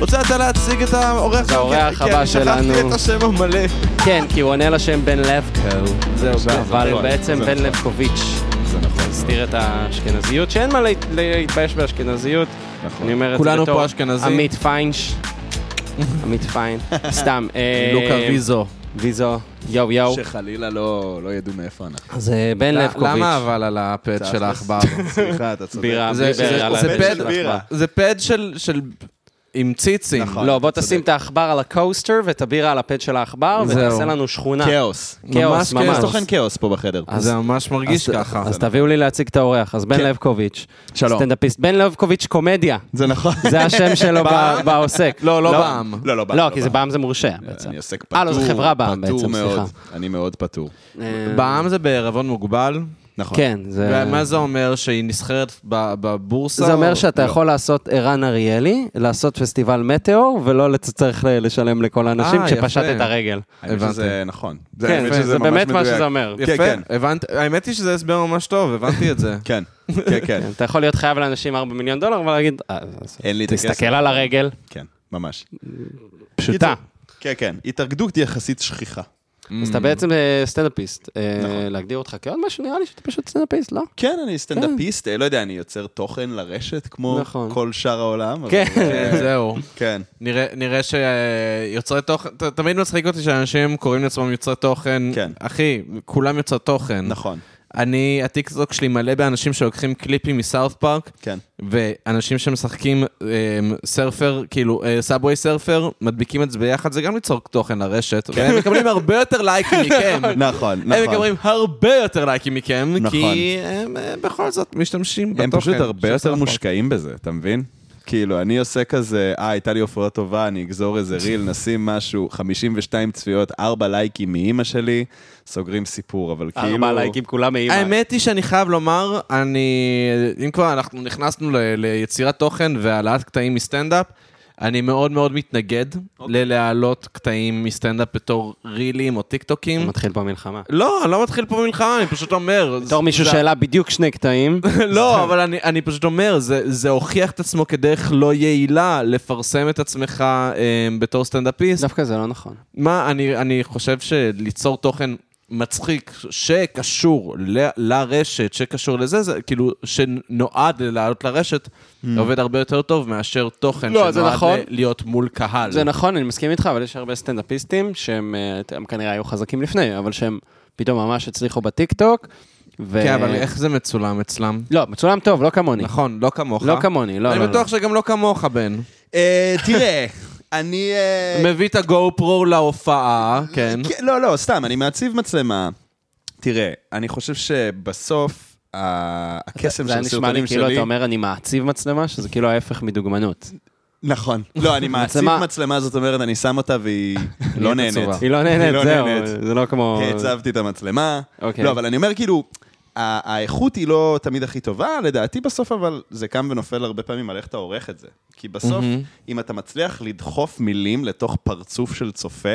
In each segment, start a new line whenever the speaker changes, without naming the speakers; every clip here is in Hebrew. רוצה אתה להציג את האורח?
זה האורח
כי-
הבא
כי אני
שלנו.
שכחתי את השם המלא.
כן, כי הוא עונה לשם בן לבקו.
זהו,
אבל הוא
נכון,
בעצם
זה
בן
נכון.
לבקוביץ'.
זה נכון.
הסתיר את האשכנזיות, שאין מה להת- להתבייש באשכנזיות.
נכון.
אני אומר את זה בתור...
כולנו פה אשכנזים.
עמית פיינש. עמית פיין. סתם. אה,
לוקה ויזו.
ויזו. יואו יואו.
שחלילה לא לא ידעו מאיפה אנחנו.
אז אה, בן לבקוביץ'.
למה אבל על הפד של העכבר?
סליחה, אתה צודק.
בירה,
זה-
בלי
זה-
בירה. על
זה
הבן
בן-
של העכבר.
זה פד של... של- עם ציצים.
נכון.
לא, בוא
צודק.
תשים את העכבר על הקוסטר ואת הבירה על הפד של העכבר
זהו. כן,
ותעשה לנו שכונה.
כאוס.
כאוס,
ממש כאוס.
ממש.
יש סוכן כאוס פה בחדר.
אז-
זה ממש מרגיש
אז-
ככה.
אז תביאו לי להציג את האורח. אז בן
כן.
לבקוביץ'.
שלום.
סטנדאפיסט. בן לבקוביץ' קומדיה.
זה נכון.
זה השם שלו ב-
בעם?
בעוסק.
לא, לא בעם.
לא, לא, בא,
לא, כי זה
בא.
בעם זה מורשה בעצם.
אני עוסק פטור.
אה, לא, זה חברה בעם
פטור
בעצם,
מאוד.
סליחה.
אני מאוד פטור.
אה,
בעם זה בערבון מוגבל,
נכון.
כן, זה...
ומה זה אומר? שהיא נסחרת ב- בבורסה?
זה
או-
אומר
לא.
שאתה יכול לעשות ערן אריאלי, לעשות פסטיבל מטאור, ולא לצ- צריך ל- לשלם לכל האנשים
אה,
כשפשט
יפה.
את הרגל.
האמת
הבנתי.
שזה נכון.
כן,
האמת
זה-
שזה
זה
ממש
באמת מה
מדויק.
שזה אומר.
כן, כן.
יפה, הבנת, האמת היא שזה הסבר ממש טוב, הבנתי את זה.
כן, כן, כן.
אתה יכול להיות חייב לאנשים 4 מיליון דולר, אבל להגיד, "אה, אז
אין לי את הכסף.
תסתכל על הרגל,
כן, ממש.
פשוטה.
כן, כן. התאגדות יחסית שכיחה.
אז אתה בעצם אה, סטנדאפיסט. אה,
נכון.
להגדיר אותך כעוד משהו, נראה לי שאתה פשוט סטנדאפיסט, לא?
כן, אני סטנדאפיסט, אה, לא יודע, אני יוצר תוכן לרשת כמו
נכון.
כל שאר העולם. אבל- אה,
כן.
כן, זהו.
כן.
נראה נראה שיוצרי תוכן, ת- תמיד מצחיק אותי שאנשים קוראים לעצמם יוצרי תוכן.
כן.
אחי, כולם יוצרי תוכן.
נכון,
אני, הטיקטוק שלי מלא באנשים שלוקחים קליפים מסאוף פארק,
כן.
ואנשים שמשחקים אה, סרפר, כאילו, אה, סאבווי סרפר, מדביקים את זה ביחד, זה גם ליצור תוכן לרשת, והם מקבלים הרבה יותר לייקים מכם.
כן.
אוקיי.
נכון, נכון.
הם מקבלים הרבה יותר לייקים מכם,
נכון.
כי הם אה, בכל זאת משתמשים בתוכן.
הם פשוט הרבה
של
יותר
סאוף פארק.
מושקעים בזה, אתה מבין? כאילו, אני עושה כזה, אה, הייתה לי הופעה טובה, אני אגזור איזה ריל, נשים משהו, 52 צפיות, 4 לייקים מאימא שלי, סוגרים סיפור, אבל כאילו...
ארבע לייקים כולם מעימה.
האמת היא שאני חייב לומר, אני... אם כבר אנחנו נכנסנו ל- ליצירת תוכן והעלאת קטעים מסטנדאפ, אני מאוד מאוד מתנגד
אוקיי.
ללהעלות קטעים מסטנדאפ בתור רילים או טיקטוקים.
מתחיל פה מלחמה.
לא, אני לא מתחיל פה מלחמה, אני פשוט אומר.
בתור מישהו
זה-
שהעלה בדיוק שני קטעים,
לא, אבל אני, אני פשוט אומר, זה, זה הוכיח את עצמו כדרך לא יעילה לפרסם את עצמך אה, בתור סטנדאפיסט.
דווקא זה לא נכון.
מה, אני, אני חושב שליצור תוכן מצחיק שקשור ל, לרשת, שקשור לזה, זה כאילו, שנועד לעלות לרשת, עובד הרבה יותר טוב מאשר תוכן
לא, זה
שנועד
נכון.
ל- להיות מול קהל.
זה נכון, אני מסכים איתך, אבל יש הרבה סטנדאפיסטים שהם אה, הם כנראה היו חזקים לפני, אבל שהם פתאום ממש הצליחו בטיקטוק. ו...
כן, אבל איך זה מצולם אצלם?
לא, מצולם טוב, לא כמוני.
נכון, לא כמוך.
לא כמוני, לא, לא,
אני
לא.
בטוח שגם לא כמוך, בן.
אה, תראה, אני... אה,
מביא את הגו פרו להופעה, כן.
כן, לא, לא, סתם, אני מעציב מצלמה. תראה, אני חושב שבסוף ה- הקסם
זה
של
היה נשמע לי
הסרטונים
כאילו
שלי...
אתה אומר אני מעציב מצלמה, שזה כאילו ההפך מדוגמנות.
נכון. לא, אני מעציב
מצלמה-
מצלמה, זאת אומרת, אני שם אותה והיא לא נהנית.
עצובה.
היא לא
היא
נהנית,
לא
זהו,
נהנית.
זה לא כמו...
הצבתי את המצלמה.
אוקיי.
לא, אבל אני אומר, כאילו, ה- האיכות היא לא תמיד הכי טובה, לדעתי בסוף, אבל זה קם ונופל הרבה פעמים על איך אתה עורך את זה. כי בסוף, אם אתה מצליח לדחוף מילים לתוך פרצוף של צופה,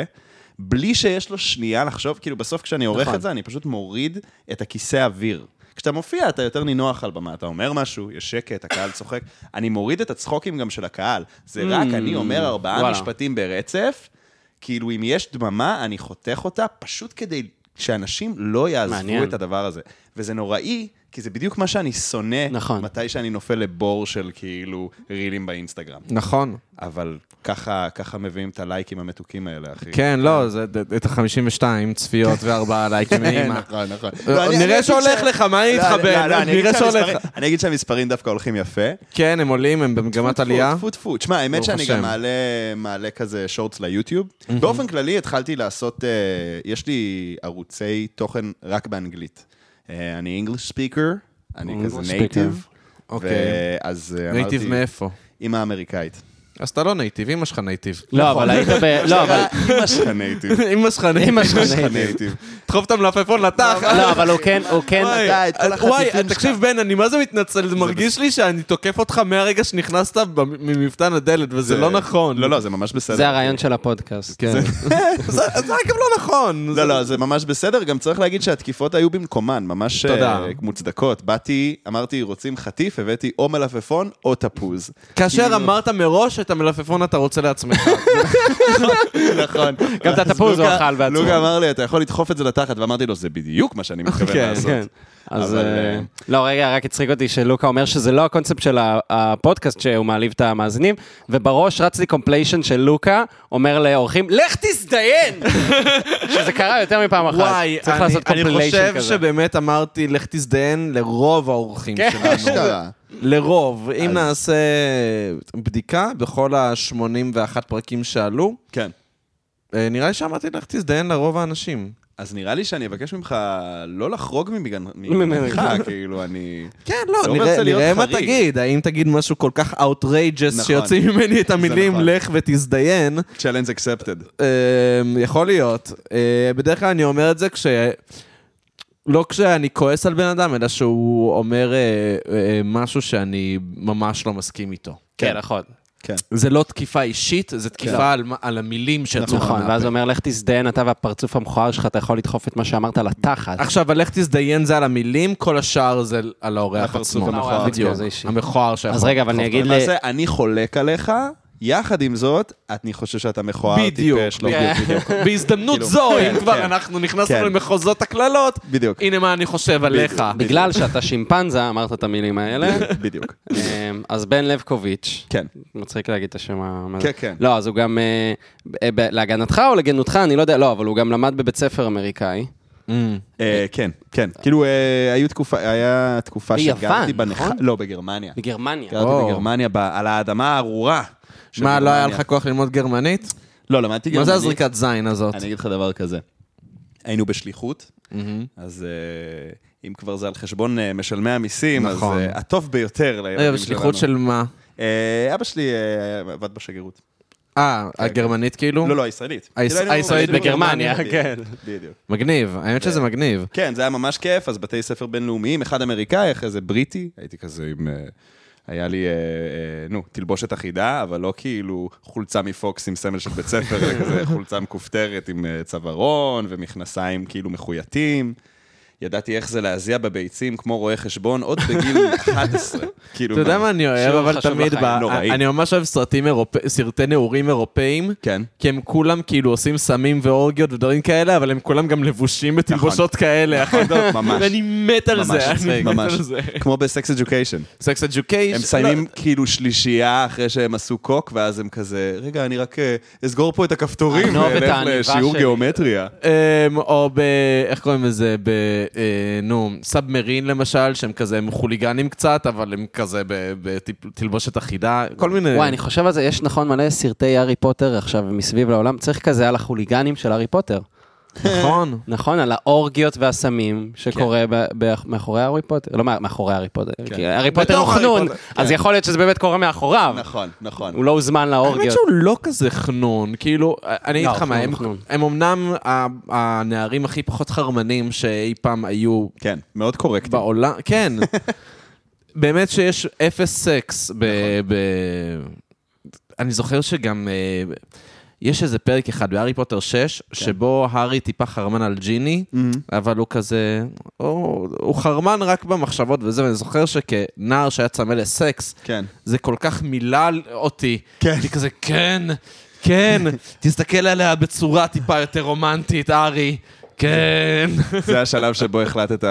בלי שיש לו שנייה לחשוב, כאילו, בסוף כשאני עורך
נכון.
את זה, אני פשוט מוריד את הכיסא אוויר. כשאתה מופיע, אתה יותר נינוח על במה, אתה אומר משהו, יש שקט, הקהל צוחק. אני מוריד את הצחוקים גם של הקהל. זה רק אני אומר ארבעה
וואלה.
משפטים ברצף, כאילו אם יש דממה, אני חותך אותה פשוט כדי שאנשים לא יעזבו
מעניין.
את הדבר הזה. וזה נוראי, כי זה בדיוק מה שאני שונא,
נכון.
מתי שאני נופל לבור של כאילו רילים באינסטגרם.
נכון.
אבל ככה, ככה מביאים את הלייקים המתוקים האלה, אחי.
כן, לא, זה זה- את ה-52 צפיות וארבעה
כן,
לייקים מאימא.
נכון, נכון.
לא,
לא, אני- אני
נראה
אגיד
שהולך
ש-
לך, מה אני
לא,
אתחבר?
לא, לא, אני אגיד
נראה שהולך
שהמספרים- אני אגיד שהמספרים דווקא הולכים יפה.
כן, הם עולים, הם במגמת עלייה.
טפו טפו טפו. תשמע, האמת
ברוך
שאני
השם.
גם מעלה, מעלה כזה שורטס ליוטיוב. באופן כללי התחלתי לעשות, אה, יש לי ערוצי תוכן רק באנגלית. אה, אני English speaker, אני
English
כזה
speaker.
נייטיב.
אוקיי.
אז אמרתי,
נייטיב מאיפה?
אימא אמריקאית.
אז אתה לא נייטיב, אמא שלך נייטיב.
לא, אבל היית ב... לא, אבל...
אימא אה, שלך נייטיב.
אמא שלך
אמא
נייטיב.
שלך נייטיב.
נייטיב.
תדחוף את המלפפון לתח.
לא, אבל הוא כן, הוא כן...
וואי,
אתה, את כל החטיפים
וואי, אה,
שלך.
תקשיב, בן, אני מה זה מתנצל, זה מרגיש לי שאני תוקף אותך מהרגע שנכנסת במ- ממפתן הדלת, וזה לא נכון.
לא, לא, זה ממש בסדר.
זה הרעיון של הפודקאסט.
כן. זה זה גם לא נכון.
לא, לא, זה ממש בסדר, גם צריך להגיד שהתקיפות היו במקומן, ממש
תודה.
אה, מוצדקות. באתי, אמרתי, רוצים חטיף, הבאתי או מלפפון או תפוז.
כאשר אמרת מראש את את המלפפון אתה רוצה לעצמך.
נכון.
גם את
אז
התפוז הוא
לוקה-
אכל בעצמו.
לוקה אמר לי, אתה יכול לדחוף את זה לתחת, ואמרתי לו, זה בדיוק מה שאני מתכוון
כן,
לעשות.
כן. אז
אבל,
אה,
אה,
לא, רגע, רק הצחיק אותי שלוקה אומר שזה לא הקונספט של ה- הפודקאסט שהוא מעליב את המאזינים, ובראש רץ לי קומפליישן של לוקה אומר לאורחים, לך תזדיין! שזה קרה יותר מפעם אחת.
וואי,
צריך
אני-
לעשות
אני
קומפליישן
חושב
כזה.
שבאמת אמרתי, לך תזדיין לרוב האורחים
כן.
שלנו.
קרה.
לרוב. אם נעשה בדיקה בכל ה-81 פרקים שעלו,
כן.
אה, נראה לי שאמרתי, לך תזדיין לרוב האנשים.
אז נראה לי שאני אבקש ממך לא לחרוג מבגן-
ממנו.
ממך, כאילו, אני...
כן,
לא
לא,
מנסה
נראה,
להיות
נראה מה
חריג.
תגיד. האם תגיד משהו כל כך outrageous
נכון.
שיוציא ממני את המילים
נכון.
לך ותזדיין,
challenge accepted.
אה, יכול להיות. אה, בדרך כלל אני אומר את זה כש... לא כשאני כועס על בן אדם, אלא שהוא אומר אה, אה, משהו שאני ממש לא מסכים איתו.
כן, נכון.
כן.
זה לא תקיפה אישית, זה
כן.
תקיפה על, מה- על המילים שיצאו לך
נכון,
מהפה.
ואז הוא אומר, לך תזדיין אתה והפרצוף המכוער שלך, אתה יכול לדחוף את מה שאמרת לתחת.
עכשיו, הלך תזדיין זה על המילים, כל השאר זה על האורח
הפרצוף
עצמו.
המכוער.
בדיוק,
כן, זה אישי.
המכוער שיכול.
אז רגע, אבל אני אגיד ל...
נכון, למעשה, אני חולק עליך, יחד עם זאת, אני חושב שאתה מכוער,
בדיוק,
טיפש, לא
כן.
בדיוק, בדיוק.
בהזדמנות
כאילו,
זו,
כן,
אם
כן.
כבר אנחנו
כן.
נכנסנו למחוזות הקללות,
בדיוק.
הנה מה אני חושב עליך.
בגלל שאתה שימפנזה, אמרת את המילים האלה.
בדיוק.
אמ, אז בן לבקוביץ',
כן.
מצחיק להגיד את השם ה... מה
כן,
זה.
כן.
לא, אז הוא גם, אה, אה, ב- להגנתך או לגנותך, אני לא יודע, לא, אבל הוא גם למד בבית ספר אמריקאי.
Mm.
אה, כן, כן. כאילו, אה, היו תקופה, היה תקופה
ביוון,
שגרתי בנכ...
נכון?
לא, בגרמניה.
בגרמניה.
גרתי
או.
בגרמניה, ב- על האדמה הארורה. של
מה, לא היה
גרמניה.
לך כוח ללמוד גרמנית?
לא, למדתי
מה
גרמנית.
זה הזריקת זין הזאת? Mm-hmm.
אני אגיד לך דבר כזה. היינו בשליחות, אז אה, אם כבר זה על חשבון אה, משלמי המיסים, אז
נכון.
אה, הטוב ביותר
רגע,
לילדים
בשליחות של מה?
אה, אבא שלי אה, עבד בשגרירות.
אה, הגרמנית כאילו?
לא, לא, הישראלית.
היש-
כאילו, היינו-
הישראלית
היינו
בגרמניה, כן.
בדיוק.
מגניב, האמת שזה מגניב.
כן, זה היה ממש כיף, אז בתי ספר בינלאומיים, אחד אמריקאי, אחרי זה בריטי, הייתי כזה עם... אה, היה לי, אה, אה, נו, תלבושת אחידה, אבל לא כאילו חולצה מפוקס עם סמל של בית ספר, אלא כזה חולצה מכופתרת עם אה, צווארון ומכנסיים כאילו מחוייתים. ידעתי איך זה להזיע בביצים כמו רואה חשבון עוד בגיל 11. כאילו,
אתה יודע מה אני אוהב,
שיעור
אבל
חשוב
תמיד,
לחיים,
ב-
נוראי.
אני ממש אוהב סרטים אירופא- סרטי נעורים אירופאים,
כן.
כי הם כולם כאילו עושים סמים ואורגיות ודברים כאלה, אבל הם כולם גם לבושים בתלבושות כאלה.
טוב, ממש.
ואני מת על
נכון. ממש
זה, אני
מצחיק,
מת
ממש.
על זה.
כמו בסקס אדיוקיישן.
סקס אדיוקיישן.
הם מסיימים כאילו שלישייה אחרי שהם עשו קוק, ואז הם כזה, רגע, אני רק אה, אסגור פה את הכפתורים
אגנוב את
ואלך
העניבה
לשיעור
שלי."
גיאומטריה.
אמ, או ב... איך קוראים לזה? ב... אה, נו, סאבמרין למשל, שהם כזה, הם חוליגנים קצת, אבל הם כזה ב- בתלבושת אחידה, כל מיני...
וואי, אני חושב על זה, יש נכון מלא סרטי הארי פוטר עכשיו מסביב לעולם, צריך כזה על החוליגנים של הארי פוטר.
נכון.
נכון, על האורגיות והסמים שקורה
כן.
ב- ב- מאחורי הארי פוטר, לא מה- מאחורי הארי פוטר, כי הארי פוטר
בתוך
הוא
הארי
חנון,
פוטר, כן.
אז יכול להיות שזה באמת קורה מאחוריו.
נכון, נכון.
הוא לא הוזמן
האמת
לאורגיות.
שהוא לא כזה חנון, כאילו, אני אגיד
לא,
לך מה,
חנון,
הם-
חנון.
הם אמנם ה- הנערים הכי פחות חרמנים שאי פעם היו
כן, מאוד קורקט.
בעולם, כן. באמת שיש אפס סקס ב... ב... אני זוכר שגם... אה, יש איזה פרק אחד בהארי פוטר 6, שבו הארי טיפה חרמן על ג'יני, אבל הוא כזה... הוא הוא חרמן רק במחשבות וזה, ואני זוכר שכנער שהיה צמא לסקס,
כן.
זה כל כך מילה אותי.
כן.
אני כזה, כן, כן, תסתכל עליה בצורה טיפה יותר רומנטית, הארי. כן.
זה השלב שבו החלטת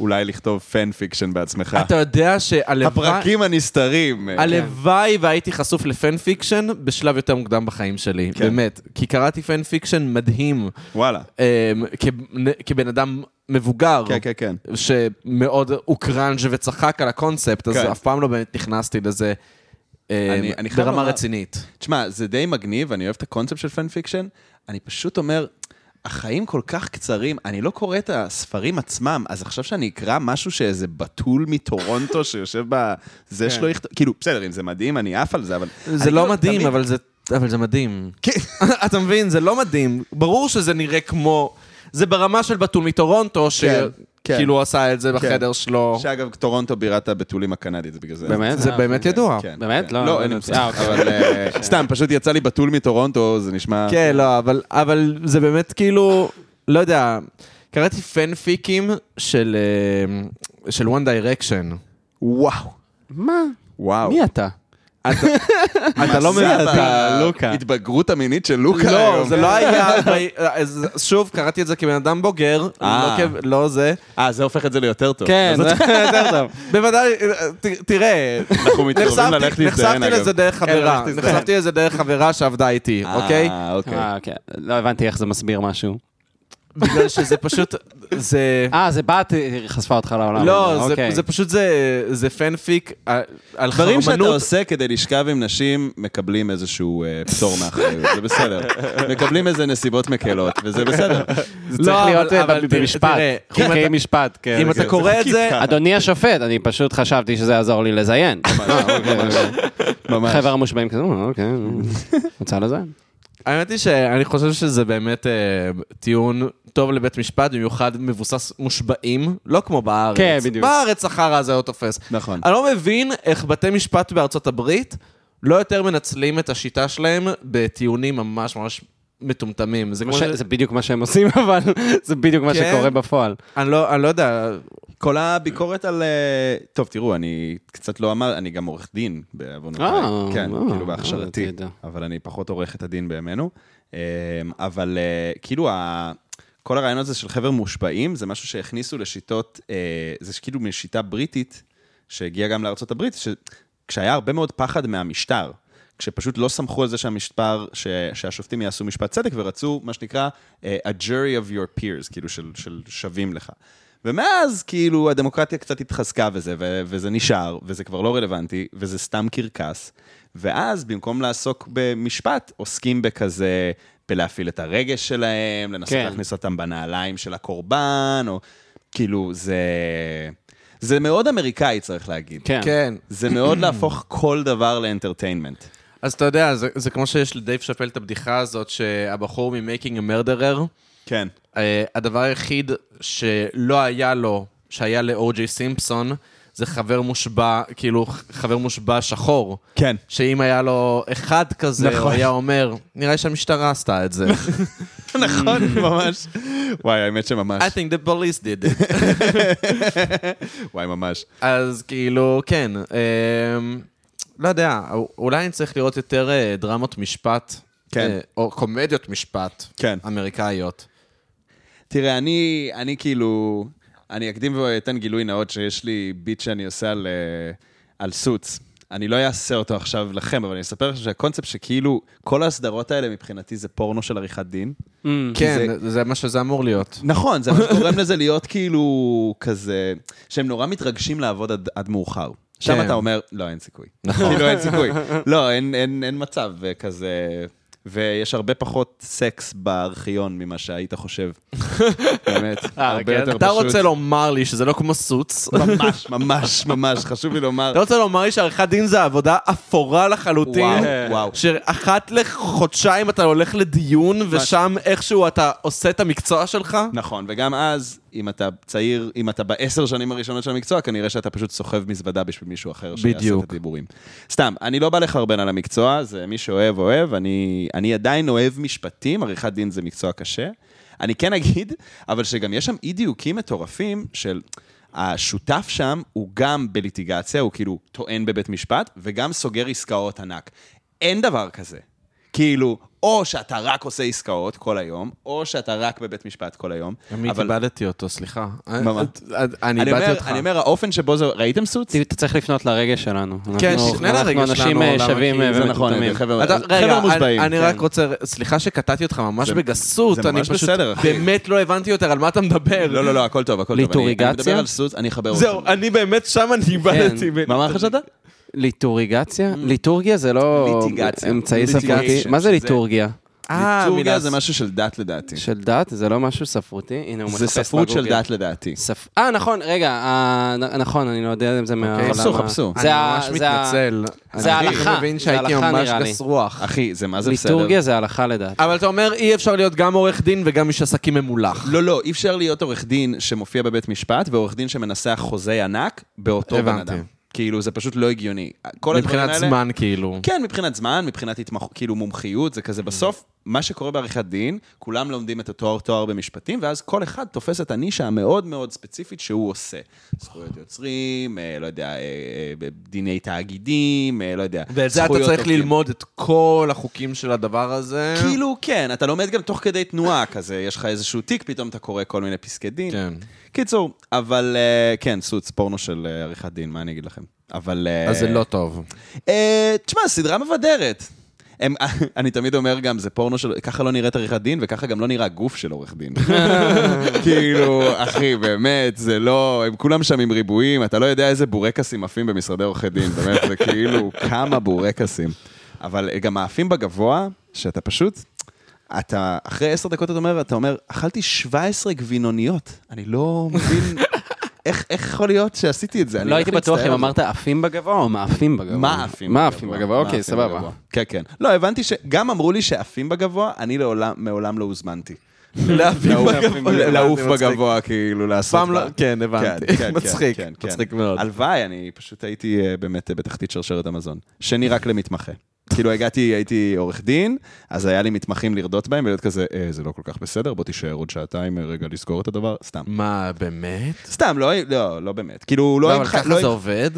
אולי לכתוב פן פיקשן בעצמך.
אתה יודע שהלוואי...
הפרקים הנסתרים.
הלוואי והייתי חשוף לפן פיקשן בשלב יותר מוקדם בחיים שלי,
כן.
באמת. כי קראתי פן פיקשן מדהים
וואלה.
אמ, כבן- כבן אדם מבוגר.
כן, כן, כן.
שמאוד הוא קראנג' וצחק על הקונספט, אז
כן.
אף פעם לא באמת נכנסתי לזה אמ,
אני- אני חייב
ברמה
לומר-
רצינית.
תשמע, זה די מגניב, אני אוהב את הקונספט של פן פיקשן. אני פשוט אומר, החיים כל כך קצרים, אני לא קורא את הספרים עצמם, אז עכשיו שאני אקרא משהו שאיזה בתול מטורונטו שיושב ב... זה שלא יכתוב... כאילו, בסדר, אם זה מדהים, אני עף על זה, אבל...
כן. זה
אני
לא
כאילו
מדהים,
תמיד-
אבל זה- אבל זה מדהים. אתה מבין? זה לא מדהים. ברור שזה נראה כמו... זה ברמה של בתול מטורונטו,
כן, כן.
שכאילו עשה את זה בחדר שלו.
שאגב, טורונטו בירת הבתולים הקנדית, זה בגלל זה.
באמת?
זה
אה,
באמת
אוקיי.
ידוע.
כן,
באמת?
כן.
לא,
לא,
לא
אין לי
ידעתי.
מושג.
אה, אוקיי.
אבל אה, סתם, פשוט יצא לי בתול מטורונטו, זה נשמע...
כן, לא, אבל, אבל זה באמת כאילו, לא יודע, קראתי פנפיקים של, אה, של One Direction.
וואו.
מה?
וואו.
מי אתה?
אתה לא מבין, אתה לוקה.
ההתבגרות המינית של לוקה
לא,
היום.
זה לא היה... אז שוב, קראתי את זה כבן אדם בוגר,
אה.
לא כ- לא זה.
אה, זה הופך את זה ליותר טוב.
כן,
אז
זה יותר טוב.
בוודאי, אה, ת- תראה,
אנחנו מתקרבים
נחשפתי-
ללכת להזדיין,
נחשפתי
אגב. כן,
לזה דרך חברה,
ללכת להזדיין.
נחשפתי לזה דרך חברה שעבדה איתי,
אה,
אוקיי?
אוקיי.
אה, אוקיי. לא הבנתי איך זה מסביר משהו.
בגלל שזה פשוט, זה...
אה, זה בת אה, חשפה אותך לעולם.
לא, זה-
אוקיי.
זה פשוט זה זה פנפיק על- על
דברים שאתה
חרמנות.
עושה כדי לשכב עם נשים, מקבלים איזשהו אה, פטור מאחריות, זה בסדר. מקבלים איזה נסיבות מקלות, וזה בסדר.
זה צריך
לא,
להיות
אבל-
אה,
אבל תראה,
במשפט.
תראה, אם
חוקי
אתה-
משפט, כן.
אם אתה
אוקיי. זה
קורא את זה,
כיף ככה.
אדוני השופט, אני פשוט חשבתי שזה יעזור לי לזיין. אה,
ממש.
חבר המושבעים כזה, "אה, אוקיי, אה, רוצה לזיין.
האמת היא שאני חושב שזה באמת אה, טיעון טוב לבית משפט, במיוחד מבוסס מושבעים, לא כמו בארץ.
כן, בדיוק.
בארץ החרא הזה לא תופס.
נכון.
אני לא מבין איך בתי משפט בארצות הברית לא יותר מנצלים את השיטה שלהם בטיעונים ממש ממש מטומטמים. זה
זה
כמו
מה
ש...
ש- זה בדיוק מה שהם עושים, אבל זה בדיוק מה
כן.
שקורה בפועל.
אני לא אני לא יודע,
כל הביקורת על... אה, טוב, תראו, אני קצת לא אמר, אני גם עורך דין בעוונותיי.
אה,
כן,
אה,
כאילו
אה,
בהכשרתי.
תדע.
אבל אני פחות עורך את הדין בימינו. אה, אבל אה, כאילו, ה- כל הרעיון הזה של חבר מושבעים, זה משהו שהכניסו לשיטות, אה, זה כאילו משיטה בריטית, שהגיעה גם לארצות הברית, שכשהיה הרבה מאוד פחד מהמשטר. כשפשוט לא סמכו על זה שהמשטר, ש, שהשופטים יעשו משפט צדק ורצו, מה שנקרא, אה, a jury of your peers, כאילו של, של שווים לך. ומאז, כאילו, הדמוקרטיה קצת התחזקה וזה, ו- וזה נשאר, וזה כבר לא רלוונטי, וזה סתם קרקס. ואז, במקום לעסוק במשפט, עוסקים בכזה, בלהפעיל את הרגש שלהם, לנסות
כן.
כן. להכניס אותם בנעליים של הקורבן, או כאילו, זה... זה מאוד אמריקאי, צריך להגיד.
כן.
כן.
זה מאוד להפוך כל דבר לאנטרטיינמנט.
אז אתה יודע, זה, זה כמו שיש לדייב שאפל את הבדיחה הזאת שהבחור מ-Making a Murderer,
כן.
אה, הדבר היחיד שלא היה לו, שהיה לאו.ג'יי סימפסון, זה חבר מושבע, כאילו ח- חבר מושבע שחור.
כן.
שאם היה לו אחד כזה,
נכון.
הוא היה אומר, נראה לי שהמשטרה עשתה את זה.
נכון, ממש. וואי, האמת
I
שממש.
think the police did it.
וואי, ממש.
אז כאילו, כן. אמ, לא יודע, א- אולי אני צריך לראות יותר אה, דרמות משפט.
כן.
אה, או קומדיות משפט.
כן.
אמריקאיות.
תראה, אני, אני כאילו, אני אקדים ואתן גילוי נאות שיש לי ביט שאני עושה על, אה, על סוץ. אני לא אעשה אותו עכשיו לכם, אבל אני אספר לכם שהקונספט שכאילו, כל הסדרות האלה מבחינתי זה פורנו של עריכת דין.
כן, זה מה שזה אמור להיות.
נכון, זה מה שגורם לזה להיות כאילו כזה, שהם נורא מתרגשים לעבוד עד, עד מאוחר. שם
כן.
אתה אומר, לא, אין סיכוי. נכון. כאילו, אין סיכוי. לא, אין, אין, אין מצב אה, כזה... ויש הרבה פחות סקס בארכיון ממה שהיית חושב. באמת, הרבה
כן?
יותר פשוט.
אה, אתה רוצה לומר לי שזה לא כמו סוץ?
ממש, ממש, ממש, חשוב לי לומר.
אתה רוצה לומר לי שעריכת דין זה עבודה אפורה לחלוטין?
וואו, וואו.
שאחת לחודשיים אתה הולך לדיון, ושם איכשהו אתה עושה את המקצוע שלך?
נכון, וגם אז, אם אתה צעיר, אם אתה בעשר שנים הראשונות של המקצוע, כנראה שאתה פשוט סוחב מזוודה בשביל מישהו אחר שיעשה
בדיוק.
את הדיבורים. סתם, אני לא בא לחרבן על המקצוע, זה מי שאוהב, אוהב. אני, אני עדיין אוהב משפטים, עריכת דין זה מקצוע קשה. אני כן אגיד, אבל שגם יש שם אי-דיוקים מטורפים של... השותף שם הוא גם בליטיגציה, הוא כאילו טוען בבית משפט, וגם סוגר עסקאות ענק. אין דבר כזה. כאילו, או שאתה רק עושה עסקאות כל היום, או שאתה רק בבית משפט כל היום.
עמית,
אבל-
איבדתי אותו, סליחה.
מה?
אני
אני
איבדתי
אומר,
אותך.
אני אומר, האופן שבו זה... ראיתם סוץ?
אתה צריך לפנות לרגש שלנו. אנחנו-
שתפנה כן, לרגש
אנחנו אנשים
שלנו,
אה,
למה?
שווים
כי
אה,
זה נכון,
נכון,
ומטומטמים.
חבר'ה
אתה- רגע,
חבר'ה
אני-
מושבעים. כן.
אני רק רוצה, סליחה שקטעתי אותך ממש
זה-
בגסות,
זה
אני
ממש
פשוט
בסדר, אחי.
באמת לא הבנתי יותר על מה אתה מדבר.
לא, לא, לא, הכל טוב, הכל טוב. אני-
ליטוריגציה?
אני מדבר על סוץ, אני אחבר אותך.
זהו, אני באמת שם אני איבדתי.
כן.
מה מה חשבת?
ליטוריגציה? ליטורגיה זה לא
ליטיגציה.
אמצעי
ליטיגיישן,
ספרותי. מה זה
שזה-
ליטורגיה?
ליטורגיה
אה, מילה-
זה משהו של דת לדעתי.
של דת? זה לא משהו ספרותי? הנה, הוא
זה
מחפש
ספרות של
בגוגל.
דת לדעתי.
ספ... אה, נכון, רגע, אה, נ- נכון, אני לא יודע אם זה מהעולם.
אוקיי, חפשו,
ה-
חפשו.
אני
זה ה-
ממש
זה ה-
מתנצל.
זה ההלכה,
אני מבין
זה
שהייתי
ההלכה
ממש
נראה לי.
גס רוח.
אחי, זה מה זה בסדר? אה,
ליטורגיה זה הלכה לדעת.
אבל אתה אומר, אי אפשר להיות גם עורך דין וגם איש עסקים ממולח.
לא, לא, אי אפשר להיות עורך דין שמופיע בבית משפט ועורך דין שמנסח חוזה ענק באותו בן
הבנתי.
אדם. כאילו, זה פשוט לא הגיוני. כל הדברים
מבחינת
האלה-
זמן, כאילו.
כן, מבחינת זמן, מבחינת התמח... כאילו מומחיות, זה כזה בסוף, מה שקורה בעריכת דין, כולם לומדים את התואר תואר במשפטים, ואז כל אחד תופס את הנישה המאוד מאוד ספציפית שהוא עושה. זכויות יוצרים, אה, לא יודע, אה, אה, ב- דיני תאגידים, אה, לא יודע.
ואת זה אתה
זכויות
צריך
עובדים.
ללמוד את כל החוקים של הדבר הזה.
כאילו, כן, אתה לומד גם תוך כדי תנועה כזה, יש לך איזשהו תיק, פתאום אתה קורא כל מיני פסקי דין.
כן.
קיצור, אבל אה, כן, סוץ, פורנו של אה, עריכת דין, מה אני אגיד לכם? אבל... אה,
אז זה לא טוב.
אה, תשמע, סדרה מבדרת. הם, אני תמיד אומר גם, זה פורנו של... ככה לא נראית עריכת דין, וככה גם לא נראה גוף של עורך דין. כאילו, אחי, באמת, זה לא... הם כולם שם עם ריבועים, אתה לא יודע איזה בורקסים עפים במשרדי עורכי דין, באמת, זה כאילו, כמה בורקסים. אבל גם העפים בגבוה, שאתה פשוט... אתה, אחרי עשר דקות אתה אומר, אתה אומר, אכלתי 17 גבינוניות, אני לא מבין איך, איך יכול להיות שעשיתי את זה. אני
לא הייתי
הולך
בטוח
להצטער
אם
על זה."
אמרת עפים בגבוה או מאפים בגבוה.
מה עפים
מה עפים בגבוה?
מה
אוקיי,
עפים
סבבה.
בגבוה? כן, כן. לא, הבנתי ש... גם אמרו לי שעפים בגבוה, אני לעולם- מעולם לא הוזמנתי. לעוף-
בגבוה.
לעוף
הבנתי, לא מצחיק.
בגבוה, כאילו, לעשות...
פעם לא-
בה.
כן, הבנתי.
כן, כן,
מצחיק,
כן, כן.
מצחיק מאוד.
הלוואי, אני פשוט הייתי אה, באמת אה, בתחתית שרשרת המזון. שני רק למתמחה. כאילו הגעתי, הייתי עורך דין, אז היה לי מתמחים לרדות בהם ולהיות כזה, "אה, זה לא כל כך בסדר, בוא תישאר עוד שעתיים, אה, רגע לסגור את הדבר, סתם.
מה, באמת?
סתם, לא, לא, לא באמת. כאילו, לא...
לא,
עם
אבל
ח-
ככה
לא
זה
עם-
עובד?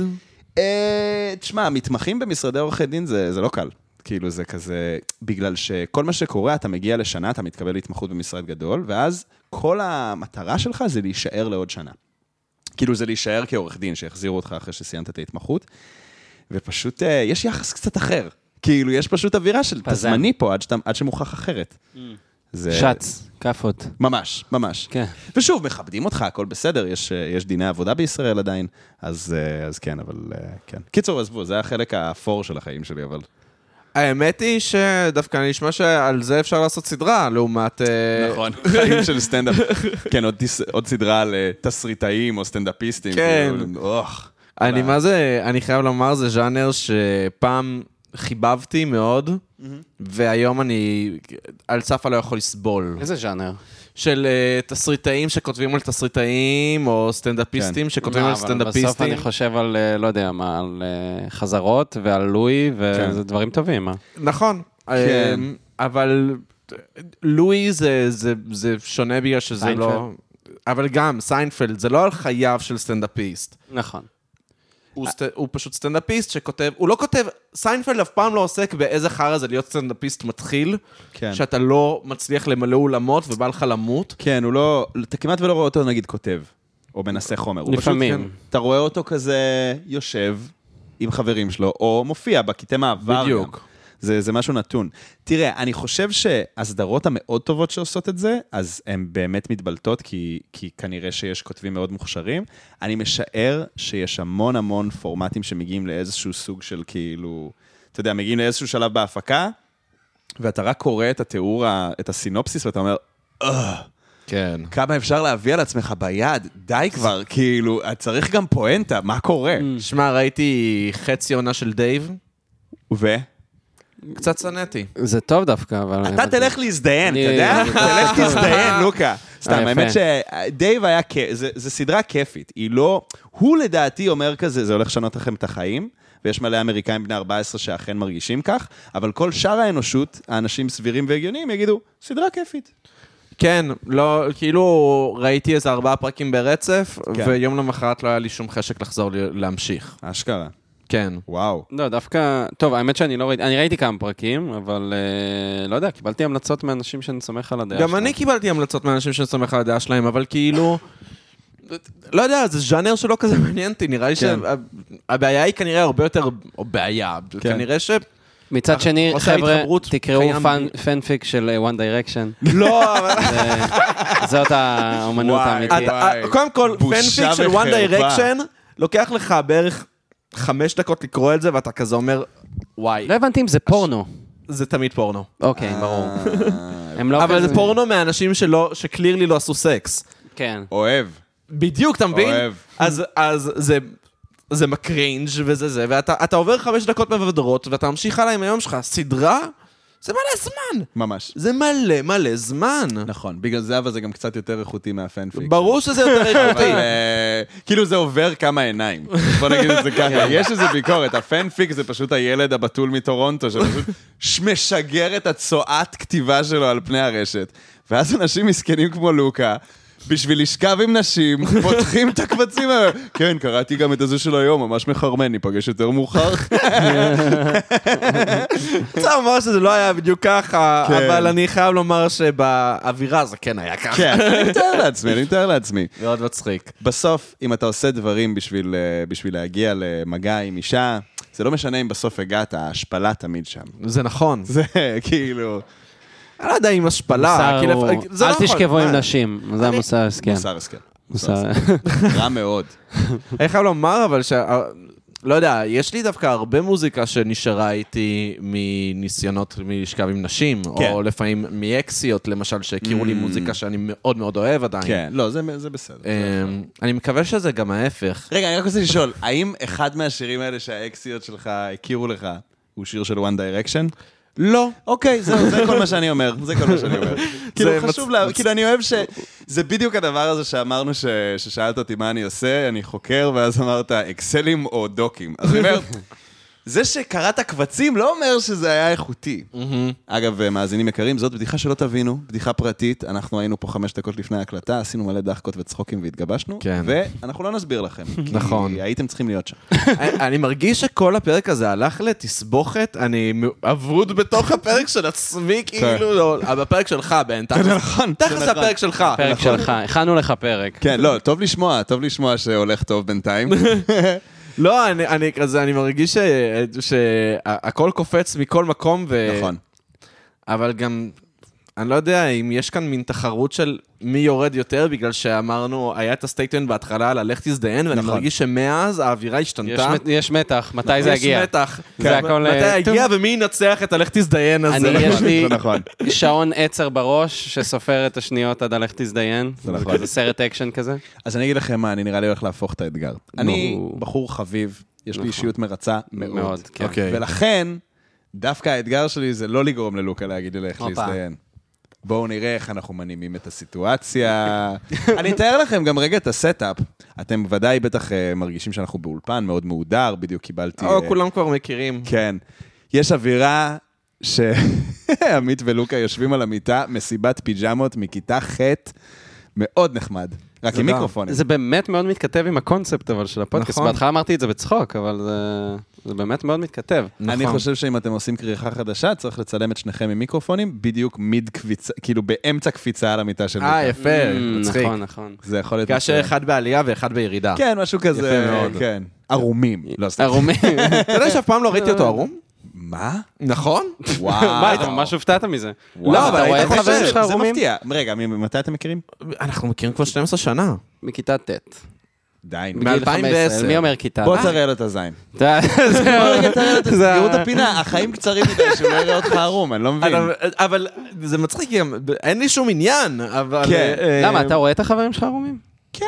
אה, תשמע, מתמחים במשרדי עורכי דין זה, זה לא קל. כאילו זה כזה, בגלל שכל מה שקורה, אתה מגיע לשנה, אתה מתקבל להתמחות במשרד גדול, ואז כל המטרה שלך זה להישאר לעוד שנה. כאילו זה להישאר כעורך דין, שיחזירו אותך אחרי שסיימת את ההתמחות, ופשוט אה, יש יחס קצת אחר. כאילו, יש פשוט אווירה של, אתה
פזם.
זמני פה עד, שאתה, עד שמוכח אחרת. זה...
שץ, כאפות.
ממש, ממש.
כן.
ושוב, מכבדים אותך, הכל בסדר, יש, אה, יש דיני עבודה בישראל עדיין, אז, אה, אז כן, אבל אה, כן. קיצור, עזבו, זה החלק האפור של החיים שלי, אבל...
האמת היא שדווקא נשמע שעל זה אפשר לעשות סדרה, לעומת... אה,
נכון.
חיים של סטנדאפ. כן, עוד, טיס, עוד סדרה על אה, תסריטאים או סטנדאפיסטים.
כן.
כאילו, אוח.
אני
כל
מה זה, אני חייב לומר, זה ז'אנר שפעם חיבבתי מאוד, והיום אני על סף הלא יכול לסבול.
איזה ז'אנר?
של אה, תסריטאים שכותבים על תסריטאים, או סטנדאפיסטים
כן.
שכותבים
לא,
על
אבל בסוף
סטנדאפיסטים.
אני חושב על, אה, לא יודע מה, על אה, חזרות ועל לואי, וזה דברים טובים, מה?
נכון. אה,
כן.
אבל אה, לואי זה- זה זה שונה בגלל שזה
סיינפלד.
לא... אבל גם, סיינפלד, זה לא על חייו של סטנדאפיסט.
נכון.
הוא, סט... הוא פשוט סטנדאפיסט שכותב, הוא לא כותב, סיינפלד אף פעם לא עוסק באיזה חרא זה להיות סטנדאפיסט מתחיל,
כן.
שאתה לא מצליח למלא אולמות ובא לך למות.
כן, הוא לא... אתה כמעט ולא רואה אותו, נגיד, כותב, או מנסה חומר. הוא פשוט-
לפעמים.
כן, אתה רואה אותו כזה יושב עם חברים שלו, או מופיע בקטעי מעבר.
בדיוק.
גם. זה, זה משהו נתון. תראה, אני חושב שהסדרות המאוד טובות שעושות את זה, אז הן באמת מתבלטות, כי, כי כנראה שיש כותבים מאוד מוכשרים. אני משער שיש המון המון פורמטים שמגיעים לאיזשהו סוג של כאילו, אתה יודע, מגיעים לאיזשהו שלב בהפקה, ואתה רק קורא את התיאור, ה- את הסינופסיס, ואתה אומר, "אה,
כן.
כמה אפשר להביא על עצמך ביד? די כבר, כאילו, צריך גם פואנטה, מה קורה?
Mm.
שמע, ראיתי חצי עונה של דייב,
ו?
קצת שנאתי.
כן.
זה טוב דווקא, אבל...
אתה תלך להזדיין, אתה
אני-
יודע?
אני- אה,
תלך תזדיין, לוקה. סתם,
יפה.
האמת שדייב היה כיף, זו סדרה כיפית. היא לא... הוא לדעתי אומר כזה, זה הולך לשנות לכם את החיים, ויש מלא אמריקאים בני 14 שאכן מרגישים כך, אבל כל שאר האנושות, האנשים סבירים והגיוניים, יגידו, סדרה כיפית.
כן, לא, כאילו ראיתי איזה ארבעה פרקים ברצף,
כן.
ויום למחרת לא היה לי שום חשק לחזור ל- להמשיך.
אשכרה.
כן.
וואו.
לא, דווקא... טוב, האמת שאני לא ראיתי... אני ראיתי כמה פרקים, אבל אה, לא יודע, קיבלתי המלצות מאנשים שאני סומך על הדעה
גם
שלהם.
אני קיבלתי המלצות מאנשים שאני סומך על הדעה שלהם, אבל כאילו... לא יודע, זה ז'אנר שלא כזה מעניין אותי, נראה לי
כן.
שהבעיה היא כנראה הרבה יותר, או בעיה,
כן.
כנראה ש...
מצד שני,
אה, עושה
חבר'ה,
התחברות,
תקראו
קיים
פאנ- פנפיק של אה, One Direction.
לא, אבל...
זה- זאת האומנות
וואי,
האמיתית.
אתה-
כאילו, וואי.
קודם כל,
בושה
פנפיק של One
וחרפה.
Direction, לוקח לך בערך חמש דקות לקרוא את זה, ואתה כזה אומר, וואי,
לא הבנתי אם זה פורנו.
זה תמיד פורנו.
אוקיי, ברור.
אה,
הם לא
אה, אבל
כזה-
זה פורנו מאנשים שלא, שקלירלי לא עשו סקס.
כן.
אוהב.
בדיוק, אתה מבין?
אוהב.
אז, אז זה, זה מקרינג' וזה זה, ואתה אתה עובר חמש דקות מבדרות, ואתה ממשיך הלאה עם היום שלך. סדרה זה מלא זמן.
ממש.
זה מלא מלא זמן.
נכון, בגלל זה אבל זה גם קצת יותר איכותי מהפנפיק.
ברור שזה יותר
אבל,
איכותי.
אה, כאילו זה עובר כמה עיניים, בוא נגיד את זה ככה, יש איזו ביקורת, הפנפיק זה פשוט הילד הבתול מטורונטו, שפשוט משגר את הצואת כתיבה שלו על פני הרשת. ואז אנשים מסכנים כמו לוקה, בשביל לשכב עם נשים, פותחים את הקבצים האלה. כן, קראתי גם את הזה של היום, ממש מחרמן, ניפגש יותר מאוחר.
צריך לומר שזה לא היה בדיוק ככה,
כן.
אבל אני חייב לומר שבאווירה זה כן היה ככה.
כן, אני מתאר לעצמי, אני מתאר לעצמי.
מאוד מצחיק.
בסוף, אם אתה עושה דברים בשביל, אה, בשביל להגיע למגע עם אישה, זה לא משנה אם בסוף הגעת, ההשפלה תמיד שם.
זה נכון.
זה כאילו,
אני לא יודע אם השפלה,
מוסר
כי
הוא-
לפ- זה לא
אל
נכון.
תשכבו עם
מה?
נשים, זה המוסר ההסכם.
מוסר השכל.
כן. מוסר.
אה,
רע מאוד.
אני חייב לומר אבל ש... לא יודע, יש לי דווקא הרבה מוזיקה שנשארה איתי מניסיונות מלשכב עם נשים,
כן. Mm.
או לפעמים מאקסיות, למשל, שהכירו לי מוזיקה שאני מאוד מאוד אוהב עדיין.
כן, לא, זה זה בסדר.
אמ, אני מקווה שזה גם ההפך.
רגע, אני רק רוצה לשאול, האם אחד מהשירים האלה שהאקסיות שלך הכירו לך, הוא שיר של One Direction?
לא.
אוקיי, זהו, זה כל מה שאני אומר, זה כל מה שאני אומר. כאילו,
זה
חשוב
מצ-
לה,
מצ-
כאילו, אני אוהב ש... זה בדיוק הדבר הזה שאמרנו, ש- ששאלת אותי מה אני עושה, אני חוקר, ואז אמרת, אקסלים או דוקים. אז אני אומר, זה שקראת קבצים לא אומר שזה היה איכותי. אגב, אה, מאזינים יקרים, זאת בדיחה שלא תבינו, בדיחה פרטית. אנחנו היינו פה חמש דקות לפני ההקלטה, עשינו מלא דחקות וצחוקים והתגבשנו,
כן.
ואנחנו לא נסביר לכם.
נכון.
כי הייתם צריכים להיות שם.
אני אני מרגיש שכל הפרק הזה הלך לתסבוכת, אני מ- אבוד בתוך הפרק של עצמי, כאילו, לא, אבל בפרק שלך, בן, תכלס.
כן. נכון,
תכלס
זה נכון.
הפרק שלך.
פרק שלך, הכנו לך פרק.
כן, לא, טוב לשמוע, טוב לשמוע שהולך טוב בינתיים.
לא, אני, אני כזה, אני מרגיש שהכל קופץ מכל מקום, ו...
נכון.
אבל גם, אני לא יודע אם יש כאן מין תחרות של מי יורד יותר, בגלל שאמרנו, היה את הסטייטמנט בהתחלה על הלך תזדיין, ואני
נכון.
מרגיש שמאז האווירה
יש
השתנתה.
מת- יש מתח, מתי זה יגיע?
יש מתח. כן.
זה הכל,
מתי
אה,
יגיע ומי ינצח את הלך תזדיין הזה.
אני, יש לי
זה נכון.
שעון עצר בראש שסופר את השניות עד הלך תזדיין. זה
נכון.
כזה סרט אקשן כזה.
אז אני אגיד לכם מה, אני נראה לי הולך להפוך את האתגר. אני בחור חביב, יש לי אישיות מרצה מאוד.
מאוד, כן.
נכון. אוקיי.
ולכן, דווקא האתגר שלי זה לא לגרום ללוקה להגיד לי איך
הופה.
להזדיין. בואו נראה איך אנחנו מנעימים את הסיטואציה. אני אתאר לכם גם רגע את הסטאפ. אתם ודאי בטח אה, מרגישים שאנחנו באולפן מאוד מהודר, בדיוק קיבלתי...
או,
אה,
כולם כבר מכירים.
כן. יש אווירה שעמית ולוקה יושבים על המיטה, מסיבת פיג'מות מכיתה ח', מאוד נחמד. רק עם
גם.
מיקרופונים.
זה באמת מאוד מתכתב עם הקונספט אבל של הפודקאסט.
נכון.
בהתחלה אמרתי את זה בצחוק, אבל זה- זה באמת מאוד מתכתב.
אני
נכון.
חושב שאם אתם עושים כריכה חדשה, צריך לצלם את שניכם עם מיקרופונים בדיוק מיד קביצה, כאילו באמצע קפיצה על המיטה של
אה,
מיקה.
יפה,
Mm,
מצחיק.
נכון, נכון.
זה יכול להיות...
כאשר
מצוין.
אחד בעלייה ואחד בירידה.
כן, משהו כזה.
יפה מאוד.
כן. ערומים. לא, סתם.
ערומים.
אתה יודע שאף פעם לא ראיתי
אה.
אותו ערום?
מה?
נכון.
וואו.
מה, אתה ממש הופתעת מזה.
וואו.
לא, אבל
אתה רואה
היית
את
חושב,
החברים שלך
זה
ערומים?
מפתיע. רגע, ממתי אתם מכירים?
אנחנו מכירים כבר 12 שנה.
מכיתה ט'.
די. נו.
מה?
בגיל
2010.
15. מי אומר כיתה?
בוא
אה,
תראה לו את הזין.
אתה- זה- זה-
תראו את הפינה, החיים קצרים מדי, שהוא לא יראה אותך ערום, אני לא מבין.
אבל- אבל זה מצחיק, גם, אין לי שום עניין, אבל...
כן.
אה,
למה, אתה רואה את החברים שלך ערומים?
כן.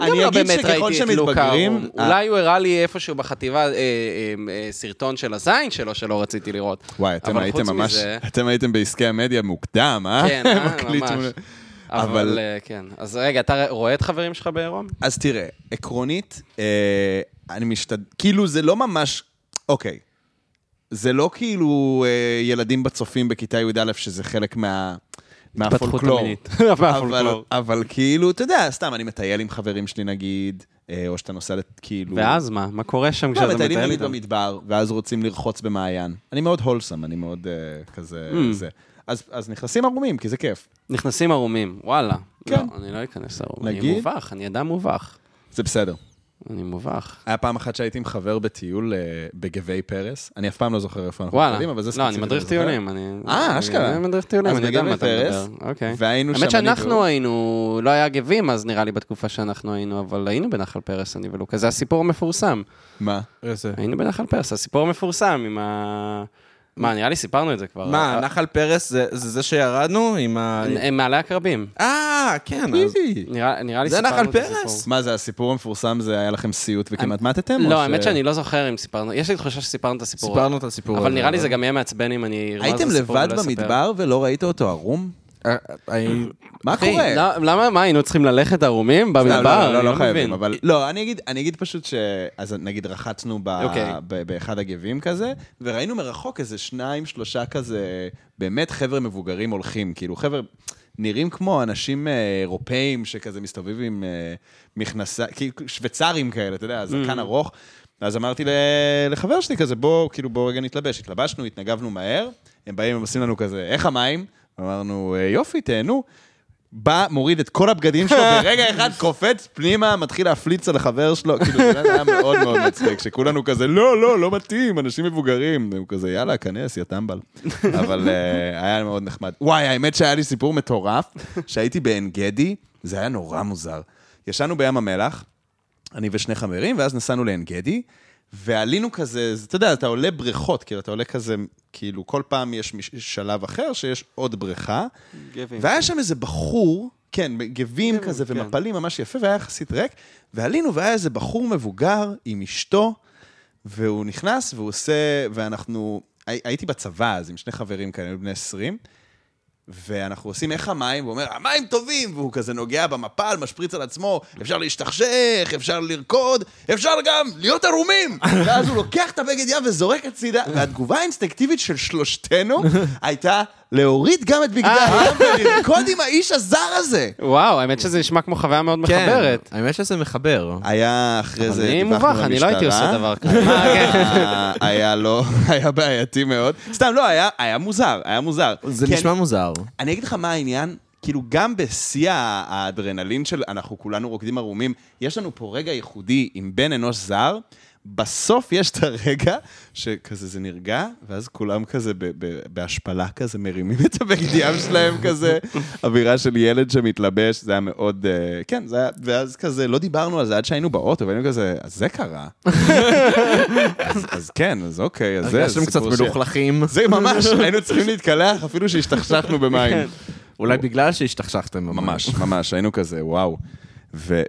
גם
אני
לא
אגיד
באמת
שככל אה.
ראיתי את לוקה
שמתבגרים...
אהרון. אולי הוא הראה לי איפשהו בחטיבה אה, אה, אה, סרטון של הזין שלו שלא רציתי לראות.
וואי, אתם
אבל
הייתם
חוץ
ממש...
מזה-
אתם הייתם בעסקי המדיה מוקדם, אה?
כן, אה,
מקליט
ממש.
מול- אבל-
אבל אה, כן. אז רגע, אתה רואה את חברים שלך בעירום?
אז תראה, עקרונית, אה, אני משתד... כאילו, זה לא ממש... אוקיי. זה לא כאילו אה, ילדים בצופים בכיתה י"א, שזה חלק מה... מהפולקלור.
המינית.
אבל,
מהפולקלור.
אבל כאילו, אתה יודע, סתם, אני מטייל עם חברים שלי נגיד, אה, או שאתה נוסע לת- כאילו...
ואז מה? מה קורה שם
לא,
כשאתה
מטיילים
מטייל
נגיד
איתם?
במדבר, ואז רוצים לרחוץ במעיין. אני מאוד הולסם, אני מאוד אה, כזה...
Mm.
זה. אז, אז נכנסים ערומים, כי זה כיף.
נכנסים ערומים, וואלה. לא,
כן.
אני לא אכנס לערום. אני
נגיד?
מובך, אני אדם מובך.
זה בסדר.
אני מובך.
היה פעם אחת שהייתי עם חבר בטיול אה, בגבי פרס, אני אף פעם לא זוכר איפה אנחנו
וואלה.
נמצאים, אבל זה
לא,
ספציפית.
אני מדריך
זוכר.
טיולים. אני-
אה,
אני-
אשכרה.
אני מדריך טיולים,
אז
אני יודע
בגבי
מה אתה
פרס,
מדבר. אוקיי.
והיינו שם...
האמת
אני
שאנחנו
והוא.
היינו, לא היה גבים אז נראה לי בתקופה שאנחנו היינו, אבל היינו בנחל פרס, אני ולוקה. זה הסיפור המפורסם.
מה?
איזה-
היינו בנחל פרס, הסיפור המפורסם עם ה... מה, נראה לי סיפרנו את זה כבר.
מה,
אה,
נחל פרס זה זה זה שירדנו עם ה...
הם מעלה הקרבים.
אה, כן, אז...
נראה נראה לי
זה
סיפרנו
נחל
את
פרס?
הסיפור.
מה זה, הסיפור המפורסם זה היה לכם סיוט וכמעט מתתם? או
לא, האמת
ש-
שאני לא זוכר אם סיפרנו, יש לי תחושה שסיפרנו את הסיפור.
סיפרנו את הסיפור הזה.
אבל נראה לי זה גם יהיה מעצבן אם אני... ארמז
הייתם
לסיפור
לבד
ולא אספר.
במדבר ולא ראית אותו ערום?
אה, אה,
מה
אחי,
קורה?
לא- למה, מה, היינו צריכים ללכת ערומים
לא,
במדבר?
לא, לא,
אני
לא חייבים,
מבין.
אבל... לא, אני אגיד, אני אגיד פשוט ש... אז נגיד רחצנו ב...
אוקיי.
ב... באחד הגבים כזה, וראינו מרחוק איזה שניים, שלושה כזה, באמת חבר'ה מבוגרים הולכים, כאילו חבר'ה... נראים כמו אנשים אה, אירופאים שכזה מסתובבים עם אה, מכנסה, כאילו שוויצרים כאלה, אתה יודע, זקן ארוך. אז אמרתי ל- לחבר שלי כזה, בוא, כאילו, בוא רגע נתלבש. התלבשנו, התנגבנו מהר, הם באים, הם עושים לנו כזה, איך המים? אמרנו, "אה, יופי, תהנו. בא, מוריד את כל הבגדים שלו, ברגע אחד קופץ פנימה, מתחיל להפליץ על החבר שלו. כאילו, זה היה מאוד מאוד מצחיק, שכולנו כזה, לא, לא, לא מתאים, אנשים מבוגרים. הוא כזה, יאללה, כנס, יא טמבל. אבל אה, היה מאוד נחמד. וואי, האמת שהיה לי סיפור מטורף, שהייתי בעין גדי, זה היה נורא מוזר. ישנו בים המלח, אני ושני חברים, ואז נסענו לעין גדי, ועלינו כזה, זה- אתה יודע, אתה עולה בריכות, כאילו, אתה עולה כזה, כאילו, כל פעם יש מש- שלב אחר שיש עוד בריכה,
גבים.
והיה שם איזה בחור, כן, גבים כזה,
כן.
ומפלים ממש יפה, והיה יחסית ריק, ועלינו, והיה איזה בחור מבוגר עם אשתו, והוא נכנס, והוא עושה, ואנחנו, הי- הייתי בצבא אז עם שני חברים כאלה, היו בני 20, ואנחנו עושים איך המים, והוא אומר, המים טובים, והוא כזה נוגע במפל, משפריץ על עצמו, אפשר להשתכשך, אפשר לרקוד, אפשר גם להיות ערומים! ואז הוא לוקח את הבגד ים וזורק הצידה, והתגובה האינסטינקטיבית של שלושתנו הייתה להוריד גם את בגדי
אה,
הים
אוקיי.
ולרקוד עם האיש הזר הזה.
וואו, האמת שזה נשמע כמו חוויה מאוד
כן,
מחברת.
האמת שזה מחבר.
היה אחרי זה,
אני
דיווחנו
מובך, אני לא הייתי
למשטרה.
עושה דבר כזה. מה, כן.
אה, היה לא, היה בעייתי מאוד. סתם, לא, היה- היה מוזר, היה מוזר.
זה
כן,
נשמע מוזר.
אני אגיד לך מה העניין, כאילו גם בשיא האדרנלין של אנחנו כולנו רוקדים ערומים, יש לנו פה רגע ייחודי עם בן אנוש זר, בסוף יש את הרגע שכזה זה נרגע, ואז כולם כזה ב- ב- בהשפלה כזה מרימים את הבגד ים שלהם כזה, אווירה של ילד שמתלבש, זה היה מאוד, אה, כן, זה היה, ואז כזה, לא דיברנו על זה עד שהיינו באוטו, והיינו כזה, אז זה קרה. אז, אז כן, אז אוקיי, אז זה,
הרגשתם
זה
קצת
סיפור ש-
מלוכלכים.
זה ממש, היינו צריכים להתקלח אפילו שהשתכשכנו
כן.
במים.
אולי בגלל שהשתכשכתם. במים.
ממש, ממש, היינו כזה, וואו. ו...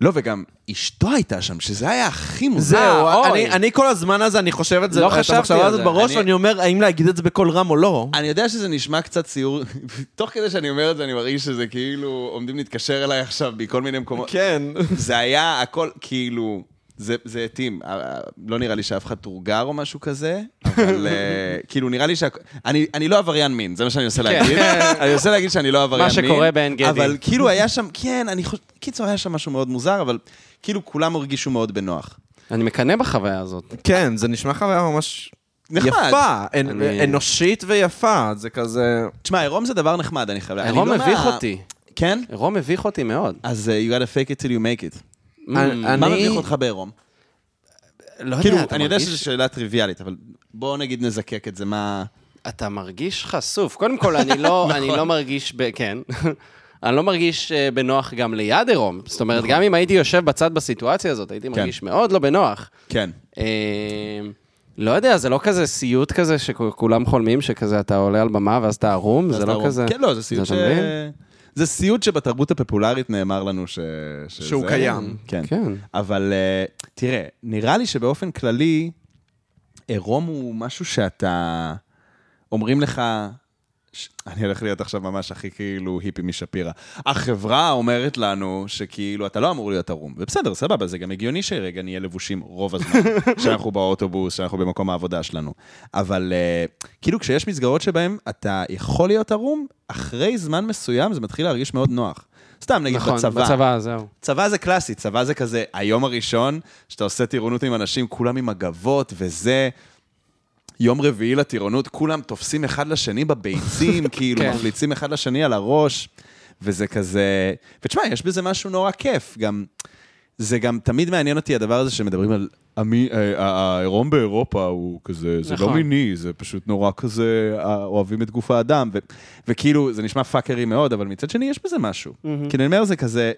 לא, וגם אשתו הייתה שם, שזה היה הכי מוזר.
זהו,
אה, אוי.
אני- אני כל הזמן הזה, אני חושב את זה,
לא
את
חשבתי
המחשבה
על
הזאת
זה.
בראש,
אני-
ואני אומר, האם להגיד את זה בקול רם או לא?
אני יודע שזה נשמע קצת ציור, תוך כדי שאני אומר את זה, אני מרגיש שזה כאילו עומדים להתקשר אליי עכשיו מכל מיני מקומות.
כן.
זה היה הכל, כאילו, זה זה התאים. אה, אה, לא נראה לי שאף אחד תורגר או משהו כזה, אבל אה, כאילו, נראה לי שה... אני אני לא עבריין מין, זה מה שאני מנסה להגיד. אני מנסה להגיד שאני לא עבריין מין.
כן. שקורה בעין גדי.
אבל כאילו היה שם, כן, אני חושב, קיצור, היה שם משהו מאוד מוזר, אבל כאילו כולם הרגישו מאוד בנוח.
אני מקנא בחוויה הזאת.
כן, זה נשמע חוויה ממש...
נחמד.
יפה, אנ-
אני-
אנושית ויפה, זה כזה...
תשמע, עירום זה דבר נחמד, אני חייב להגיד.
עירום
אני לא
מביך
מה-
אותי.
כן?
עירום מביך אותי מאוד.
אז אה, you gotta fake it till you make it.
אני-
מה מביך אותך בעירום?
לא יודע,
כאילו,
אתה
אני יודע
מרגיש-
שזו שאלה טריוויאלית, אבל בואו נגיד נזקק את זה, מה...
אתה מרגיש חשוף. קודם כל, אני לא, אני לא מרגיש, ב... כן, אני לא מרגיש אה, בנוח גם ליד עירום. זאת אומרת, גם אם הייתי יושב בצד בסיטואציה הזאת, הייתי מרגיש מאוד לא בנוח.
כן.
אה, לא יודע, זה לא כזה סיוט כזה שכולם חולמים, שכזה אתה עולה על במה ואז אתה ערום, זה
אז
לא
אתה-
כזה...
כן, לא, זה סיוט ש...
אתה מבין?
זה סיוט שבתרבות הפופולרית נאמר לנו ש... שזה-
שהוא קיים.
כן.
כן.
אבל אה, תראה, נראה לי שבאופן כללי, עירום הוא משהו שאתה... אומרים לך... ש- אני הולך להיות עכשיו ממש הכי כאילו היפי משפירא. החברה אומרת לנו שכאילו אתה לא אמור להיות ערום. ובסדר, סבבה, זה גם הגיוני שרגע נהיה לבושים רוב הזמן, שאנחנו באוטובוס, שאנחנו במקום העבודה שלנו. אבל אה, כאילו כשיש מסגרות שבהן אתה יכול להיות ערום, אחרי זמן מסוים זה מתחיל להרגיש מאוד נוח. סתם, נגיד
נכון, בצבא, זהו.
צבא זה קלאסי, צבא זה כזה היום הראשון שאתה עושה טירונות עם אנשים, כולם עם מגבות וזה. יום רביעי לטירונות, כולם תופסים אחד לשני בביצים, כאילו,
כן.
מחליצים אחד לשני על הראש, וזה כזה... ותשמע, יש בזה משהו נורא כיף, גם... זה גם תמיד מעניין אותי הדבר הזה שמדברים על... המי- אה, ה- העירום באירופה הוא כזה, זה לא
נכון.
מיני, זה פשוט נורא כזה, אה, אוהבים את גוף האדם, ו- וכאילו, זה נשמע פאקרי מאוד, אבל מצד שני יש בזה משהו. כאילו, אני אומר, זה כזה,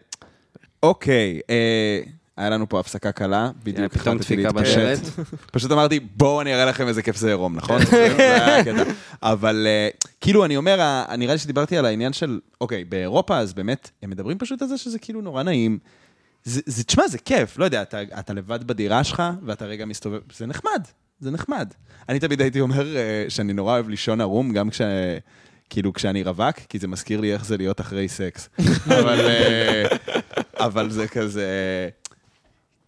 אוקיי, אה, היה לנו פה הפסקה קלה, בדיוק
פתאום
החלטתי
דפיקה
להתפשט.
בדלת.
פשוט אמרתי, בואו אני אראה לכם איזה כיף זה עירום, נכון? זה היה הקטע. אבל אה, כאילו, אני אומר, ה- נראה לי שדיברתי על העניין של, אוקיי, באירופה אז באמת, הם מדברים פשוט על זה שזה כאילו נורא נעים. זה, זה- תשמע, זה כיף, לא יודע, אתה, אתה לבד בדירה שלך, ואתה רגע מסתובב, זה נחמד, זה נחמד. אני תמיד הייתי אומר אה, שאני נורא אוהב לישון ערום, גם כש... כאילו, כשאני רווק, כי זה מזכיר לי איך זה להיות אחרי סקס. אבל, אה, אבל זה כזה...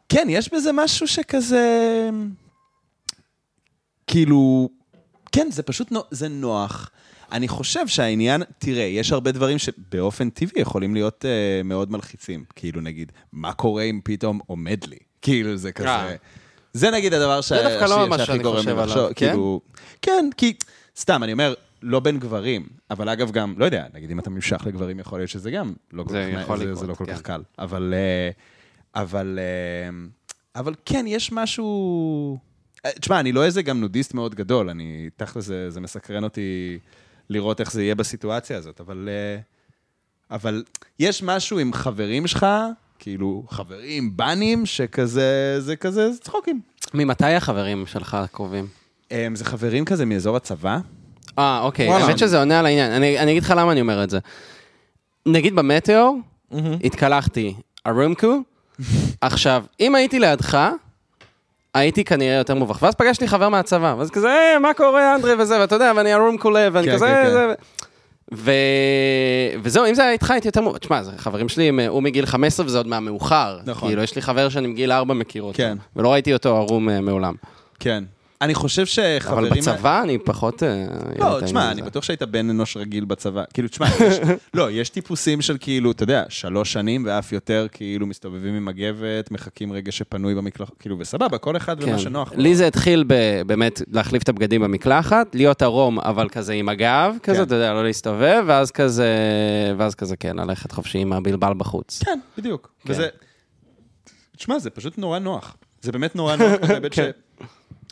כן, יש בזה משהו שכזה... כאילו... כן, זה פשוט נו, זה נוח. אני חושב שהעניין, תראה, יש הרבה דברים שבאופן טבעי יכולים להיות אה, מאוד מלחיצים. כאילו, נגיד, מה קורה אם פתאום עומד לי? כאילו, זה
אה.
כזה... זה נגיד הדבר ש...
זה דווקא לא
ש-
ממש
שהכי
שאני
גורם לי
חושב עליו,
לחשוב,
כן?
כאילו... כן, כי... סתם, אני אומר, לא בין גברים, אבל אגב גם, לא יודע, נגיד אם אתה נמשך לגברים, יכול להיות שזה גם לא כל
זה
כך,
יכול
זה, זה
לקרות,
לא כל
כן.
כך קל. אבל, אה, אבל, אה, אבל כן, יש משהו... אה, תשמע, אני לא איזה גם נודיסט מאוד גדול, אני, תכל'ס זה, זה מסקרן אותי לראות איך זה יהיה בסיטואציה הזאת, אבל, אה, אבל יש משהו עם חברים שלך, כאילו, חברים, בנים, שכזה, זה כזה, זה צחוקים.
ממתי החברים שלך הקרובים?
אה, זה חברים כזה מאזור הצבא,
אה, אוקיי,
וואלה.
האמת שזה עונה על העניין. אני, אני אגיד לך למה אני אומר את זה. נגיד במטאור, התקלחתי, ארומקו, עכשיו, אם הייתי לידך, הייתי כנראה יותר מובך. ואז פגשתי חבר מהצבא, ואז כזה, "אה, מה קורה, אנדרי וזה, ואתה יודע, ואני ארומקו לב, ואני
כן,
כזה... "אה,
כן, כן.
זה... ו... וזהו, אם זה היה איתך, הייתי יותר מובך. תשמע, זה חברים שלי, הם, הוא מגיל 15 וזה עוד מהמאוחר.
נכון.
כאילו, יש לי חבר שאני מגיל 4 מכיר אותו.
כן.
ולא ראיתי אותו ערום אה, מעולם.
כן. אני חושב שחברים...
אבל בצבא אני פחות... אה, יודע
לא,
את
תשמע,
העניין
אני
הזה.
בטוח שהיית בן אנוש רגיל בצבא. כאילו, תשמע, יש- לא, יש טיפוסים של כאילו, אתה יודע, שלוש שנים ואף יותר, כאילו, מסתובבים עם מגבת, מחכים רגע שפנוי במקלחת, כאילו, וסבבה, כל אחד ומה שנוח לו.
כן. לי זה התחיל ב- באמת להחליף את הבגדים במקלחת, להיות ערום, אבל כזה עם הגב, כזה,
כן.
אתה יודע, לא להסתובב, ואז כזה, ואז כזה, כן, ללכת חופשי עם הבלבל בחוץ.
כן, בדיוק. וזה... תשמע, זה פשוט נורא נוח. זה באמת נורא נוח, בהיבט ש...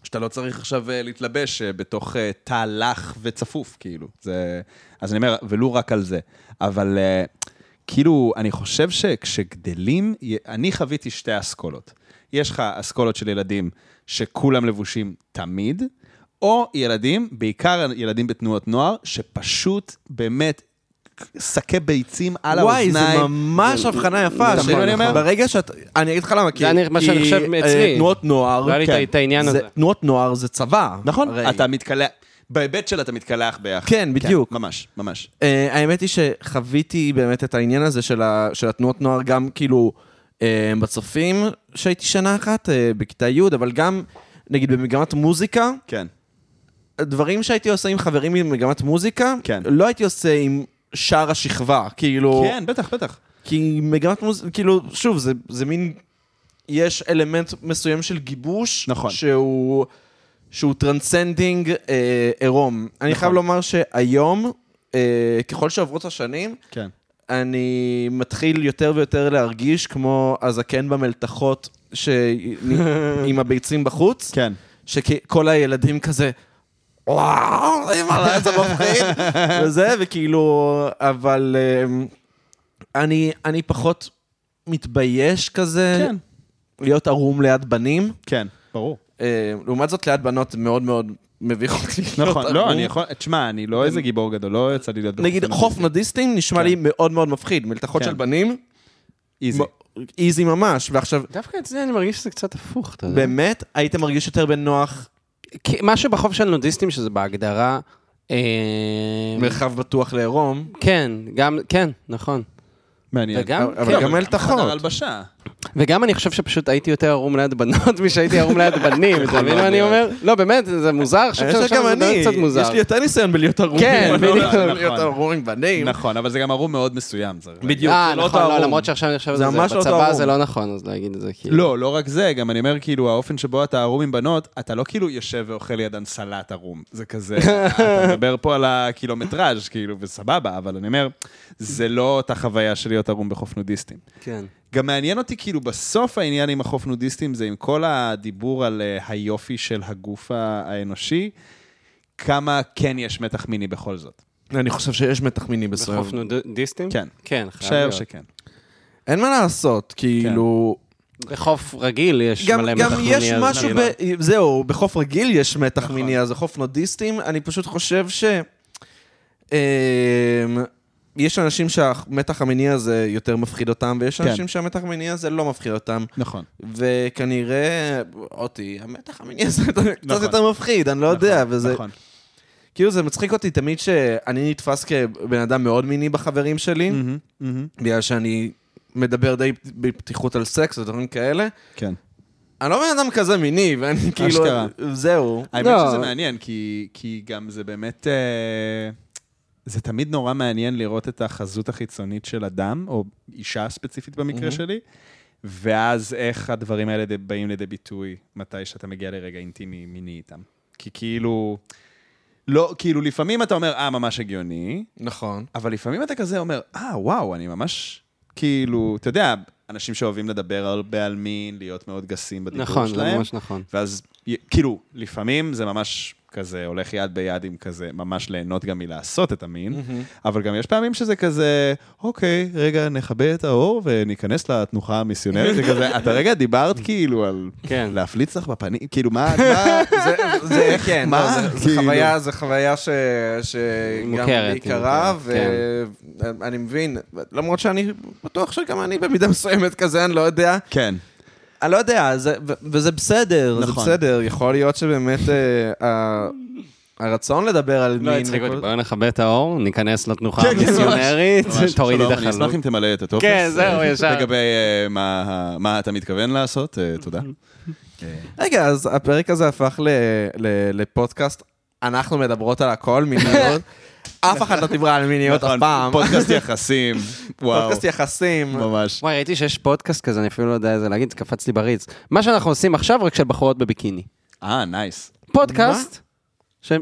שאתה לא צריך עכשיו אה, להתלבש אה, בתוך אה, תא לח וצפוף, כאילו. זה... אז אני אומר, ולו רק על זה. אבל אה, כאילו, אני חושב שכשגדלים, י- אני חוויתי שתי אסכולות. יש לך אסכולות של ילדים שכולם לבושים תמיד, או ילדים, בעיקר ילדים בתנועות נוער, שפשוט באמת שקי ביצים על
וואי,
האוזניים.
זה ממש הבחנה יפה.
אתה מבין
של-
מה אני אומר?
נכון, ברגע שאתה... אני אגיד לך למה, כי...
זה אני- מה
כי,
שאני חושב
אה,
אצלי.
תנועות נוער...
היה לי את
כן.
ה- את העניין
זה-
הזה.
תנועות נוער זה צבא.
נכון,
הרי.
אתה מתקלח, בהיבט של אתה מתקלח ביחד.
כן, בדיוק.
ממש, ממש.
אה, האמת היא שחוויתי באמת את העניין הזה של, ה, של התנועות נוער, גם כאילו אה, בצופים, שהייתי שנה אחת, אה, בכיתה י', אבל גם, נגיד, במגמת מוזיקה,
כן.
דברים שהייתי עושה עם חברים במגמת מוזיקה,
כן.
לא הייתי עושה עם שאר השכבה, כאילו...
כן, בטח, בטח.
כי מגמת מוזיקה, כאילו, שוב, זה, זה מין... יש אלמנט מסוים של גיבוש,
נכון.
שהוא, שהוא טרנסנדינג אה, עירום. נכון. אני חייב לומר שהיום, אה, ככל שעוברות השנים,
כן.
אני מתחיל יותר ויותר להרגיש כמו הזקן במלתחות ש... עם הביצים בחוץ,
כן.
שכל הילדים כזה, וואו, אימא, זה מפחיד, וזה, וכאילו, אבל אמ, אני, אני פחות מתבייש כזה,
כן.
להיות ערום ליד בנים.
כן, ברור.
אה, לעומת זאת, ליד בנות מאוד מאוד מביך אותי. להיות
נכון, לא,
ערום.
אני יכול, תשמע, אני לא איזה גיבור גדול, לא יצא לי להיות...
נגיד,
בחופים.
חוף נדיסטים נשמע
כן.
לי מאוד מאוד מפחיד, מלתחות
כן.
של בנים,
איזי.
מ- איזי ממש, ועכשיו,
Mm-hmm.
דווקא אצלי אני מרגיש שזה קצת הפוך, אתה יודע.
באמת, היית מרגיש יותר בנוח,
Mm-hmm.
כי משהו בחוב של נודיסטים, שזה בהגדרה... אה,
מרחב בטוח לעירום.
כן, גם, כן, נכון.
מעניין.
וגם,
אבל-
כן.
אבל גם אל
חדר
תחות.
הלבשה.
וגם אני חושב שפשוט הייתי יותר ערום ליד בנות משהייתי ערום ליד בנים, אתה
יכול
מבין מה
מאוד
אני
להיות.
אומר? לא, באמת, זה מוזר, אני חושב
אני חושב
שעכשיו
גם
זה
אני,
מדבר קצת מוזר.
יש לי יותר ניסיון בלהיות ערום.
כן,
עם
בדיוק.
בנות, להיות
נכון.
ערום עם בנים.
נכון, אבל זה גם ערום מאוד מסוים. זה-
כאילו- בדיוק,
אה,
זה לא
נכון,
אותו
לא,
ערום.
למרות שעכשיו אני חושב על
זה
זה,
ממש לא אותו
בצבא
ערום.
זה לא נכון, אז להגיד את זה כאילו.
לא, לא רק זה, גם אני אומר, כאילו, האופן שבו אתה ערום עם בנות, אתה לא כאילו יושב ואוכל לידן סלט ערום. זה כזה, אתה מדבר פה על הקילומטראז', כאילו, וסבבה, אבל אני אומר, זה לא אותה חוויה של להיות ערום בחוף נודיסטים.
כן.
גם מעניין אותי, כאילו, בסוף העניין עם החוף נודיסטים זה עם כל הדיבור על אה, היופי של הגוף ה- האנושי, כמה כן יש מתח מיני בכל זאת.
אני חושב שיש מתח מיני בסוף.
בחוף נודיסטים?
כן.
כן, חייב
חייב
להיות.
שכן.
אין מה לעשות, כאילו...
בחוף רגיל כן. יש
גם,
מלא מתח
גם
מיני,
יש
אז
משהו,
אני
ב...
לא- נכון.
זהו, בחוף רגיל יש מתח מיני, אז זה חוף נודיסטים. אני פשוט חושב ש... אמ, יש אנשים שהמתח המיני הזה יותר מפחיד אותם, ויש
כן.
אנשים שהמתח המיני הזה לא מפחיד אותם.
נכון.
וכנראה, אותי, המתח המיני הזה קצת
נכון.
יותר מפחיד, אני לא יודע, וזה...
נכון.
כאילו, זה מצחיק אותי תמיד שאני נתפס כבן אדם מאוד מיני בחברים שלי,
מהמם, מהמם.
בגלל שאני מדבר די בפתיחות על סקס ודברים כאלה.
כן.
אני לא בן אדם כזה מיני, ואני כאילו...
אשכרה.
זהו.
האמת
לא.
שזה מעניין, כי, כי גם זה באמת... אה, זה תמיד נורא מעניין לראות את החזות החיצונית של אדם, או אישה ספציפית במקרה
Mhm.
שלי, ואז איך הדברים האלה ד- באים לידי ביטוי מתי שאתה מגיע לרגע אינטימי מיני איתם. כי כאילו... לא, כאילו לפעמים אתה אומר, אה, ממש הגיוני,
נכון.
אבל לפעמים אתה כזה אומר, אה, וואו, אני ממש... כאילו, אתה יודע, אנשים שאוהבים לדבר הרבה על מין, להיות מאוד גסים בדיבור
נכון,
שלהם.
זה ממש נכון.
ואז י- כאילו, לפעמים זה ממש כזה הולך יד ביד עם כזה, ממש ליהנות גם מלעשות את המין, אבל גם יש פעמים שזה כזה, אוקיי, רגע, נכבה את האור וניכנס לתנוחה המיסיונרית, זה כזה, אתה רגע דיברת כאילו על
כן.
להפליץ לך בפנים, כאילו, מה, מה,
זה, זה כן,
מה?
לא, זה, זה
כאילו.
חוויה, זה חוויה ש, שגם
מוכרת,
לי קרה,
מוכרת,
כן.
ואני מבין, למרות שאני בטוח שגם אני במידה מסוימת כזה, אני לא יודע.
כן,
אני לא יודע, זה, ו- וזה בסדר, זה
נכון.
בסדר. יכול להיות שבאמת אה, ה- הרצון לדבר על מין...
לא הצחיק אותי,
וכל-
בואו נכבה את האור, ניכנס לתנוחה
כן, כן, ממש.
המיסיונרית,
ממש,
תורידי את
שלום, אני
החלום.
אשמח אם תמלא את הטופס.
כן, זהו,
אה,
ישר.
לגבי אה, מה- מה אתה מתכוון לעשות, אה, תודה.
רגע, אז הפרק הזה הפך ל, ל, לפודקאסט, אנחנו מדברות על הכל, מיניות. אף אחת לא דיברה על מיניות אף
נכון,
פעם.
פודקאסט יחסים, וואו,
פודקאסט יחסים.
ממש.
וואי, ראיתי שיש פודקאסט כזה, אני אפילו לא יודע איזה להגיד, זה קפץ לי בריץ. מה שאנחנו עושים עכשיו, רק של בחורות בביקיני.
אה, נייס.
פודקאסט, ש-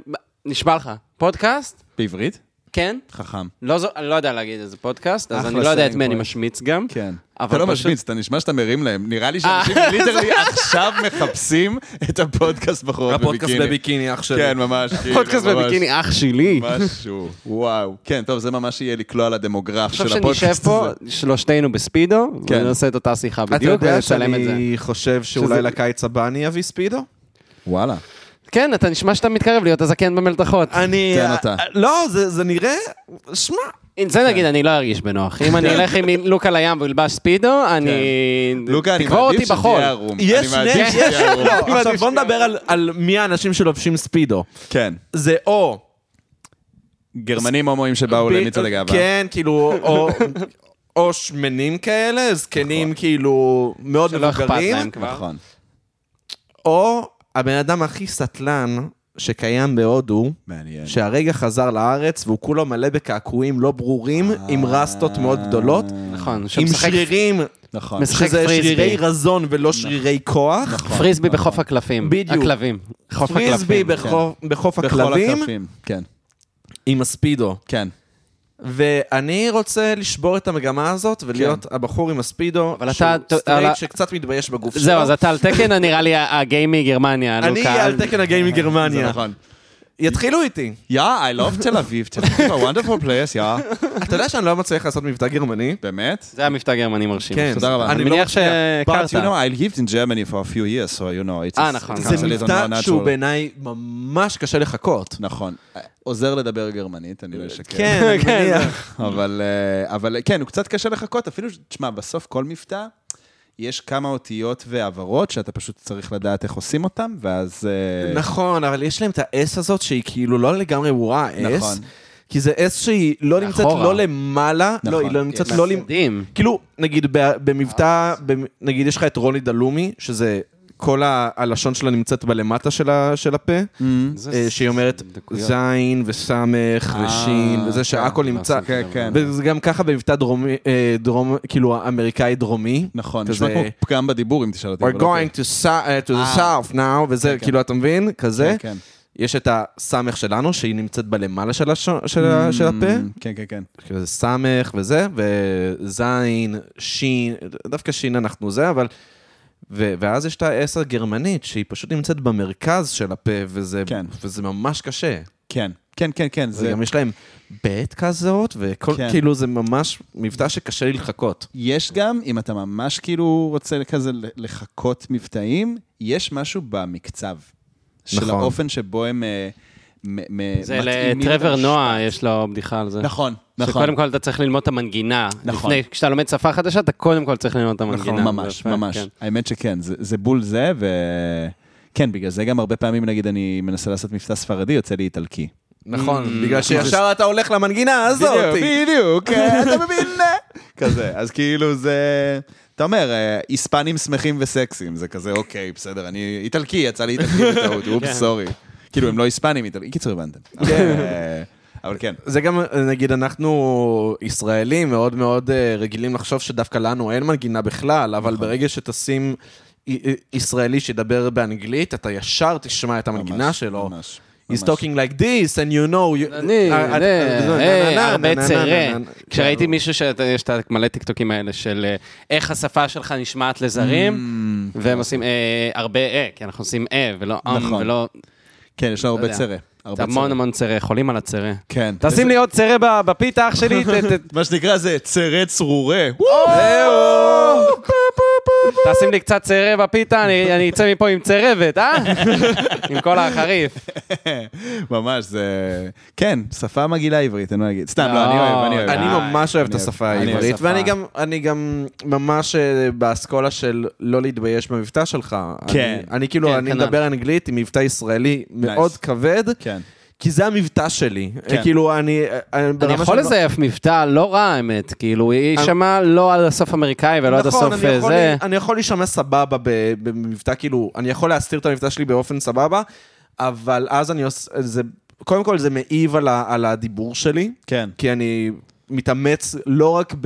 נשבע לך, פודקאסט,
בעברית?
כן,
חכם.
לא זו- אני לא יודע להגיד איזה פודקאסט, אז
אחלה
אני לא יודע את מי
selling
אני
point.
משמיץ גם.
כן.
אבל
אתה לא
פשוט-
משמיץ, אתה נשמע שאתה מרים להם. נראה לי שאנשים ליטרלי עכשיו מחפשים את הפודקאסט בחורות
הפודקאסט
בביקיני.
בביקיני, אח שלי.
כן, ממש. כאילו,
פודקאסט
ממש.
בביקיני, אח שלי.
משהו, וואו. כן, טוב, זה ממש יהיה לקלוע לדמוגרף
עכשיו
של
שנשב
הפודקאסט
פה,
הזה.
שלושתנו בספידו,
כן.
ונעשה את אותה שיחה
אתה
בדיוק,
יודע
ונצלם את זה.
שאני חושב
שזה-
שאולי לקיץ הבא אני אביא ספידו?
וואלה.
כן, אתה נשמע שאתה מתקרב להיות הזקן במלתחות.
אני...
תן אותה.
לא, זה זה נראה... שמע,
עם זה נגיד, אני לא ארגיש בנוח. אם אני אלך עם לוקה לים וילבש ספידו, אני...
כן.
לוקה, אני
תקבור אותי
מעדיף
בחול.
שתהיה ערום.
יש
אני מעדיף
נס, יש...
שתהיה ערום.
לא, עכשיו בוא נדבר על- על מי האנשים שלובשים ספידו.
כן.
זה או...
גרמנים הומואים שבאו
בי-
למצעד הגאווה.
כן, כאילו, או... או שמנים כאלה, זקנים כאילו מאוד
שלא אכפת
מבוגרים,
להם כבר.
נכון.
או הבן אדם הכי סטלן שקיים בהודו,
מעניין.
שהרגע חזר לארץ והוא כולו מלא בקעקועים לא ברורים, עם רסטות מאוד גדולות,
נכון,
עם
שמשחק
שרירים,
נכון.
משחק נכון.
שזה
פריסבי.
שרירי רזון ולא שרירי כוח,
פריסבי בחוף הקלפים.
בדיוק.
הכלבים. חוף הקלפים. כן.
פריסבי בחוף- בחוף
בכל
הכלבים,
הקלפים. כן.
עם הספידו.
כן.
ואני רוצה לשבור את המגמה הזאת ולהיות הבחור עם הספידו,
כן. אבל
שהוא
אתה- אבל-
סטרייט שקצת מתבייש בגוף שלו.
זהו, אז אתה כאילו על תקן, נראה לי הגיי מגרמניה, לוקה.
אני על תקן הגיי
אה,
זה
מגרמניה.
נכון.
יתחילו איתי.
Yeah, I love תל אביב, תל אביב, a wonderful place, yeah.
אתה יודע שאני לא מצליח לעשות מבטא גרמני?
באמת?
זה המבטא הגרמני מרשים.
כן.
תודה רבה.
אני
אני לא
מניח
מצליח.
But
שהכרת.
you know, I lived in Germany for a few years, so you know, it's
אה, נכון.
it's a
זה
little
מבטא
non-natural.
שהוא בעיניי ממש קשה לחכות.
נכון. עוזר לדבר גרמנית, אני לא אשקר.
כן, אני
כן.
מניח.
אבל, אה, אבל אה, כן, הוא קצת קשה לחכות, אפילו, ש- תשמע, בסוף כל מבטא, יש כמה אותיות והברות שאתה פשוט צריך לדעת איך עושים אותם, ואז... אה,
נכון, אבל יש להם את האס הזאת שהיא כאילו לא לגמרי וורה
נכון.
אס. כי זה אס שהיא לא נמצאת
מאחורה.
לא למעלה, לא,
נכון.
היא לא נמצאת
כן.
יש
לא...
לה
למ-
מדהים.
כאילו, נגיד ב-
אה,
במבטא, במ- נגיד יש לך את רוני דלומי, שזה כל ה- הלשון שלה נמצאת בלמטה של ה- של הפה,
Mm.
אה, שהיא אומרת זין וסמך ושין, וזה שהכל נמצא.
אה, כן, כן.
וזה גם ככה במבטא דרומי, אה, דרום, כאילו האמריקאי דרומי.
נכון,
כזה-
נשמע כמו פגם בדיבור, אם תשאל אותי.
We're
אבל אוקיי. אה,
going to, so- uh, to the south now, וזה,
כן.
כאילו, אתה מבין? כזה.
כן, כן.
יש את הסמך שלנו, שהיא נמצאת בלמעלה של הש- של ה- של הפה.
Mm, כן, כן, כן.
כאילו, זה סמך וזה, וזין, שין, דווקא שין אנחנו זה, אבל... ו- ואז יש את האס הגרמנית, שהיא פשוט נמצאת במרכז של הפה, וזה,
כן.
וזה ממש קשה.
כן, כן, כן, כן. זה...
וגם יש להם בית כזאת, וכל,
כן.
כאילו, זה ממש מבטא שקשה לי לחכות.
יש גם, אם אתה ממש כאילו רוצה כזה לחכות מבטאים, יש משהו במקצב. של
נכון.
האופן שבו הם אה, מ- מ-
זה
מתאימים את
לטרבר
המשפט.
נועה, יש לו בדיחה על זה.
נכון, נכון.
שקודם כל אתה צריך ללמוד את המנגינה.
נכון.
לפני, כשאתה לומד שפה חדשה, אתה קודם כל צריך ללמוד את המנגינה.
נכון, ממש,
זה יפה,
ממש.
כן.
האמת שכן, זה זה בול זה, ו... כן, בגלל זה גם הרבה פעמים, נגיד, אני מנסה לעשות מבטא ספרדי, יוצא לי איטלקי.
נכון, בגלל שישר אתה הולך למנגינה הזאת.
בדיוק,
כן.
אתה מבין? כזה, אז כאילו זה... אתה אומר, אה, היספנים שמחים וסקסים, זה כזה, אוקיי, בסדר, אני איטלקי, יצא לי איטלקי בטעות,
כן.
אופס, סורי. כאילו, הם לא היספנים, איטלקי, קיצור, הבנתם. אבל, אה, אבל כן.
זה גם, נגיד, אנחנו ישראלים מאוד מאוד אה, רגילים לחשוב שדווקא לנו אין מנגינה בכלל, אבל ברגע שתשים י- י- ישראלי שידבר באנגלית, אתה ישר תשמע את המנגינה
ממש,
שלו.
ממש,
He's
ממש.
talking like this, and you know... you-
אני,
אה, את-
זה, היי,
אה, נה, נה, נה,
הרבה
נה, נה,
צרה.
נה, נה.
כשראיתי מישהו שאתה- יש את המלא טיקטוקים האלה של אה, איך השפה שלך נשמעת
Mm,
לזרים, והם עושים אה, הרבה אה, כי אנחנו עושים אה, ולא עם,
נכון.
ולא...
כן,
לא
יש לנו הרבה
יודע.
צרה.
זה
הרבה
המון
צרה.
המון צרה, חולים על הצרה.
כן.
תשים לי עוד צרה ב- בפיתה, אח שלי, ת- ת-
מה שנקרא זה צרה צרורה.
תשים לי קצת צרה בפיתה, אני אני אצא מפה עם צרבת, אה? עם כל החריף.
ממש, זה... כן, שפה מגעילה עברית, אין מה להגיד. סתם, לא, אני אוהב, אני אוהב.
אני
די.
ממש אוהב את
אני אוהב-
השפה
אני אוהב
העברית,
שפה.
ואני גם, אני גם ממש אה, באסכולה של לא להתבייש במבטא שלך.
כן.
אני, אני כאילו,
כן,
אני
כנ"ל.
מדבר אנגלית עם מבטא ישראלי מאוד כבד,
כן.
כי זה המבטא שלי.
כן.
אה, כאילו, אני... אה,
אני
ברמה
יכול
שאני לא-
לזייף מבטא לא רע, האמת. כאילו, היא
אני-
שמעה לא עד הסוף אמריקאי ולא עד
נכון,
הסוף
אני
אה,
יכול-
זה.
אני יכול להישמע סבבה ב- במבטא, כאילו, אני יכול להסתיר את המבטא שלי באופן סבבה, אבל אז אני עושה... זה- קודם כל, זה מעיב על ה- על הדיבור שלי,
כן.
כי אני מתאמץ לא רק
אתה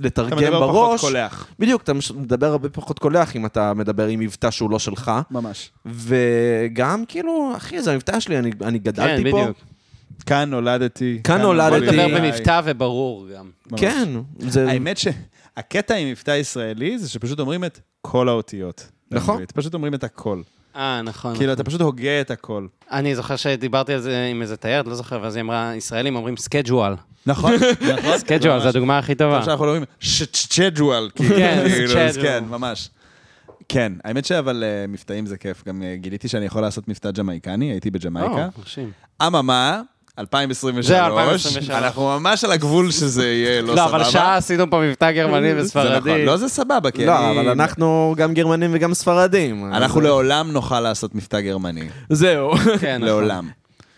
בלתרגם
מדבר פחות
בראש,
קולח.
בדיוק, אתה מש- מדבר הרבה פחות קולח אם אתה מדבר עם מבטא שהוא לא שלך.
ממש.
וגם, כאילו, אחי, זה המבטא שלי, אני, אני גדלתי
כן,
פה.
בדיוק.
כאן נולדתי.
כאן נולדתי.
בוא נדבר
אולי-
במבטא וברור גם.
ממש.
כן, זה...
האמת שהקטע עם מבטא ישראלי זה שפשוט אומרים את כל האותיות.
נכון.
באנגלית. פשוט אומרים את הכל.
אה, נכון.
כאילו, אתה פשוט הוגה את הכל.
אני זוכר שדיברתי על זה עם איזה תיירת, לא זוכר, ואז היא אמרה, ישראלים אומרים סקייג'ואל.
נכון, נכון.
סקייג'ואל זה הדוגמה הכי טובה.
לא,
עכשיו אנחנו אומרים שצ'ג'ואל.
כן, schedule.
כאילו, כן, ממש. כן, האמת שאבל אה, מבטאים זה כיף. גם אה, גיליתי שאני יכול לעשות מבטא ג'מייקני, הייתי
לא,
בג'מייקה.
או, אה, מרשים.
אממה, 2023,
זה 2023.
אנחנו ממש על הגבול שזה יהיה לא סבבה.
לא, אבל שעה עשינו פה מבטא גרמני
זה נכון,
וספרדי.
לא זה סבבה, כי
לא,
אני...
אבל אנחנו גם גרמנים וגם ספרדים.
אנחנו לא-
אז-
לעולם נוכל לעשות מבטא גרמני.
זהו.
כן, נכון.
לעולם.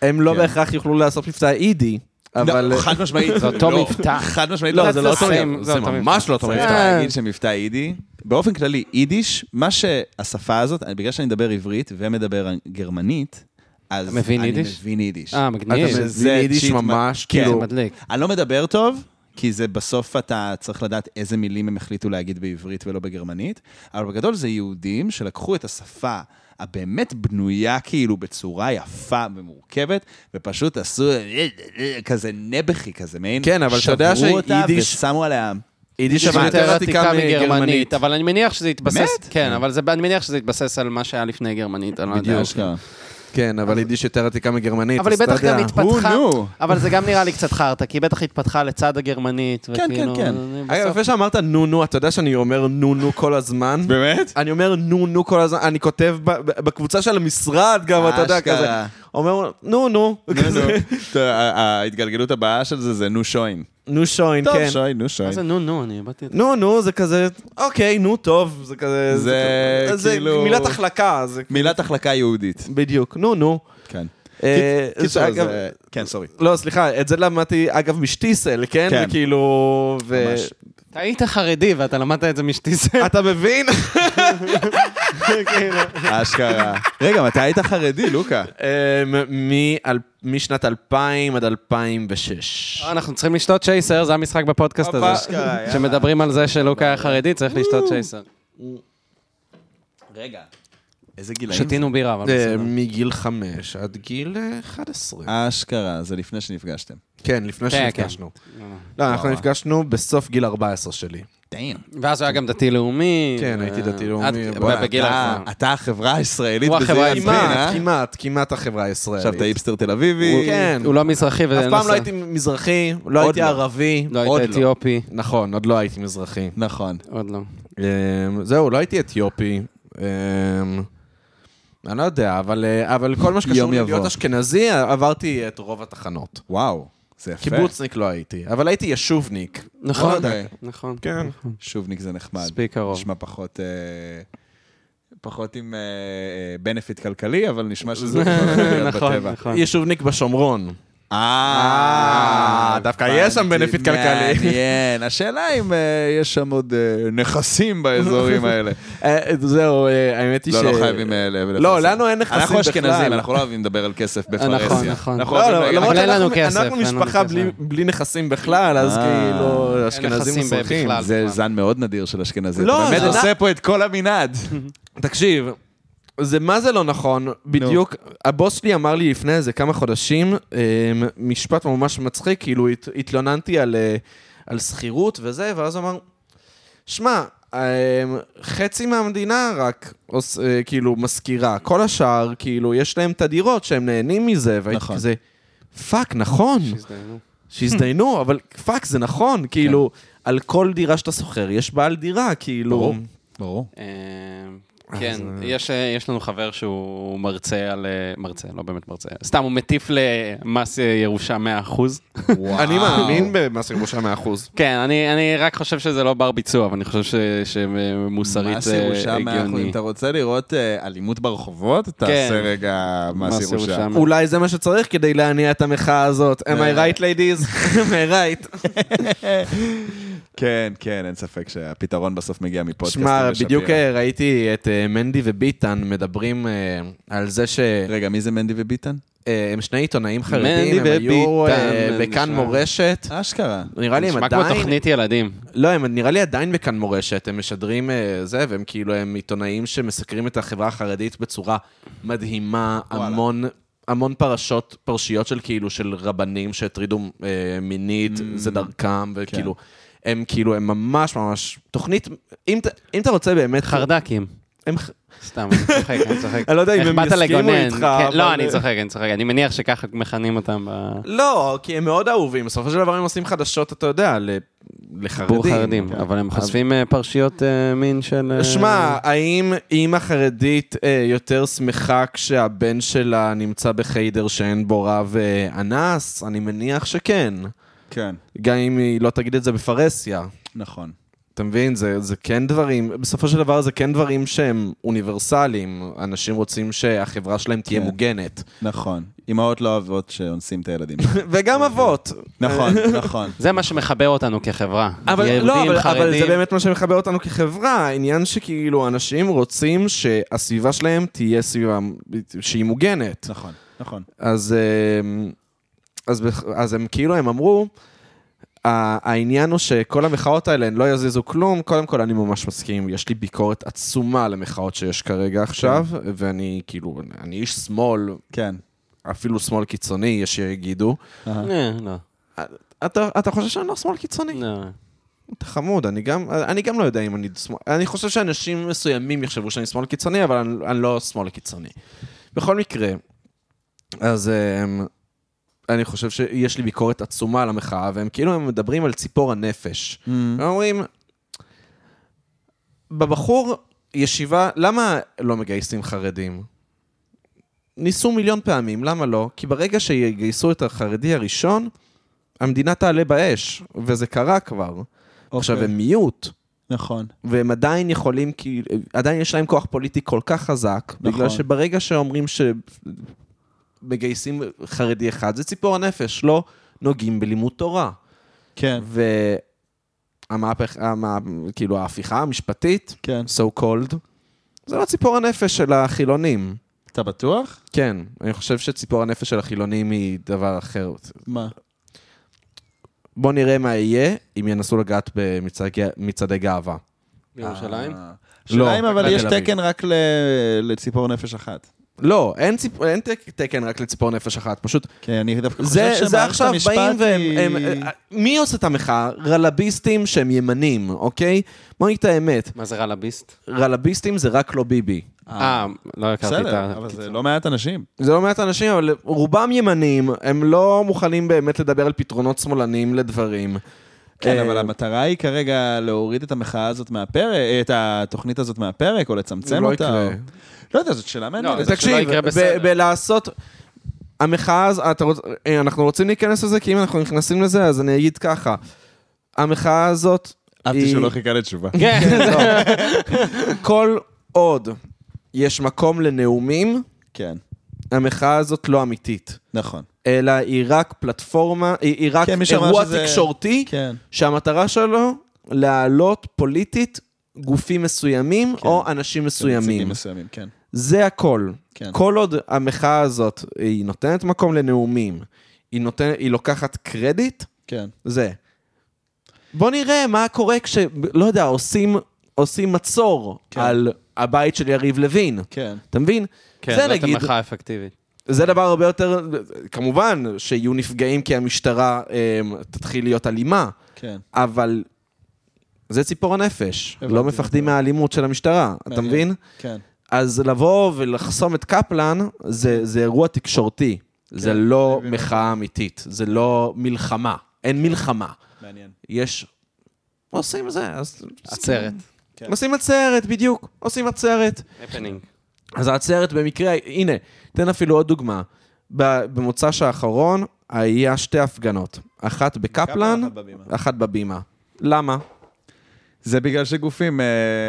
הם לא
כן.
בהכרח יוכלו לעשות מבצע אידי, אבל...
לא, חד משמעית.
זה אותו
לא.
מבטא.
חד משמעית.
לא, זה לא אותו
זה
מבטא.
אותו
זה
מבטא.
ממש לא אותו
צריך
מבטא.
להגיד שמבטא יידי, באופן כללי, יידיש, מה שהשפה הזאת, אני- בגלל שאני מדבר עברית ומדבר גרמנית, אז
אתה מבין
אני
יידיש?
מבין יידיש.
אה, מגניב.
אתה מבין
שזה
יידיש
צ'יט
ממש,
מ- כן.
כאילו-
מדליק.
אני לא מדבר טוב, כי זה בסוף אתה צריך לדעת איזה מילים הם החליטו להגיד בעברית ולא בגרמנית, אבל בגדול זה יהודים שלקחו את השפה הבאמת בנויה כאילו בצורה יפה ומורכבת, ופשוט עשו כזה נבכי כזה, מעין
כן, אבל אתה יודע
שברו אותה
שיידיש-
ושמו עליה...
יידיש
זה
אבל יותר עתיקה מגרמנית.
מגרמנית, אבל אני מניח שזה התבסס,
באמת?
כן, אבל זה- אני מניח שזה התבסס על מה שהיה לפני גרמנית,
אה,
אני לא יודע.
אשכרה.
כן, אבל יידיש יותר עתיקה מגרמנית,
אבל היא
אז אתה
בטח
יודע.
גם התפתחה,
Who knew?
אבל זה גם נראה לי קצת חרטא, כי היא בטח התפתחה לצד הגרמנית,
כן,
וכאילו...
כן.
אני
אגב,
בסוף-
לפני שאמרת נו נו, אתה יודע שאני אומר נו נו כל הזמן?
באמת?
אני אומר נו נו כל הזמן, אני כותב ב- ב- בקבוצה של המשרד גם, אתה יודע, כזה.
אשכרה.
אומר נו נו,
אוקיי.
כזה.
ההתגלגלות הבאה של זה זה נו שוין.
נו שוין,
טוב,
כן.
שוין, נו שוין.
מה זה נו נו, אני איבדתי את זה.
נו נו, זה כזה, אוקיי, נו טוב, זה כזה...
זה
כזה-
כאילו-
זה מילת החלקה, זה...
מילת החלקה יהודית.
בדיוק, נו נו.
כן.
אה,
קיצור,
זה אגב-
זה- כן, סורי.
לא, סליחה, את זה למדתי, אגב, משטיסל, כן?
כן.
כאילו... ו-
ממש.
אתה היית חרדי ואתה למדת את זה משטיסל.
אתה מבין?
אשכרה. רגע, מתי היית חרדי, לוקה?
אה, מ- מ- אל- משנת 2000 עד 2006.
אנחנו צריכים לשתות צ'ייסר, זה המשחק בפודקאסט
הופה,
הזה.
אשכרה, יאללה.
כשמדברים על זה שלוקה היה חרדי, צריך לשתות צ'ייסר.
רגע. איזה גילאים?
שתינו בירה,
אה,
אבל אה, בסדר.
מגיל חמש עד גיל אה, 11.
אשכרה, זה לפני שנפגשתם.
כן, לפני
כן,
שנפגשנו. לא, אנחנו נפגשנו בסוף גיל 14 שלי.
דיין.
ואז הוא היה גם דתי-לאומי.
כן, הייתי דתי-לאומי,
עד-
בואנה,
בגיל
אתה-
האחרון.
אתה החברה הישראלית
הוא החברה
בזעיר אנפין, אה?
כמעט, כמעט, כמעט החברה הישראלית.
עכשיו אתה היפסטר תל אביבי.
כן.
הוא לא מזרחי ואין
אף
לו
פעם
ס-
לא הייתי מזרחי, לא הייתי
לא.
ערבי,
לא
עוד
היית אתיופי.
נכון, עוד לא הייתי מזרחי.
נכון.
עוד לא.
אמ, זהו, לא הייתי אתיופי. אמ, אני לא יודע, אבל, אה, אבל כל מה
יום
שקשור להיות
יבוא.
אשכנזי, עברתי את רוב התחנות.
וואו, זה יפה.
קיבוצניק לא הייתי, אבל הייתי ישובניק.
נכון,
די.
נכון.
כן.
שובניק זה נחמד.
מספיק קרוב.
נשמע פחות... אה, פחות עם בנפיט כלכלי, אבל נשמע שזה
נכון,
בטבע.
נכון.
ישובניק בשומרון.
אה,
דווקא יש שם benefit
הבנתי,
כלכלי.
מעניין. השאלה אם אה, יש שם עוד אה, נכסים באזורים האלה.
אה, זהו, אה, האמת היא ש...
לא, לא חייבים אה, ל-
לא,
לפרסם.
לנו אין נכסים
אנחנו אשכנזים,
בכלל.
אנחנו לא אוהבים לדבר על כסף בפרהסיה.
נכון, נכון.
אנחנו
לא,
אוהבים
לא,
להגיד,
למרות
אבל אין לנו
שאנחנו
כסף,
אנחנו
אין לנו
משפחה
כסף.
בלי- בלי נכסים בכלל, אז
אה.
כאילו, אשכנזים
נכסים
מסורכים.
בכלל.
זה זן מאוד נדיר של אשכנזי.
לא,
אתה
זה
באמת
לא-
עושה פה את כל המנעד.
תקשיב, זה מה זה לא נכון, בדיוק, הבוס שלי אמר לי לפני איזה כמה חודשים, אה, משפט ממש מצחיק, כאילו הת, התלוננתי על, אה, על שכירות וזה, ואז הוא אמר, שמע, אה, חצי מהמדינה רק עוש- אה, כאילו משכירה, כל השאר, כאילו, יש להם את הדירות שהם נהנים מזה, והייתי
נכון.
כזה, פאק, נכון,
שהזדיינו.
שהזדיינו, אבל פאק, זה
כן.
נכון, כאילו, על כל דירה שאתה שוכר יש בעל דירה, כאילו.
ברור. ברור.
אה, כן, יש, אה, יש לנו חבר שהוא מרצה על... אה, מרצה, לא באמת מרצה. סתם, הוא מטיף למס אה, ירושה 100%.
אני מאמין במס ירושה 100%.
כן, אני, אני רק חושב שזה לא בר ביצוע, אבל אני חושב ש, שמוסרית
מס
זה הגיוני.
אה,
ירושה מאה אחוז. אם אתה רוצה לראות אה, אלימות ברחובות,
כן.
תעשה רגע
מס
מס ירושה.
ירושה.
אולי זה מה שצריך כדי להניע את המחאה הזאת. Am I
אה.
right, ladies? Am I right?
כן, כן, אין ספק שהפתרון בסוף מגיע מפודקאסטים
שמע,
ושפירא.
בדיוק אה, ראיתי את אה, מנדי וביטן מדברים אה, על זה שהם
רגע, מי זה מנדי וביטן?
שני עיתונאים
מנדי
חרדים, הם היו
וביטן,
אה,
זה
בכאן
נשמע.
מורשת.
אשכרה.
נראה לי הם
נשמע כמו
עדיין...
תוכנית ילדים.
לא, הם נראה לי עדיין בכאן מורשת, הם משדרים אה, זה, והם כאילו, הם עיתונאים שמסקרים את החברה החרדית בצורה מדהימה,
וואלה.
המון... המון פרשות, פרשיות של כאילו, של רבנים שהטרידו אה, מינית, זה דרכם, וכאילו, הם כאילו, הם ממש ממש, תוכנית, אם, ת- אם אתה רוצה באמת,
חרדקים.
הם, ח-
סתם, אני צוחק, אני צוחק.
אני לא יודע אם הם
איך באת
יסכימו
לגונן?
איתך,
כן, לא,
אבל-
אני צוחק, אני צוחק. אני מניח שככה מכנים אותם ב...
לא, כי הם מאוד אהובים, בסופו של דבר הם עושים חדשות, אתה יודע, ל- לחרדים.
בור חרדים, אבל הם חושפים אה, פרשיות אה, מין של... אה,
שמע, האם אימא חרדית אה, יותר שמחה כשהבן שלה נמצא בחיידר שאין בו רב אה, אנס? אני מניח שכן.
כן,
גם אם היא לא תגיד את זה בפרהסיה.
נכון.
אתה מבין? זה, זה כן דברים, בסופו של דבר זה כן דברים שהם אוניברסליים. אנשים רוצים שהחברה שלהם תהיה
כן.
מוגנת.
נכון. אמהות לא אוהבות שאונסים את הילדים.
וגם אבות.
נכון, נכון.
זה מה שמחבר אותנו כחברה.
אבל
יהודים,
לא, אבל, אבל זה
חרדים.
באמת מה שמחבר אותנו כחברה, העניין שכאילו אנשים רוצים שהסביבה שלהם תהיה סביבה שהיא מוגנת.
נכון, נכון.
אז, אמ, אז, בח- אז הם כאילו, הם אמרו, "ה- העניין הוא שכל המחאות האלה, הן לא יזיזו כלום. קודם כל, אני ממש מסכים, יש לי ביקורת עצומה על המחאות שיש כרגע עכשיו, ואני כאילו, אני איש שמאל,
כן.
אפילו שמאל קיצוני, יש שיגידו.
אה, לא,
אתה, אתה חושב שאני לא שמאל קיצוני?
לא.
אתה חמוד, אני גם, אני גם לא יודע אם אני שמאל... אני חושב שאנשים מסוימים יחשבו שאני שמאל קיצוני, אבל אני, אני לא שמאל קיצוני. בכל מקרה, אז הם, אני חושב שיש לי ביקורת עצומה על המחאה, והם כאילו הם מדברים על ציפור הנפש.
Mm-hmm.
הם אומרים, בבחור ישיבה, למה לא מגייסים חרדים? ניסו מיליון פעמים, למה לא? כי ברגע שיגייסו את החרדי הראשון, המדינה תעלה באש, וזה קרה כבר. עכשיו, הם מיעוט,
אוקיי, נכון.
והם עדיין יכולים, כי עדיין יש להם כוח פוליטי כל כך חזק, נכון.
נכון.
בגלל שברגע שאומרים שמגייסים חרדי אחד, זה ציפור הנפש, לא נוגעים בלימוד תורה.
כן,
והמהפך, המה, כאילו ההפיכה המשפטית,
כן.
so called, זה לא ציפור הנפש של החילונים.
אתה בטוח?
כן, אני חושב שציפור הנפש של החילונים היא דבר אחר.
מה?
בואו נראה מה יהיה אם ינסו לגעת במצעדי גאווה.
בירושלים?
אה,
לא,
השאלה אם אבל
רק
יש
בתל אביב.
תקן רק ל- לציפור נפש אחת.
לא, אין ציפ- אין תק- תקן רק לציפור נפש אחת, פשוט
כן, אני דווקא חושב
זה, זה
שמערכת
עכשיו
המשפט
באים והם...
היא-
הם, אה, מי עושה את המחאה? רלביסטים שהם ימנים, אוקיי? בוא נגיד את האמת,
מה זה רע לביסט?
רלביסטים זה רק לא ביבי.
אה, לא הכרתי את ה...
בסדר, אבל זה לא מעט אנשים.
זה לא מעט אנשים, אבל רובם ימנים, הם לא מוכנים באמת לדבר על פתרונות שמאלנים לדברים.
כן,
אה,
אבל המטרה היא כרגע להוריד את המחאה הזאת מהפרק, את התוכנית הזאת מהפרק, או לצמצם
לא
אותה.
יקרה.
או- לא יודע, זאת שאלה
לא,
מעניינת.
זה- שלא
תקשיב,
יקרה
ב-
בסדר.
בלעשות... המחאה, הז- אתה רוצ... אה, אנחנו רוצים להיכנס לזה, כי אם אנחנו נכנסים לזה, אז אני אגיד ככה. המחאה הזאת...
אהבתי
היא-
שלא חיכה לתשובה.
כן,
לא. כל עוד יש מקום לנאומים,
כן,
המחאה הזאת לא אמיתית,
נכון.
אלא היא רק פלטפורמה, היא, היא רק
כן, מי שאמר
אירוע
שזה-
תקשורתי,
כן.
שהמטרה שלו להעלות פוליטית גופים מסוימים או אנשים מסוימים.
כן. נציגים מסוימים, כן.
זה הכל.
כן.
כל עוד המחאה הזאת, היא נותנת מקום לנאומים, היא, נותנת, היא לוקחת קרדיט,
כן.
זה. בוא נראה מה קורה כש... לא יודע, עושים, עושים מצור
כן.
על הבית של יריב לוין.
כן.
אתה מבין?
כן,
זה
זאת
נגיד,
המחאה האפקטיבית.
זה דבר הרבה יותר, כמובן שיהיו נפגעים כי המשטרה אה, תתחיל להיות אלימה,
כן.
אבל זה ציפור הנפש.
הבנתי,
לא מפחדים
הבנתי.
מהאלימות של המשטרה, אתה
מעניין.
מבין?
כן.
אז לבוא ולחסום את קפלן, זה, זה אירוע תקשורתי. זה לא
כן. מבין.
מחאה אמיתית, זה לא מלחמה. אין מלחמה.
מעניין.
יש... עושים זה, אז...
עצרת.
כן.
עושים עצרת, בדיוק. עושים עצרת.
הפנינג.
אז העצרת במקרה, הנה, אתן אפילו עוד דוגמה. ב- במוצ"ש האחרון היה שתי הפגנות, אחת בקפלן,
אחת בבימה.
אחת בבימה. למה?
זה בגלל שגופים... אה,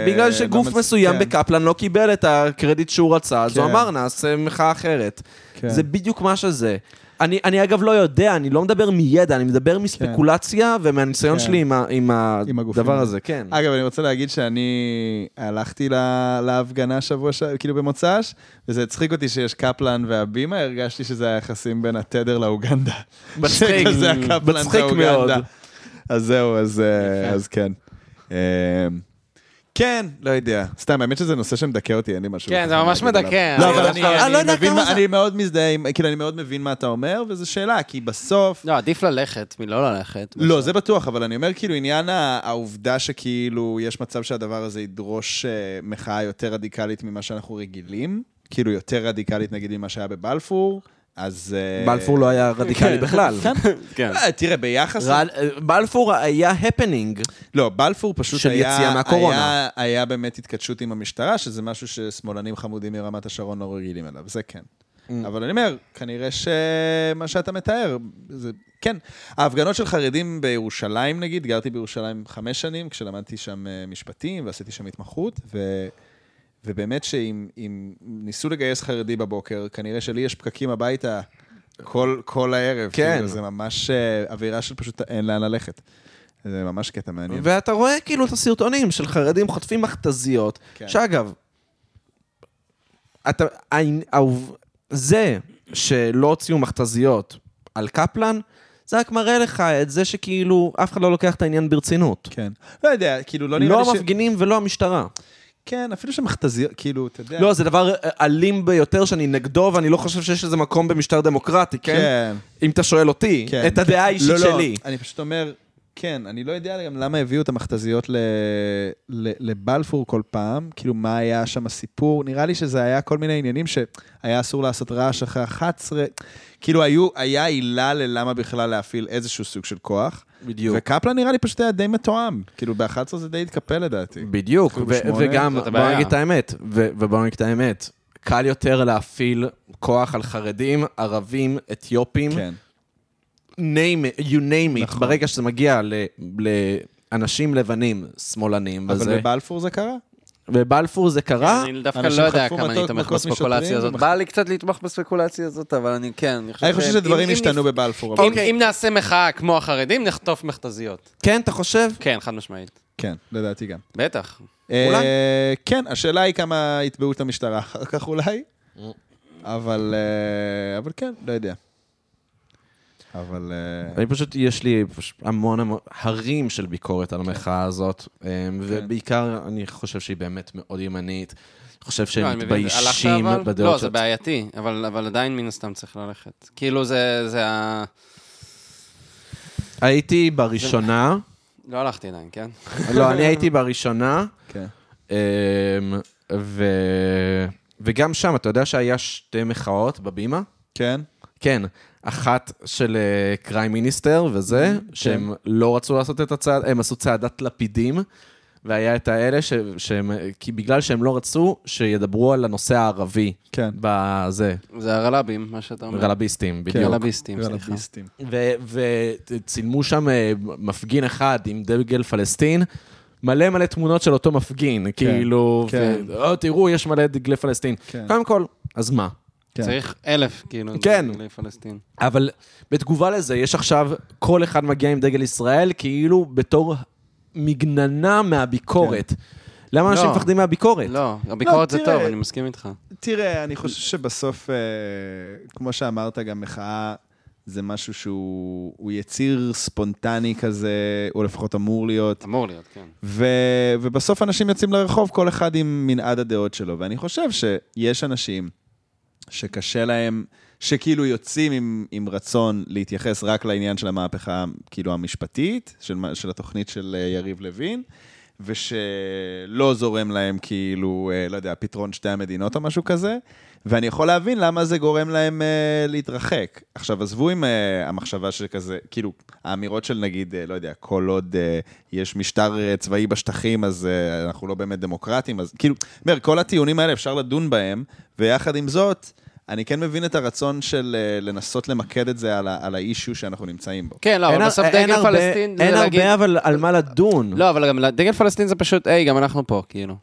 בגלל שגוף
לא מצ-
מסוים
כן.
בקפלן לא קיבל את הקרדיט שהוא רצה, אז הוא
כן.
אמר, נעשה מחאה אחרת.
כן.
זה בדיוק מה שזה. אני, אני אגב לא יודע, אני לא מדבר מידע, אני מדבר מספקולציה ומהניסיון
כן.
שלי עם, ה, עם,
עם הגופים.
הדבר הזה, כן.
אגב, אני רוצה להגיד שאני הלכתי לה, להפגנה שבוע, ש... כאילו במוצ"ש, וזה הצחיק אותי שיש קפלן והבימה, הרגשתי שזה היחסים בין התדר לאוגנדה.
מצחיק,
שכזה הקפלן
מצחיק
והאוגנדה.
מאוד.
אז זהו, אז, אה,
יפה.
אז כן. אה, כן, לא יודע. סתם, האמת שזה נושא שמדכא אותי, אין לי משהו.
כן, זה
להגיד
ממש
עליו.
מדכא.
לא,
אני
אבל
דווקא-
אני-
אה, לא
אני
יודע
מבין
כמה
מה-
זה-
אני מאוד מזדהה, עם- כאילו, אני מאוד מבין מה אתה אומר, וזו שאלה, כי בסוף...
לא, עדיף ללכת מלא ללכת.
נכון.
לא, זה בטוח, אבל אני אומר, כאילו, עניין ה- העובדה שכאילו יש מצב שהדבר הזה ידרוש אה, מחאה יותר רדיקלית ממה שאנחנו רגילים, כאילו יותר רדיקלית נגיד ממה שהיה בבלפור, אז... אה,
בלפור לא היה רדיקלי בכלל.
כן.
אה, תראה, ביחס...
רד- אה, בלפור היה הפנינג.
לא, בלפור פשוט
של
היה...
יציאה מהקורונה.
היה- היה באמת התכתשות עם המשטרה, שזה משהו ששמאלנים חמודים מרמת השרון לא רגילים אליו, זה כן.
Mm.
אבל אני אומר, כנראה שמה שאתה מתאר, זה כן. ההפגנות של חרדים בירושלים, נגיד, גרתי בירושלים חמש שנים, כשלמדתי שם אה, משפטים ועשיתי שם התמחות, ו... ובאמת שאם אם ניסו לגייס חרדי בבוקר, כנראה שלי יש פקקים הביתה כל, כל הערב.
כן.
כאילו, זה ממש אה, אווירה של פשוט אין לאן ללכת. זה ממש קטע מעניין.
ואתה רואה כאילו את הסרטונים של חרדים חוטפים מכתזיות,
כן.
שאגב, אתה, העני- העוב- זה שלא הוציאו מכתזיות על קפלן, זה רק מראה לך את זה שכאילו אף אחד לא לוקח את העניין ברצינות.
כן. לא יודע, כאילו, לא נראה
לא
לי ש...
המפגינים ולא המשטרה.
כן, אפילו שמכתזיות, כאילו, אתה יודע.
לא, זה דבר אה, אלים ביותר שאני נגדו, ואני לא חושב שיש לזה מקום במשטר דמוקרטי, כן?
כן,
אם אתה שואל אותי,
כן.
את הדעה האישית
לא, לא,
שלי.
אני פשוט אומר, כן, אני לא יודע גם למה הביאו את המכתזיות ל... ל... לבלפור כל פעם, כאילו, מה היה שם הסיפור. נראה לי שזה היה כל מיני עניינים שהיה אסור לעשות רעש אחרי 11. כאילו, היו, היה עילה ללמה בכלל להפעיל איזשהו סוג של כוח.
בדיוק.
וקפלן נראה לי פשוט היה די מתואם. כאילו, ב-11 זה די התקפל לדעתי.
בדיוק, ו-
בשמונה,
וגם,
זאת
בוא
הבעיה.
נגיד את האמת, ו- ובוא נגיד את האמת, קל יותר להפעיל כוח על חרדים, ערבים, אתיופים,
כן,
name, it, you name it,
נכון.
ברגע שזה מגיע ל- לאנשים לבנים, שמאלנים,
אבל
וזה.
בבלפור זה קרה?
בבלפור זה קרה,
אני דווקא
אנשים
לא יודע
חטפו
כמה אני
מכות-
תומך
מכות משוטרים,
בספקולציה הזאת.
ומח-
בא לי קצת לתמוך בספקולציה הזאת, אבל אני כן, אני חושב...
אני חושב
ש-
שדברים
אם- אם
השתנו
נפ- אוקיי.
בבלפור. אבל-
אם- אם נעשה מחאה כמו החרדים, נחטוף מכתזיות.
כן, אתה חושב?
כן, חד משמעית.
כן, לדעתי גם.
בטח.
אולי.
אה, כן, השאלה היא כמה יתבעו את המשטרה אחר כך אולי, אבל אה, אבל כן, לא יודע. אבל... אה,
אני פשוט, יש לי פשוט המון המון, הרים של ביקורת על המחאה
כן.
הזאת, אה, ובעיקר אני חושב שהיא באמת מאוד ימנית. אני חושב
לא,
שהם
אני מבין,
מתביישים
הלכת אבל? לא,
בדעות
זה
שלהם.
בעייתי, אבל אבל עדיין מן הסתם צריך ללכת. כאילו זה זה ה...
הייתי בראשונה,
לא הלכתי עדיין, כן?
לא, אני הייתי בראשונה,
כן.
אמ, ו... וגם שם, אתה יודע שהיה שתי מחאות בבימה?
כן?
כן, אחת של קריים מיניסטר וזה, שהם לא רצו לעשות את הצעד, הם עשו צעדת לפידים, והיה את האלה ש... שהם, כי בגלל שהם לא רצו, שידברו על הנושא הערבי.
כן.
בזה,
זה הרלבים, מה שאתה אומר.
רלביסטים, בדיוק.
רלביסטים, סליחה.
רלביסטים.
וצילמו שם אה, מפגין אחד עם דגל פלסטין. מלא מלא תמונות של אותו מפגין, כאילו,
כן.
ו- "אה, תראו, יש מלא דגלי פלסטין.
כן.
קודם כל, אז מה?
כן.
צריך אלף, כאילו,
כן.
דגלי פלסטין.
אבל בתגובה לזה, יש עכשיו, כל אחד מגיע עם דגל ישראל, כאילו בתור מגננה מהביקורת.
כן.
למה אנשים
לא.
מפחדים מהביקורת?
לא, הביקורת זה
תראה.
טוב, אני מסכים איתך.
תראה, אני חושב שבסוף, אה, כמו שאמרת, גם מחאה זה משהו שהוא הוא יציר ספונטני כזה, או לפחות אמור להיות.
אמור להיות, כן.
ו, ובסוף אנשים יוצאים לרחוב, כל אחד עם מנעד הדעות שלו. ואני חושב שיש אנשים שקשה להם, שכאילו יוצאים עם, עם רצון להתייחס רק לעניין של המהפכה, כאילו, המשפטית, של, מה- של התוכנית של אה, יריב לוין. ושלא זורם להם כאילו, אה, לא יודע, פתרון שתי המדינות או משהו כזה, ואני יכול להבין למה זה גורם להם אה, להתרחק. עכשיו, עזבו עם אה, המחשבה שכזה, כאילו, האמירות של נגיד, אה, לא יודע, כל עוד אה, יש משטר אה, צבאי בשטחים, אז אה, אנחנו לא באמת דמוקרטים, אז כאילו, אני אומר, כל הטיעונים האלה אפשר לדון בהם, ויחד עם זאת, אני כן מבין את הרצון של אה, לנסות למקד את זה על, ה- על האישיו שאנחנו נמצאים בו.
כן, לא,
אין
אבל
הר-
בסוף
אין
דגל
הרבה-
פלסטין זה
אין
להגיד...
הרבה אבל על מה לדון.
לא, אבל גם דגל פלסטין זה פשוט, היי, גם אנחנו פה, כאילו.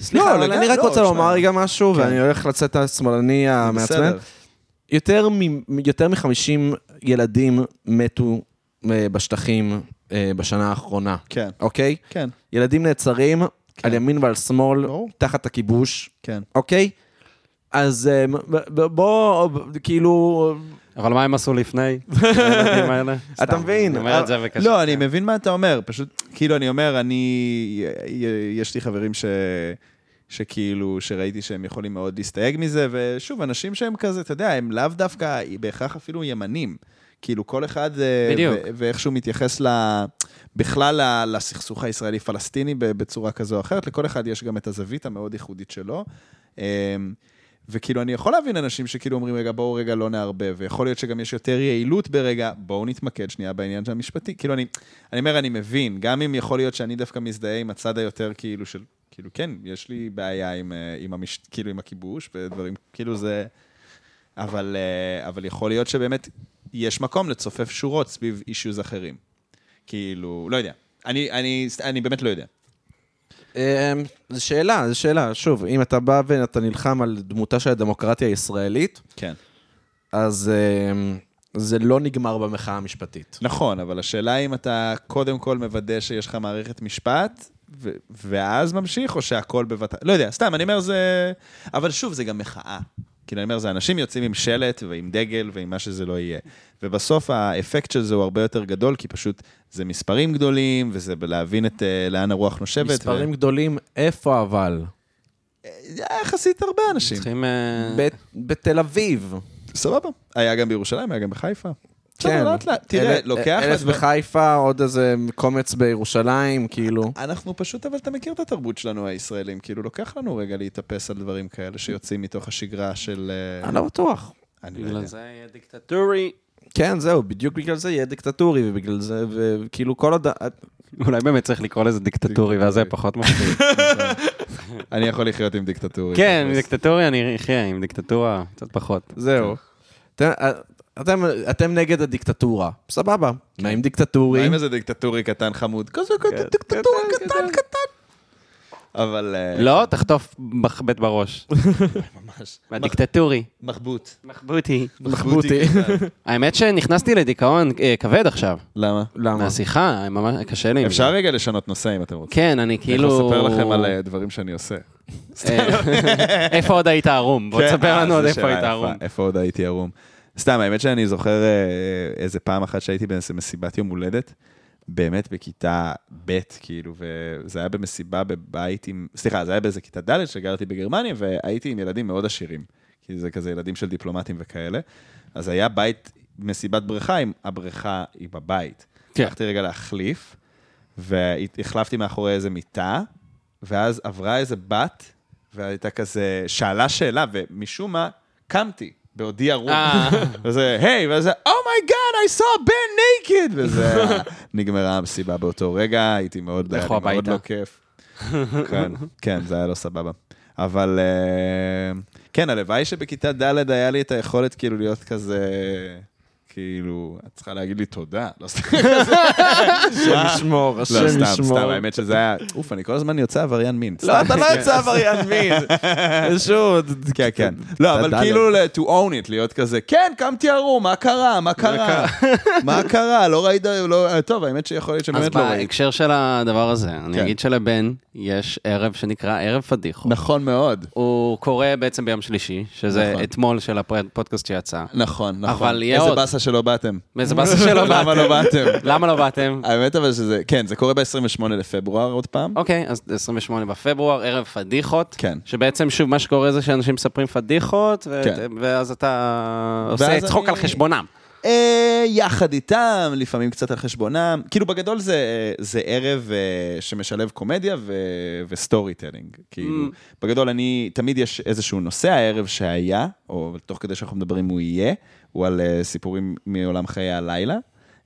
סליחה, אבל
לגמרי,
אני רק
לא,
רוצה
שמע.
לומר רגע משהו,
כן.
ואני הולך לצאת השמאלני המעצבן.
בסדר.
יותר מ-50 ילדים מתו אה, בשטחים אה, בשנה האחרונה,
כן,
אוקיי?
כן,
ילדים נעצרים על ימין ועל שמאל,
ברור.
תחת הכיבוש,
כן.
אוקיי? אז אה, ב- ב- בוא, ב- כאילו,
אבל מה הם עשו לפני? הילדים האלה? סתם,
מבין? אה,
אני אומר את זה כן. וקשה.
לא, אני מבין מה אתה אומר, פשוט, כאילו, אני אומר, אני, יש לי חברים ש... שכאילו, שראיתי שהם יכולים מאוד להסתייג מזה, ושוב, אנשים שהם כזה, אתה יודע, הם לאו דווקא בהכרח אפילו ימנים. כאילו, כל אחד, אה,
בדיוק.
ו- ואיכשהו מתייחס ל... בכלל ל- לסכסוך הישראלי-פלסטיני ב- בצורה כזו או אחרת, לכל אחד יש גם את הזווית המאוד ייחודית שלו. אמ, וכאילו, אני יכול להבין אנשים שכאילו אומרים, רגע, בואו רגע לא נערבב, ויכול להיות שגם יש יותר יעילות ברגע, בואו נתמקד שנייה בעניין של המשפטי. כאילו, אני, אני אומר, אני מבין, גם אם יכול להיות שאני דווקא מזדהה עם הצד היותר כאילו של, כאילו, כן, יש לי בעיה עם, אה, עם, המש, כאילו, עם הכיבוש ודברים, כאילו זה... אבל, אה, אבל יכול להיות שבאמת יש מקום לצופף שורות סביב אישיוז אחרים. כאילו, לא יודע. אני, אני, אני באמת לא יודע.
אה, זו שאלה, זו שאלה. שוב, אם אתה בא ואתה נלחם על דמותה של הדמוקרטיה הישראלית,
כן.
אז אה, זה לא נגמר במחאה המשפטית.
נכון, אבל השאלה אם אתה קודם כל מוודא שיש לך מערכת משפט, ו- ואז ממשיך, או שהכל בבת... לא יודע, סתם, אני אומר זה... אבל שוב, זה גם מחאה. כאילו, אני אומר, זה אנשים יוצאים עם שלט ועם דגל ועם מה שזה לא יהיה. ובסוף האפקט של זה הוא הרבה יותר גדול, כי פשוט זה מספרים גדולים, וזה להבין את אה, לאן הרוח נושבת.
מספרים גדולים, איפה אבל?
ו... אה, יחסית הרבה אנשים.
צריכים... אה,
ב- בתל אביב.
סבבה. היה גם בירושלים, היה גם בחיפה.
כן.
בסדר, לאט לאט. תראה,
אל-
לוקח...
אה, אלף
לדבר-
בחיפה, עוד איזה קומץ בירושלים, כאילו.
אנחנו פשוט, אבל אתה מכיר את התרבות שלנו, הישראלים. כאילו, לוקח לנו רגע להתאפס על דברים כאלה שיוצאים מתוך השגרה של... אה,
אני לא בטוח.
אני לא
בגלל
יודע.
זה יהיה דיקטטורי.
כן, זהו, בדיוק בגלל זה יהיה דיקטטורי, ובגלל זה, וכאילו כל אה, עוד...
אולי באמת צריך לקרוא לזה דיקטטורי, ואז זה יהיה פחות מפחיד.
אני יכול לחיות עם דיקטטורי.
כן,
תכלס.
דיקטטורי אני אחיה, עם דיקטטורה קצת פחות.
כן.
זהו. אתם, אה, אתם, אתם נגד הדיקטטורה, סבבה. מה עם
כן. מה
דיקטטורי?
לא עם איזה דיקטטורי קטן חמוד? כזה כזה
כן,
דיקטטורי קטן קטן. אבל... אה,
לא, תחטוף בית בראש.
ממש.
הדיקטטורי.
מחבוט.
מחבותי.
מחבוטי.
קטן.
האמת שנכנסתי לדיכאון אה, כבד עכשיו.
למה?
למה?
מהשיחה, ממש קשה לי. עם
אה. אפשר
זה.
רגע לשנות נושא אם אתם רוצים.
כן, אני כאילו...
אני יכול לספר לכם על אה, דברים שאני עושה.
אה, איפה עוד היית ערום? בוא
כן,
תספר
אה,
לנו
זו
עוד
שאלה
איפה היית
יפה.
ערום.
איפה עוד הייתי ערום. סתם, האמת שאני זוכר אה, איזה פעם אחת שהייתי באיזה מסיבת יום הולדת, באמת בכיתה ב', כאילו, וזה היה במסיבה בבית עם, סליחה, זה היה באיזה כיתה ד' שגרתי בגרמניה, והייתי עם ילדים מאוד עשירים. כי זה כזה ילדים של דיפלומטים וכאלה. אז היה בית, מסיבת בריכה, עם הבריכה היא בבית.
כן.
כן. הלכתי רגע להחליף, והחלפתי מאחורי איזה מיטה, ואז עברה איזה בת, והייתה כזה, שאלה שאלה, ומשום מה, קמתי. בעודי ערום,
אה.
וזה, היי, וזה, אומייגאד, I saw a band naked, וזה, נגמרה המסיבה באותו רגע, הייתי מאוד, היה לי
לכו
מאוד
הביתה.
לא כיף. כן, כן, זה היה לא סבבה. אבל אה, כן, הלוואי שבכיתה ד' היה לי את היכולת כאילו להיות כזה, כאילו, את צריכה להגיד לי תודה. לא סתם,
השם ישמור, השם
לא,
ישמור.
סתם, סתם, האמת שזה היה, אוף, אני כל הזמן יוצא עבריין מין.
לא,
סתם.
אתה לא יוצא עבריין מין. פשוט.
כן, כן. לא,
ד'.
אבל כאילו, ל- to own it, להיות כזה, כן, קמתי ערום, מה קרה? מה קרה? מה קרה? לא ראית, לא- טוב, האמת שיכול להיות
אז
שבאמת לא ראית.
בהקשר של הדבר הזה, אני
כן.
אגיד שלבן יש ערב שנקרא ערב פדיחות.
נכון מאוד.
הוא קורא בעצם ביום שלישי, שזה
נכון.
אתמול של הפודקאסט שיצא.
נכון, נכון.
אבל יהיה
איזה
עוד.
באסה שלא באתם.
איזה באסה שלא
למה
באתם.
לא באתם?
למה לא באתם?
האמת אבל שזה, כן, זה קורה ב-28 לפברואר עוד פעם.
אוקיי, אז 28 בפברואר, ערב פדיחות.
כן.
שבעצם, שוב, מה שקורה זה שאנשים מספרים פדיחות, ו-
כן.
ואז אתה עושה
ואז
צחוק
אני-
על חשבונם.
אה, יחד איתם, לפעמים קצת על חשבונם. כאילו בגדול זה, אה, זה ערב אה, שמשלב קומדיה ו, וסטורי טלינג.
Mm.
כאילו, בגדול אני, תמיד יש איזשהו נושא הערב שהיה, או תוך כדי שאנחנו מדברים הוא יהיה, הוא על אה, סיפורים מעולם חיי הלילה.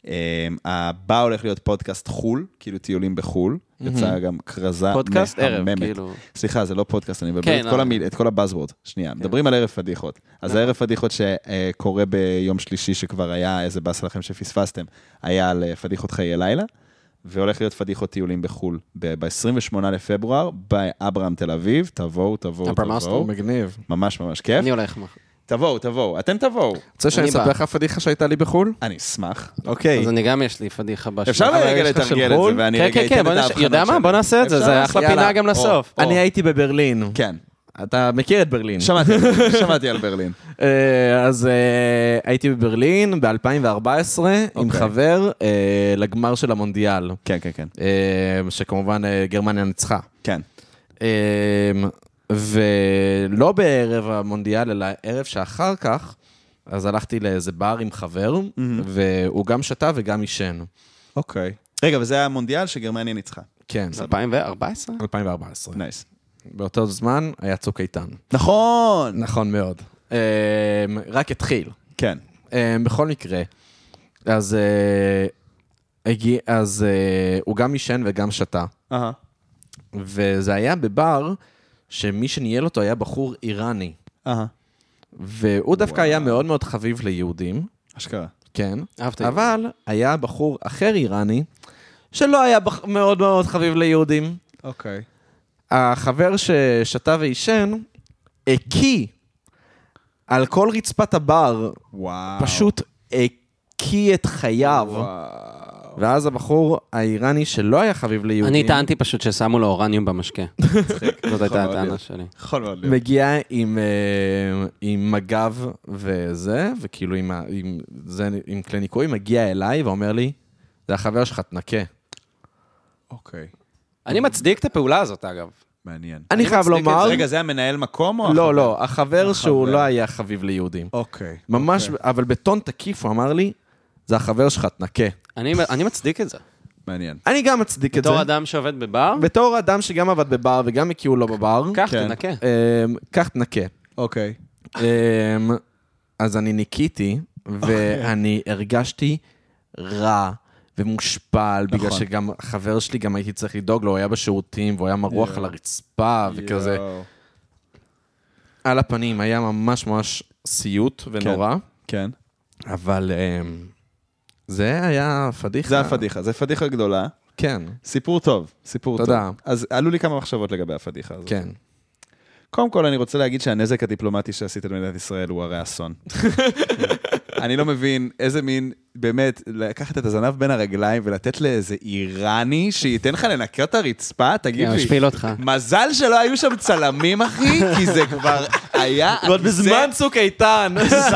אה, הבא הולך להיות פודקאסט חו"ל, כאילו טיולים בחו"ל. יצאה גם כרזה
פודקאסט ערב,
מהממת.
כאילו.
סליחה, זה לא פודקאסט, אני מבלבל
כן,
את כל
אה. כן.
המיל- את כל הבאזוורד. שנייה, מדברים על ערב פדיחות. אז הערב פדיחות שקורה ביום שלישי, שכבר היה, איזה באס לכם שפספסתם, היה על אה, פדיחות חיי לילה, והולך להיות פדיחות טיולים בחו"ל. ב-28 לפברואר, באברהם תל אביב, תבואו, תבואו,
אברהם
תבואו.
מגניב.
ממש ממש כיף.
אני הולך. מח-
תבואו, תבואו, אתם תבואו.
רוצה שאני
אני בא.
אספר לך פדיחה שהייתה לי בחו"ל?
אני אשמח.
אוקיי.
אז אני גם יש לי פדיחה בשביל.
אפשר
אבל
רגע
יש לך של
לתרגל את
חו"ל?
זה, ואני
כן,
רגע
כן,
אתן
כן,
את
בוא נש-
ההבחנות
יודע מה?
שלי.
בוא נעשה את זה,
אפשר?
זה אחלה
יאללה.
פינה גם
או,
לסוף.
או.
אני הייתי בברלין.
כן,
אתה מכיר את ברלין.
שמעתי, שמעתי על ברלין.
אה, אז אה, הייתי בברלין ב-2014 עם
אוקיי.
חבר אה, לגמר של המונדיאל,
כן, כן, כן.
אה, שכמובן אה, גרמניה ניצחה.
כן.
אה, ולא בערב המונדיאל, אלא ערב שאחר כך, אז הלכתי לאיזה בר עם חבר, והוא גם שתה וגם עישן.
אוקיי. רגע, וזה היה המונדיאל שגרמניה ניצחה.
כן,
2014?
2014.
נייס.
באותו זמן היה צוק איתן.
נכון!
נכון מאוד. אה, רק התחיל.
כן.
אה, בכל מקרה, אז, אה, הגיע, אז אה, הוא גם עישן וגם שתה,
אהה.
וזה היה בבר שמי שניהל אותו היה בחור איראני,
אהה.
והוא דווקא היה מאוד מאוד חביב ליהודים,
אשכרה.
כן,
אהבת יהודים.
אבל היה בחור אחר איראני שלא היה בח- מאוד מאוד חביב ליהודים.
אוקיי.
החבר ששתה ועישן הקיא על כל רצפת הבר,
וואו.
פשוט הקיא את חייו.
וואו.
ואז הבחור האיראני שלא היה חביב ליהודים,
אני טענתי פשוט ששמו לו אורניום במשקה. זאת הייתה
מאוד
הטענה
להיות.
שלי.
יכול מאוד להיות.
מגיע עם, אה, עם מג"ב וזה, וכאילו עם, ה- עם, זה, עם כלי ניקוי, מגיע אליי ואומר לי, זה החבר שלך, תנקה.
אוקיי.
אני מצדיק את הפעולה הזאת, אגב.
מעניין.
אני חייב
מצדיק את זה.
לומר,
רגע, זה המנהל מקום או...
לא,
החבר?
לא, החבר שהוא
החבר.
לא היה חביב ליהודים.
אוקיי.
ממש, אבל בטון תקיף הוא אמר לי, זה החבר שלך, תנקה.
אני אני מצדיק את זה.
מעניין.
אני גם מצדיק את זה.
בתור אדם שעובד בבר,
בתור אדם שגם עבד בבר וגם הכירו לו בבר,
קח,
כן.
תנקה.
אה, כך תנקה.
אוקיי.
אמ, אז אני ניקיתי,
אוקיי.
ואני הרגשתי רע ומושפל, בגלל
נכון.
שגם חבר שלי, גם הייתי צריך לדאוג לו, הוא היה בשירותים, והוא היה מרוח
יואו.
על הרצפה, וכזה,
יואו.
על הפנים, היה ממש ממש סיוט ונורא,
כן.
אבל אמ, זה היה פדיחה.
זה הפדיחה, זה פדיחה גדולה.
כן,
סיפור טוב, סיפור טוב.
תודה.
אז עלו לי כמה מחשבות לגבי הפדיחה הזאת.
כן.
קודם כל, אני רוצה להגיד שהנזק הדיפלומטי שעשית למדינת ישראל הוא הרי אסון. אני לא מבין איזה מין, באמת, לקחת את הזנב בין הרגליים ולתת לאיזה איראני שייתן לך לנקות את הרצפה, תגיד
כן,
לי.
משפיל אותך.
מזל שלא היו שם צלמים, אחי, כי זה כבר היה...
ועוד
הכיסא-
בזמן צוק איתן.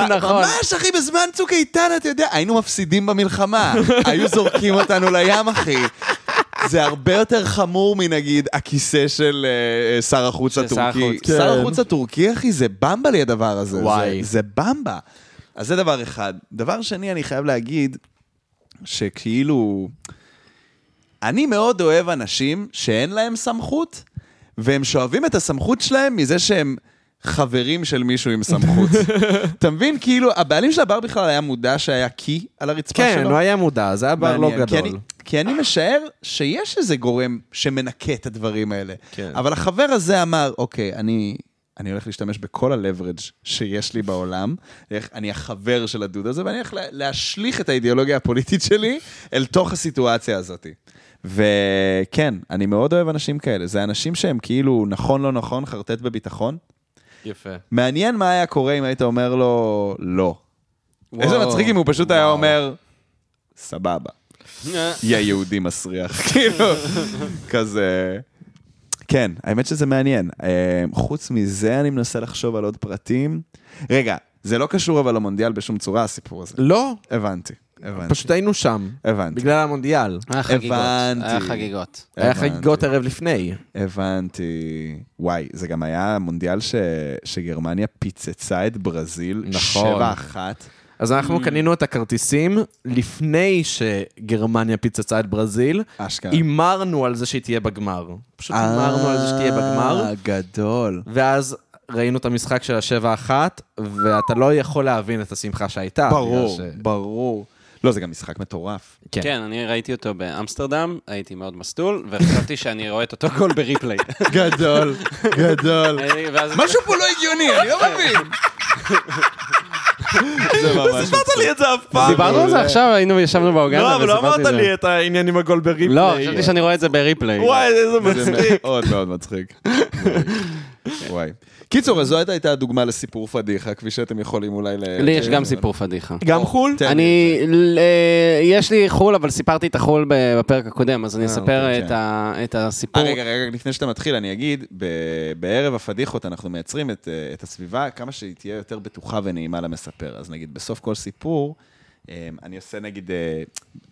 נכון.
ממש, אחי, בזמן צוק איתן, אתה יודע, היינו מפסידים במלחמה. היו זורקים אותנו לים, אחי. זה הרבה יותר חמור מנגיד הכיסא של אה, אה, שר החוץ
של שר
הטורקי.
החוץ,
כן.
שר החוץ הטורקי, אחי, זה במבה לי הדבר הזה.
וואי.
זה, זה במבה. אז זה דבר אחד. דבר שני, אני חייב להגיד, שכאילו... אני מאוד אוהב אנשים שאין להם סמכות, והם שואבים את הסמכות שלהם מזה שהם חברים של מישהו עם סמכות. אתה מבין? כאילו, הבעלים של הבר בכלל היה מודע שהיה קי על הרצפה שלו?
כן, הוא היה מודע, זה היה בר לא
לא- מעניין, כי אני-
גדול.
כי אני משער שיש איזה גורם שמנקה את הדברים האלה.
כן.
אבל החבר הזה אמר, אוקיי, אני... אני הולך להשתמש בכל הלברג' שיש לי בעולם, איך- אני החבר של הדוד הזה, ואני הולך לה- להשליך את האידיאולוגיה הפוליטית שלי אל תוך הסיטואציה הזאת. וכן, אני מאוד אוהב אנשים כאלה. זה אנשים שהם כאילו נכון לא נכון, חרטט בביטחון.
יפה.
מעניין מה היה קורה אם היית אומר לו לא. איזה מצחיק אם הוא פשוט היה אומר, סבבה. יא יהודי מסריח, כאילו, כזה... כן, האמת שזה מעניין. אה, חוץ מזה, אני מנסה לחשוב על עוד פרטים. רגע, זה לא קשור אבל למונדיאל בשום צורה, הסיפור הזה.
לא,
הבנתי, הבנתי.
פשוט היינו שם.
הבנתי,
בגלל המונדיאל.
היה חגיגות.
הבנתי.
היה חגיגות.
היה
הבנתי.
חגיגות ערב לפני.
הבנתי. וואי, זה גם היה מונדיאל ש... שגרמניה פיצצה את ברזיל.
נכון.
שבע אחת.
אז אנחנו
Mm.
קנינו את הכרטיסים לפני שגרמניה פיצצה את ברזיל.
אשכרה.
הימרנו על זה שהיא תהיה בגמר. פשוט הימרנו על זה שתהיה בגמר,
אה, גדול.
ואז ראינו את המשחק של השבע אחת, ואתה לא יכול להבין את השמחה שהייתה.
ברור,
אה, בגלל ש-
ברור. לא, זה גם משחק מטורף.
כן.
כן, אני ראיתי אותו באמסטרדם, הייתי מאוד מסטול, וחשבתי שאני רואה את אותו גול בריפליי.
גדול, גדול.
אני- ואז-
משהו פה לא הגיוני, אני לא מבין. זה ממש...
סיפרת לי את זה אף פעם.
דיברנו על זה עכשיו, היינו, ישבנו
כן,
באוגנדה,
לא, אבל לא
וסיפרתי
אמרת
את זה.
לי את העניין עם הגול בריפלי.
לא, חשבתי שאני רואה את זה בריפליי.
וואי, איזה
זה
מצחיק.
מאוד מאוד מצחיק. וואי. קיצור, אז זו הייתה- הייתה הדוגמה לסיפור פדיחה, כפי שאתם יכולים אולי ל... כן.
לי יש גם סיפור פדיחה.
גם חו"ל?
תן לי
כן, אני, ל- אה, יש לי חול, אבל סיפרתי את החול ב- בפרק הקודם, אז אני
אוקיי,
אספר את
כן.
ה- את
אה,
הסיפור.
רגע, רגע, לפני שאתה מתחיל, אני אגיד, ב- בערב הפדיחות אנחנו מייצרים את, אה, את הסביבה כמה שהיא תהיה יותר בטוחה ונעימה למספר. אז נגיד, בסוף כל סיפור, אה, אני עושה נגיד, אה,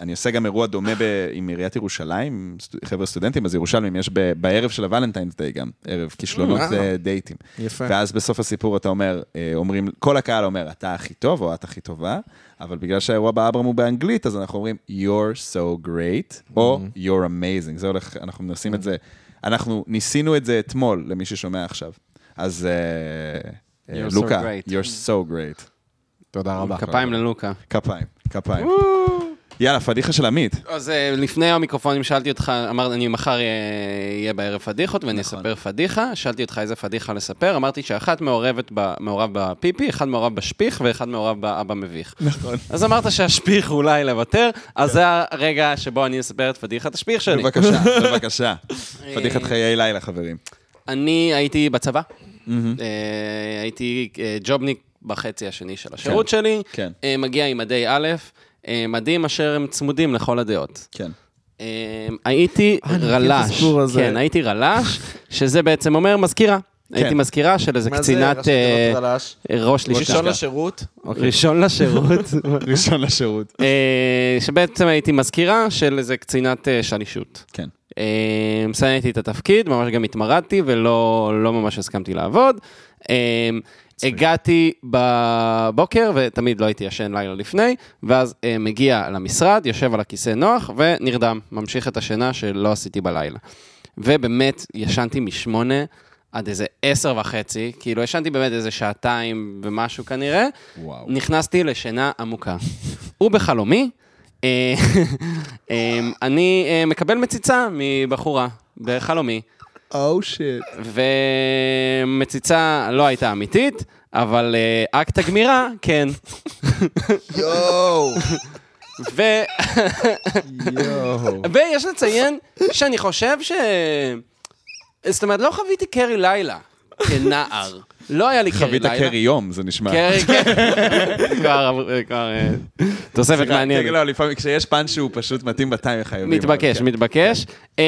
אני עושה גם אירוע דומה ב- עם עיריית ירושלים, עם סטו- חבר'ה סטודנטים, אז ירושלמים יש ב- בערב של הוולנטיינס דיי גם, ערב כישלונות
אה.
אה, דייטים.
יפה.
ואז בסוף הסיפור אתה אומר, אה, אומרים, כל הקהל אומר, אתה הכי טוב או את הכי טובה, אבל בגלל שהאירוע באברהם הוא באנגלית, אז אנחנו אומרים, you're so great, או
Mhm.
you're amazing. זה הולך, אנחנו מנסים את זה, אנחנו ניסינו את זה אתמול, למי ששומע עכשיו. אז אה, אה,
You're so
לוקה,
great.
you're so great.
תודה רבה.
כפיים ללוקה.
כפיים, כפיים. יאללה, פדיחה של עמית.
אז אה, לפני המיקרופונים שאלתי אותך, אמרת, אני מחר אה, אהיה בערב פדיחות ואני
נכון.
אספר פדיחה, שאלתי אותך איזה פדיחה לספר, אמרתי שאחת מעורבת, ב- מעורב בפיפי, אחד מעורב בשפיך ואחד מעורב באבא מביך. נכון. אז אמרת שהשפיך אולי לוותר,
כן.
אז זה הרגע שבו אני אספר את פדיחת השפיך שלי. אה,
בבקשה, בבקשה. פדיחת חיי לילה, חברים.
אני הייתי בצבא, אה, הייתי אה, ג'ובניק בחצי השני של השירות שלי,
כן.
אה, מגיע עם מדי א', אה, מדים אשר הם צמודים לכל הדעות.
כן.
אמ, הייתי רל"ש,
הסיפור הזה.
כן, הייתי רל"ש, שזה בעצם אומר מזכירה. הייתי מזכירה של
כן.
איזה קצינת אה, ראש לשכה. אוקיי.
ראשון לשירות?
ראשון לשירות.
ראשון לשירות.
אה, שבעצם הייתי מזכירה של איזה קצינת אה, שלישות.
כן.
אה, סיימתי את התפקיד, ממש גם התמרדתי ולא לא ממש הסכמתי לעבוד. אה, הגעתי בבוקר, ותמיד לא הייתי ישן לילה לפני, ואז אה, מגיע למשרד, יושב על הכיסא נוח ונרדם, ממשיך את השינה שלא עשיתי בלילה. ובאמת, ישנתי משמונה עד איזה עשר וחצי, כאילו ישנתי באמת איזה שעתיים ומשהו כנראה,
וואו.
נכנסתי לשינה עמוקה. ובחלומי, אה, אה, אני אה, מקבל מציצה מבחורה בחלומי,
או שיט.
ומציצה לא הייתה אמיתית, אבל אה, אקט הגמירה, כן.
יואו.
ו...
יואו.
ויש לציין שאני חושב ש... זאת אומרת, לא חוויתי קרי לילה כנער. לא היה לי קרי
חווית
לילה.
קרי יום, זה נשמע.
קרי, קרי. כן, כבר, כבר, אה, תוספת
סליחה,
מעניינת.
לא, לפעמים כשיש פן שהוא פשוט מתאים בטיים חייבים.
מתבקש, מתבקש. אמ,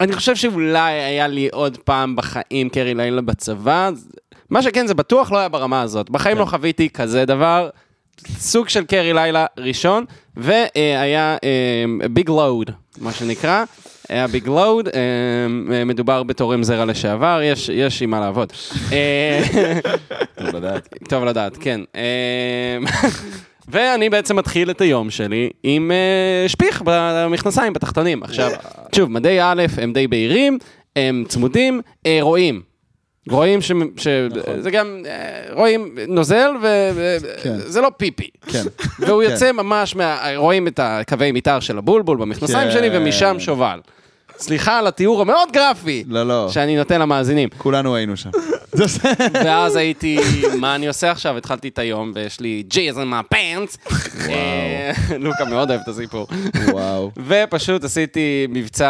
אני חושב שאולי היה לי עוד פעם בחיים קרי לילה בצבא. מה שכן, זה בטוח לא היה ברמה הזאת. בחיים לא חוויתי כזה דבר. סוג של קרי לילה ראשון, והיה ביג לואוד, מה שנקרא. היה ביג לואוד, אה, מדובר בתורם זרע לשעבר, יש, יש עם מה לעבוד. אה,
טוב לדעת.
טוב לדעת, כן. אמ, ואני בעצם מתחיל את היום שלי עם אה, שפיך במכנסיים, בתחתונים. עכשיו, שוב, מדי א' הם די בהירים, הם צמודים, אה, רואים. רואים ש... ש... זה גם... אה, רואים נוזל,
נכון. כן.
וזה לא פיפי.
כן.
והוא
כן.
יוצא ממש, מה... רואים את הקווי מתאר של הבולבול במכנסיים
כן.
שלי, ומשם שובל. סליחה על התיאור המאוד גרפי
לא, לא.
שאני נותן למאזינים.
כולנו היינו שם.
ואז הייתי, מה אני עושה עכשיו? התחלתי את היום, ויש לי ג'יז אין מה פאנס. אה, לוקה מאוד אוהב את הסיפור.
וואו.
ופשוט עשיתי מבצע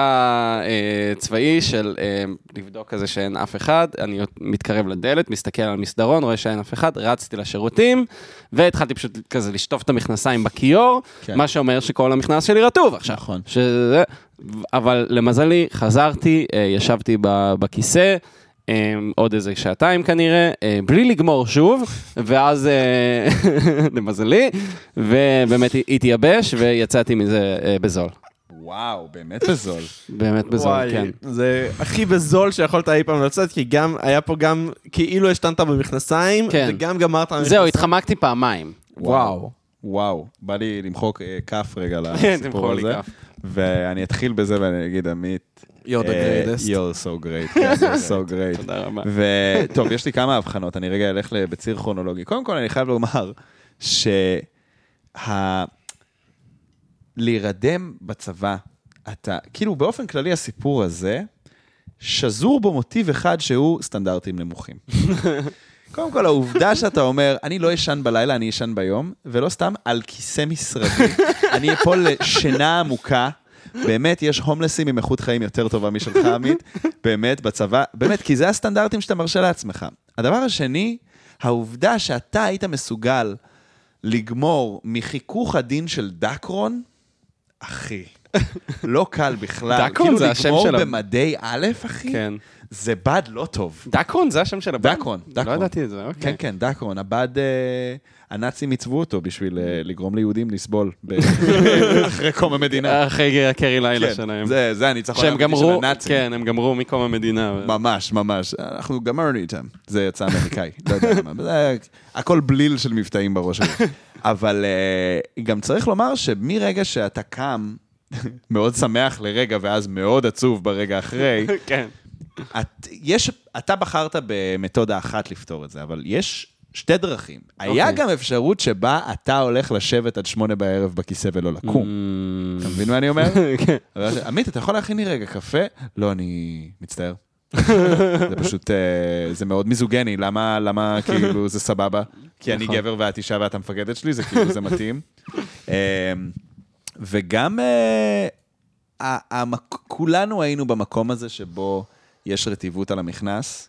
אה, צבאי של אה, לבדוק כזה שאין אף אחד. אני מתקרב לדלת, מסתכל על המסדרון, רואה שאין אף אחד, רצתי לשירותים, והתחלתי פשוט כזה לשטוף את המכנסיים בכיור,
כן.
מה שאומר שכל המכנס שלי רטוב עכשיו.
נכון.
שזה, אבל למזלי, חזרתי, אה, ישבתי ב- בכיסא. אה, עוד איזה שעתיים כנראה, אה, בלי לגמור שוב, ואז אה, למזלי, ובאמת התייבש ויצאתי מזה אה, בזול.
וואו, באמת בזול.
באמת בזול,
וואי,
כן.
זה הכי בזול שיכולת אי פעם לצאת, כי גם, היה פה גם, כאילו השתנת במכנסיים,
כן.
וגם גמרת במכנסיים.
זהו, התחמקתי פעמיים.
וואו.
וואו, בא לי למחוק אה, כף רגע
כן,
לסיפור
תמחור לי
הזה.
כף.
ואני אתחיל בזה ואני אגיד, עמית,
You're the
אה,
greatest.
You're so great, כן, you're so great.
תודה רבה.
וטוב, יש לי כמה הבחנות, אני רגע אלך ל- בציר כרונולוגי. קודם כל, אני חייב לומר שה... להירדם בצבא, אתה, כאילו באופן כללי הסיפור הזה, שזור בו מוטיב אחד שהוא סטנדרטים נמוכים. קודם כל, העובדה שאתה אומר, אני לא אשן בלילה, אני אשן ביום, ולא סתם על כיסא משרדי. אני אפול לשינה עמוקה. באמת, יש הומלסים עם איכות חיים יותר טובה משלך, עמית. באמת, בצבא, באמת, כי זה הסטנדרטים שאתה מרשה לעצמך. הדבר השני, העובדה שאתה היית מסוגל לגמור מחיכוך עדין של דקרון, אחי, לא קל בכלל.
דקרון זה השם
כאילו
שלה.
לגמור במדי א', אחי,
כן.
זה בד לא טוב.
דקרון זה השם של הבן?
דקרון,
לא
דקרון.
ידעתי את זה, אוקיי.
כן, כן, דקרון, הבד, אה, הנאצים עיצבו אותו בשביל אה, לגרום ליהודים לסבול ב- אחרי קום המדינה.
אחרי הקרי לילה
כן,
אה, שלהם.
זה- זה הניצחון
שהם
האמיתי של
גמרו,
הנאצים.
כן, הם גמרו מקום המדינה.
ממש, ממש, אנחנו גמרנו איתם. זה יצא אמריקאי, לא יודע מה. זה היה הכל בליל של מבטאים בראש שלי. אבל אה, גם צריך לומר שמרגע שאתה קם, מאוד שמח לרגע, ואז מאוד עצוב ברגע אחרי,
כן.
את, יש, אתה בחרת במתודה אחת לפתור את זה, אבל יש שתי דרכים. היה גם אפשרות שבה אתה הולך לשבת עד שמונה בערב בכיסא ולא לקום. אתה מבין מה אני אומר? אבל, עמית, אתה יכול להכין לי רגע קפה? לא, אני מצטער. זה פשוט, אה, זה מאוד מיזוגני, למה, למה כאילו זה סבבה? כי אני גבר ואת אישה ואת המפקדת שלי, זה כאילו, זה מתאים. אה, וגם אה, ה- המק- כולנו היינו במקום הזה שבו יש רטיבות על המכנס.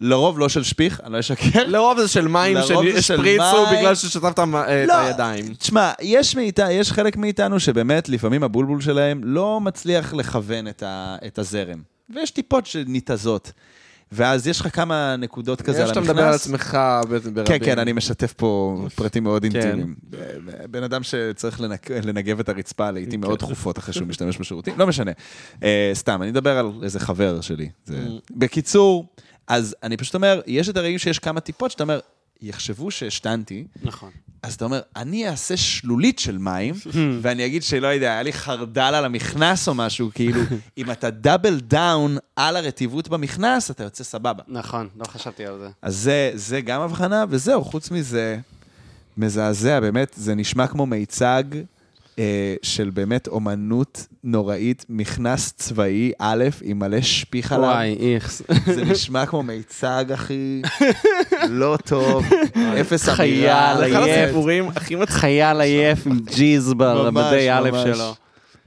לרוב לא של שפיך, אני לא אשקר.
כן. לרוב זה של לא. מים
לרוב זה של
שהשפריצו
מים.
בגלל ששטפת מ- את הידיים.
לא, תשמע, יש, מאית, יש חלק מאיתנו שבאמת לפעמים הבולבול שלהם לא מצליח לכוון את, ה, את הזרם. ויש טיפות שניתזות. ואז יש לך כמה נקודות כזה על
איך
המכנס.
שאתה מדבר על עצמך ב- ברבים.
כן, כן, אני משתף פה פרטים מאוד
כן.
אינטימיים. בן אדם שצריך לנק- לנגב את הרצפה לעיתים
כן.
מאוד תכופות אחרי שהוא משתמש בשירותים, לא משנה. אה, סתם, אני אדבר על איזה חבר שלי. זה-
Mm.
בקיצור, אז אני פשוט אומר, יש את הרגעים שיש כמה טיפות שאתה אומר, יחשבו שהשתנתי,
נכון.
אז אתה אומר, אני אעשה שלולית של מים, ואני אגיד שלא יודע, היה לי חרדל על המכנס או משהו, כאילו, אם אתה דאבל דאון על הרטיבות במכנס, אתה יוצא סבבה.
נכון, לא חשבתי על זה.
אז זה, זה גם הבחנה, וזהו, חוץ מזה, מזעזע, באמת, זה נשמע כמו מיצג אה, של באמת אומנות נוראית, מכנס צבאי א', עם מלא שפיך עליו.
וואי, איכס.
זה נשמע כמו מיצג, אחי, לא טוב, אפס אמירה.
חייל,
זה אחד
עייף.
הסיפורים הכי מצחיקים.
חייל עייף עם ג'יז במדי א'
ממש.
שלו.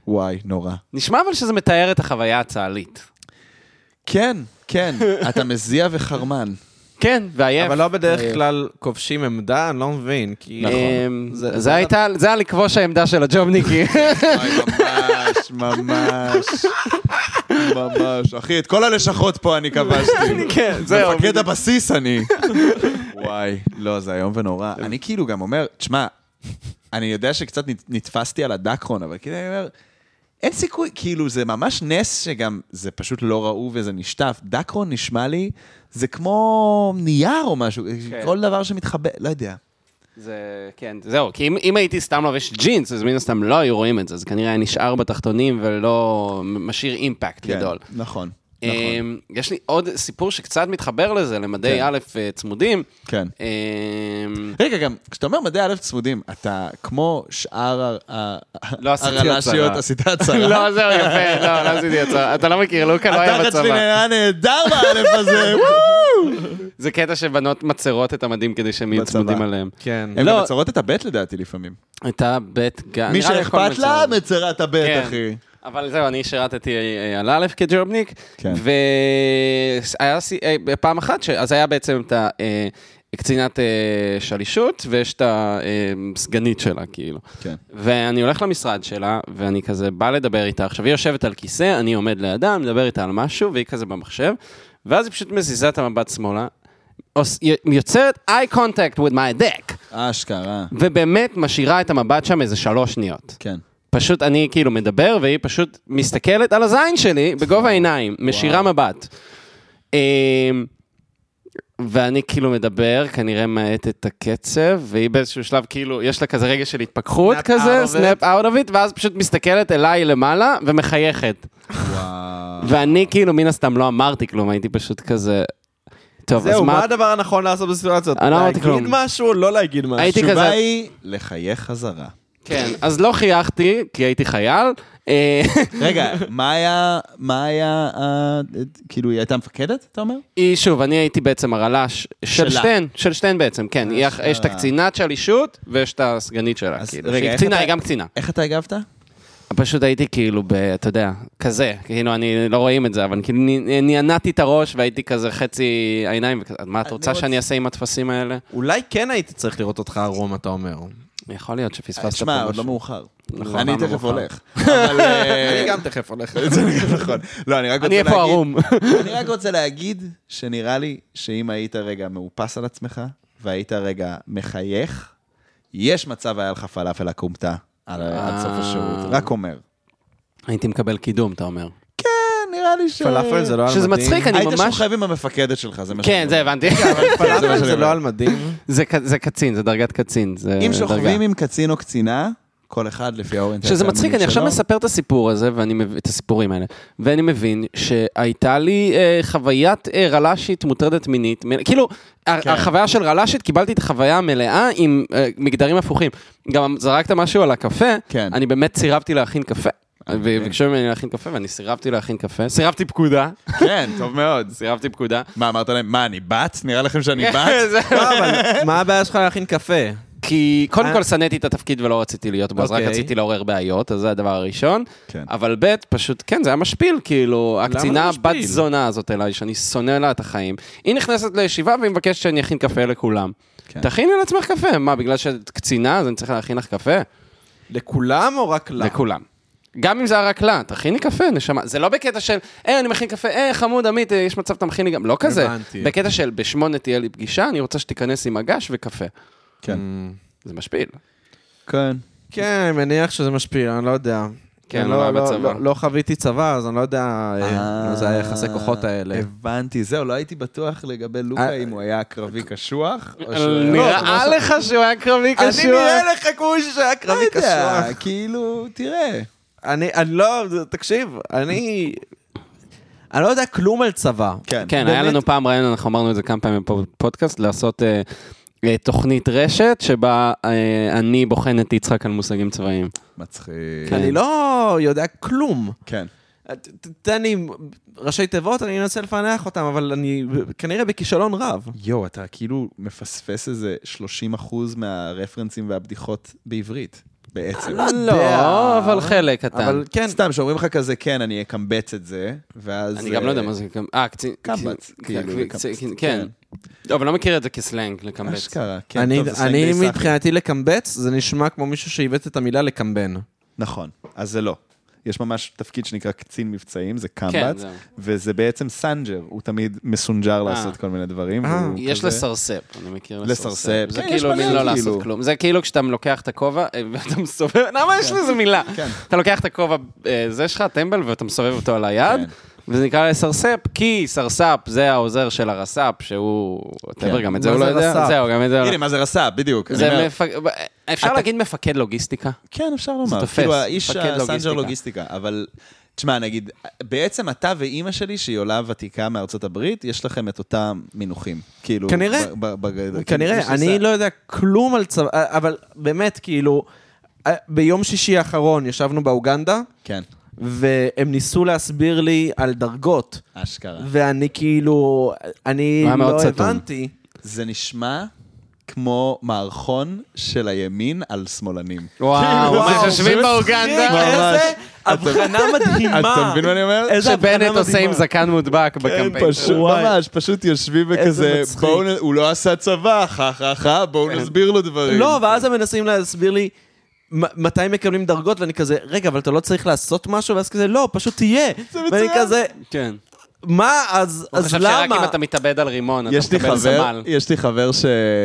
וואי, נורא.
נשמע אבל שזה מתאר את החוויה הצה"לית.
כן, כן, אתה מזיע וחרמן.
כן, ועייף.
אבל לא בדרך כלל כובשים עמדה, אני לא מבין. כי...
אמ, זה הייתה, זה היה לכבוש העמדה של הג'ובניקי.
כן, אוי, ממש, ממש. ממש. אחי, את כל הלשכות פה אני כבשתי.
כן, זהו.
מפקד הבסיס אני. וואי, לא, זה איום ונורא. אני כאילו גם אומר, תשמע, אני יודע שקצת נת- נתפסתי על הדקרון, אבל כאילו אני אומר, אין סיכוי, כאילו זה ממש נס שגם, זה פשוט לא ראו וזה נשטף. דקרון נשמע לי, זה כמו נייר או משהו, כל דבר שמתחבא, לא יודע.
זה, כן, זהו, כי אם, אם הייתי סתם לובש ג'ינס, אז מן הסתם לא היו רואים את זה, אז כנראה היה נשאר בתחתונים ולא משאיר אימפקט
כן,
גדול.
נכון, נכון.
נכון. יש לי עוד סיפור שקצת מתחבר לזה, למדי
כן.
א' אה, צמודים. אמ,
כן.
אה,
רגע, גם כשאתה אומר מדעי א' צמודים, אתה כמו שאר ה- ה-
לא עשיתי
הרל"שיות,
הצהרה.
עשית הצהרה.
לא, זהו, יפה, לא, לא עשיתי הצהרה. אתה לא מכיר, לוקה לא היה
התחת שלי
בצבא. לא.
נראה נהדר באלף הזה.
זה קטע שבנות מצרות את המדים כדי שהם יהיו
בצבא.
צמודים עליהם.
כן.
הן
לא.
גם מצרות את הבט לדעתי לפעמים.
הייתה בית גן.
מי
נראה לי הכל
שאכפת לה,
מצוין.
מצרה את הבט,
כן.
אחי.
אבל זהו, אני שירתתי אה, על א' כג'ובניק,
כן.
והיה סי- אה, פעם אחת, ש- אז היה בעצם את ה... אה, קצינת אה, שלישות, ויש את הסגנית שלה, כאילו.
כן.
ואני הולך למשרד שלה, ואני כזה בא לדבר איתה. עכשיו, היא יושבת על כיסא, אני עומד לידה, אני מדבר איתה על משהו, והיא כזה במחשב, ואז היא פשוט מזיזה את המבט שמאלה, עוש- יוצרת eye contact with my dick,
אשכרה.
ובאמת משאירה את המבט שם איזה שלוש שניות.
כן.
פשוט אני כאילו מדבר, והיא פשוט מסתכלת על הזין שלי בגובה העיניים, משאירה מבט. אמ, ואני כאילו מדבר, כנראה מאט את הקצב, והיא באיזשהו שלב כאילו, יש לה כזה רגע של התפכחות
Snap
כזה,
out of
סנאפ אאוט אוף איט, ואז פשוט מסתכלת אליי למעלה ומחייכת.
אה.
וואו.
ואני כאילו, מן הסתם לא אמרתי כלום, הייתי פשוט כזה... טוב, אז
זהו, מה
מה...
הדבר הנכון לעשות בסיטואציה? הזאת?
אני לא אמרתי כלום.
להגיד משהו או לא להגיד משהו?
הייתי כזה-
התשובה היא לחייך חזרה.
כן, אז לא חייכתי, כי הייתי חייל. אה,
רגע, מה היה, מה היה, אה, כאילו, היא הייתה מפקדת, אתה אומר?
היא, שוב, אני הייתי בעצם הרל"ש של
שלה.
שתיהן, של שתיהן בעצם, כן. היא אח- יש את הקצינת שלישות ויש את הסגנית שלה,
אז
כאילו.
רגע,
שהיא
איך
קצינה,
אתה-
היא גם קצינה.
איך אתה הגבת?
פשוט הייתי כאילו, ב- אתה יודע, כזה, כאילו, אני לא רואים את זה, אבל כאילו נ- נענעתי את הראש והייתי כזה חצי העיניים, וכזה, מה את רוצה
רוצה-
שאני אעשה עם הטפסים האלה?
אולי כן הייתי צריך לראות אותך ערום, אתה אומר.
יכול להיות שפספסת
תשמע,
פה
עוד לא
משהו.
מאוחר.
נכון,
אני
לא
תכף
מאוחר.
הולך. אבל... אה,
אני גם תכף הולך.
זה נכון. לא, אני רק רוצה להגיד...
אני אהיה פה ערום.
אני רק רוצה להגיד שנראה לי שאם היית רגע מאופס על עצמך, והיית רגע מחייך, יש מצב היה לך פלאפל הכומתה על- עד סוף השירות. רק אומר.
הייתי מקבל קידום, אתה אומר.
כן, נראה לי ש...
פלאפל זה לא על מדים.
שזה מצחיק, אני
היית שם
ממש...
חייב עם המפקדת שלך, זה מה
כן,
שאני
זה
אומר.
הבנתי.
זה מה
פלאפל
שאני
זה
אומר.
לא על מדים.
זה ק- זה קצין, זה דרגת קצין. זה
אם
אה, דרגה.
שוכבים עם קצין או קצינה, כל אחד לפי האוריינטציה.
שזה מצחיק, אני עכשיו מספר את הסיפור הזה, ואני מב... את הסיפורים האלה, ואני מבין שהייתה לי אה, חוויית אה, רל"שית מוטרדת מינית, מ... כאילו, כן. החוויה של רל"שית, קיבלתי את החוויה המלאה עם אה, מגדרים הפוכים. גם זרקת משהו על הקפה,
כן.
אני באמת סירבתי להכין קפה. וביקשו ממני להכין קפה, ואני סירבתי להכין קפה, סירבתי פקודה,
כן, טוב מאוד.
סירבתי פקודה.
מה, אמרת להם, מה, אני בת? נראה לכם שאני בת?
זה-
לא, אבל מה הבעיה שלך להכין קפה?
כי קודם
אה.
כל שנאתי את התפקיד ולא רציתי להיות בו, אז רק
אוקיי.
רציתי לעורר בעיות, אז זה הדבר הראשון.
כן.
אבל ב', פשוט, כן, זה היה משפיל, כאילו,
זה
הקצינה
משפיל?
בת זונה הזאת אליי, שאני שונא לה את החיים. היא נכנסת לישיבה והיא מבקשת שאני אכין קפה לכולם.
כן.
תכיני לעצמך קפה, מה, בגלל שאת קצינה אז אני צריך להכין לך קפה?
לכולם או רק לה?
לכולם. גם אם זה היה רק לה, תכיני קפה, נשמה. זה לא בקטע של, אה, אני מכין קפה, אה, חמוד, עמית, אה, יש מצב, תמכין לי גם, לא כזה.
הבנתי.
בקטע של, בשמונה תהיה לי פגישה, אני רוצה שתיכנס עם מגש וקפה.
כן.
זה משפיל.
כן.
כן, אני מניח שזה משפיע, אני לא יודע.
כן,
אני
לא היה
לא, לא,
בצבא.
לא, לא חוויתי צבא, אז אני לא יודע אה, מה זה היחסי כוחות האלה.
הבנתי, זהו, לא הייתי בטוח לגבי לוקה
אה,
אם הוא היה קרבי קשוח, או
נראה לך שהוא היה קרבי קשוח?
אני נראה לך כמו מישהו שהיה קרבי
לא יודע,
קשוח.
כאילו, תראה.
אני, אני לא, תקשיב, אני... אני לא יודע כלום על צבא.
כן, היה לנו פעם רעיון, אנחנו אמרנו את זה כמה פעמים בפודקאסט, לעשות אה, אה, תוכנית רשת שבה אה, אני בוחן את יצחק על מושגים צבאיים.
מצחיק.
כן.
אני לא יודע כלום.
כן.
ת- ת- תן לי ראשי תיבות, אני אנסה לפענח אותם, אבל אני כנראה בכישלון רב.
יואו, אתה כאילו מפספס איזה 30 אחוז מהרפרנסים והבדיחות בעברית. בעצם.
לא, אבל חלק קטן.
אבל כן. סתם, שאומרים לך כזה, כן, אני אקמבץ את זה, ואז...
אני גם לא יודע מה זה, גם- אה, קצין,
קמב"ץ,
קצין-
כאילו,
קצין-
לקמב"ץ,
כן. אבל לא מכיר את זה כסלנג, לקמבץ.
אשכרה, כן,
אני,
טוב, זה סלנג
אני
די סחי.
מבחינתי לקמבץ, זה נשמע כמו מישהו שעיוות את המילה לקמבן.
נכון, אז זה לא. יש ממש תפקיד שנקרא קצין מבצעים, זה
כן,
קמב"ץ,
זהו.
וזה בעצם סנג'ר, הוא תמיד מסונג'ר לעשות כל מיני דברים.
אה.
והוא
יש
כזה-
לסרספ, אני מכיר
לסרספ,
זה
כן, יש
כאילו
מלא,
מין לא לעשות
כאילו.
כלום. זה כאילו כשאתה לוקח את הכובע אה, ואתה מסובב, למה יש לזה מילה?
כן.
אתה לוקח את הכובע אה, זה שלך, הטמבל, ואתה מסובב אותו על היד,
כן.
וזה נקרא לסרספ, כי סרספ זה העוזר של הרס"פ, שהוא...
כן.
whatever, גם את זה
מה
הוא לא
זה
יודע.
רס"פ?
זהו, גם את זה הוא לא
הנה, מה זה רס"פ, בדיוק. אני אומר-
זה מפק... אפשר להגיד מפקד לוגיסטיקה?
כן, אפשר
זה
לומר.
תופס,
כאילו, האיש
מפקד
הסנג'ר
לוגיסטיקה.
לוגיסטיקה, אבל... תשמע, נגיד, בעצם אתה ואימא שלי, שהיא עולה ותיקה מארצות הברית, יש לכם את אותם מינוחים. כאילו,
כנראה.
ב- ב- בגדר. כאילו, יש
כנראה,
לי
אני
ס-
לא יודע כלום על צבא, אבל באמת, כאילו, אה, ביום שישי האחרון ישבנו באוגנדה,
כן,
והם ניסו להסביר לי על דרגות,
אשכרה.
ואני כאילו, אני
הוא היה מאוד
לא
סתום.
הבנתי.
זה נשמע כמו מערכון של הימין על שמאלנים.
וואו,
כאילו,
מה
וואו,
שיושבים
זה
באוגנדה,
מצחיק.
איזה
ממש.
כן, הבחנה מדהימה.
אתה מבין מה אני אומר?
איזה הבחנה
שבנט עושה עם
מדהימה.
זקן מודבק בקמפיין.
כן, פשוט,
וואי.
ממש, פשוט יושבים
איזה
וכזה,
מצחיק. כן.
בואו, נ- הוא לא עשה צבא, חה חה חה, בואו נסביר לו דברים.
לא, ואז הם מנסים להסביר לי מ- מתי מקבלים דרגות, ואני כזה, רגע, אבל אתה לא צריך לעשות משהו? ואז כזה, לא, פשוט תהיה. ואני
מצוין.
כזה,
כן.
מה, אז
הוא
אז
חשב שרק אם
למה?
אתה מתאבד על רימון, אתה
יש לי
מקבל
חבר,
סמל.
יש לי חבר ש,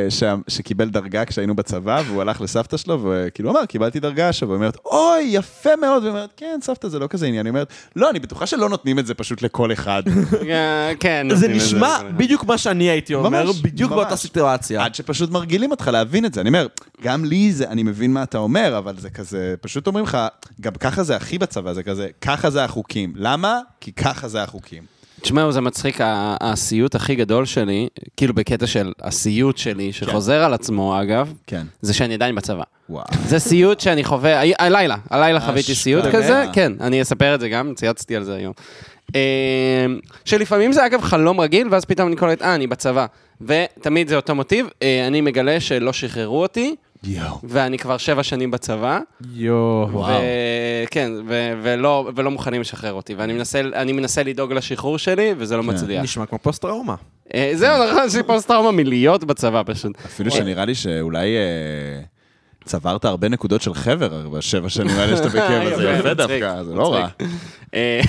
ש, שקיבל דרגה כשהיינו בצבא, והוא הלך לסבתא שלו, וכאילו הוא אמר, קיבלתי דרגה עכשיו, והיא אומרת, אוי, יפה מאוד, והיא אומרת, כן, סבתא, זה לא כזה עניין. היא אומרת, לא, אני בטוחה שלא נותנים את זה פשוט לכל אחד.
אה, כן.
זה
נותנים לזה
נשמע
לכל אחד.
בדיוק מה שאני הייתי אומר,
ממש,
בדיוק
ממש.
באותה סיטואציה.
עד שפשוט מרגילים אותך להבין את זה. אני אומר, גם לי זה, אני מבין מה אתה אומר, אבל זה כזה, פשוט אומרים לך, גם ככה זה הכי בצבא, זה כזה, ככה זה החוקים. למה? כי ככה זה החוקים.
תשמעו, זה מצחיק, ה- הסיוט הכי גדול שלי, כאילו בקטע של הסיוט שלי, שחוזר על עצמו אגב,
כן.
זה שאני עדיין בצבא.
וואו.
זה סיוט שאני חווה, הי- הלילה, הלילה חוויתי סיוט
באמת?
כזה, כן, אני אספר את זה גם, צייצתי על זה היום. אה, שלפעמים זה אגב חלום רגיל, ואז פתאום אני קולט, אה, אני בצבא. ותמיד זה אותו מוטיב, אה, אני מגלה שלא שחררו אותי,
יואו.
ואני כבר שבע שנים בצבא,
יואו.
ו- כן, ו- ולא ולא מוכנים לשחרר אותי, ואני מנסה- אני מנסה לדאוג לשחרור שלי, וזה לא
כן.
מצליח.
נשמע כמו פוסט-טראומה.
אה, זהו, נכון, יש לי פוסט טראומה מלהיות בצבא פשוט.
אפילו שנראה לי שאולי אה, צברת הרבה נקודות של חבר בשבע שנים האלה שאתה בקבע, זה
יפה,
יפה
מצחיק,
דווקא, זה לא רע.
מצחיק. אה,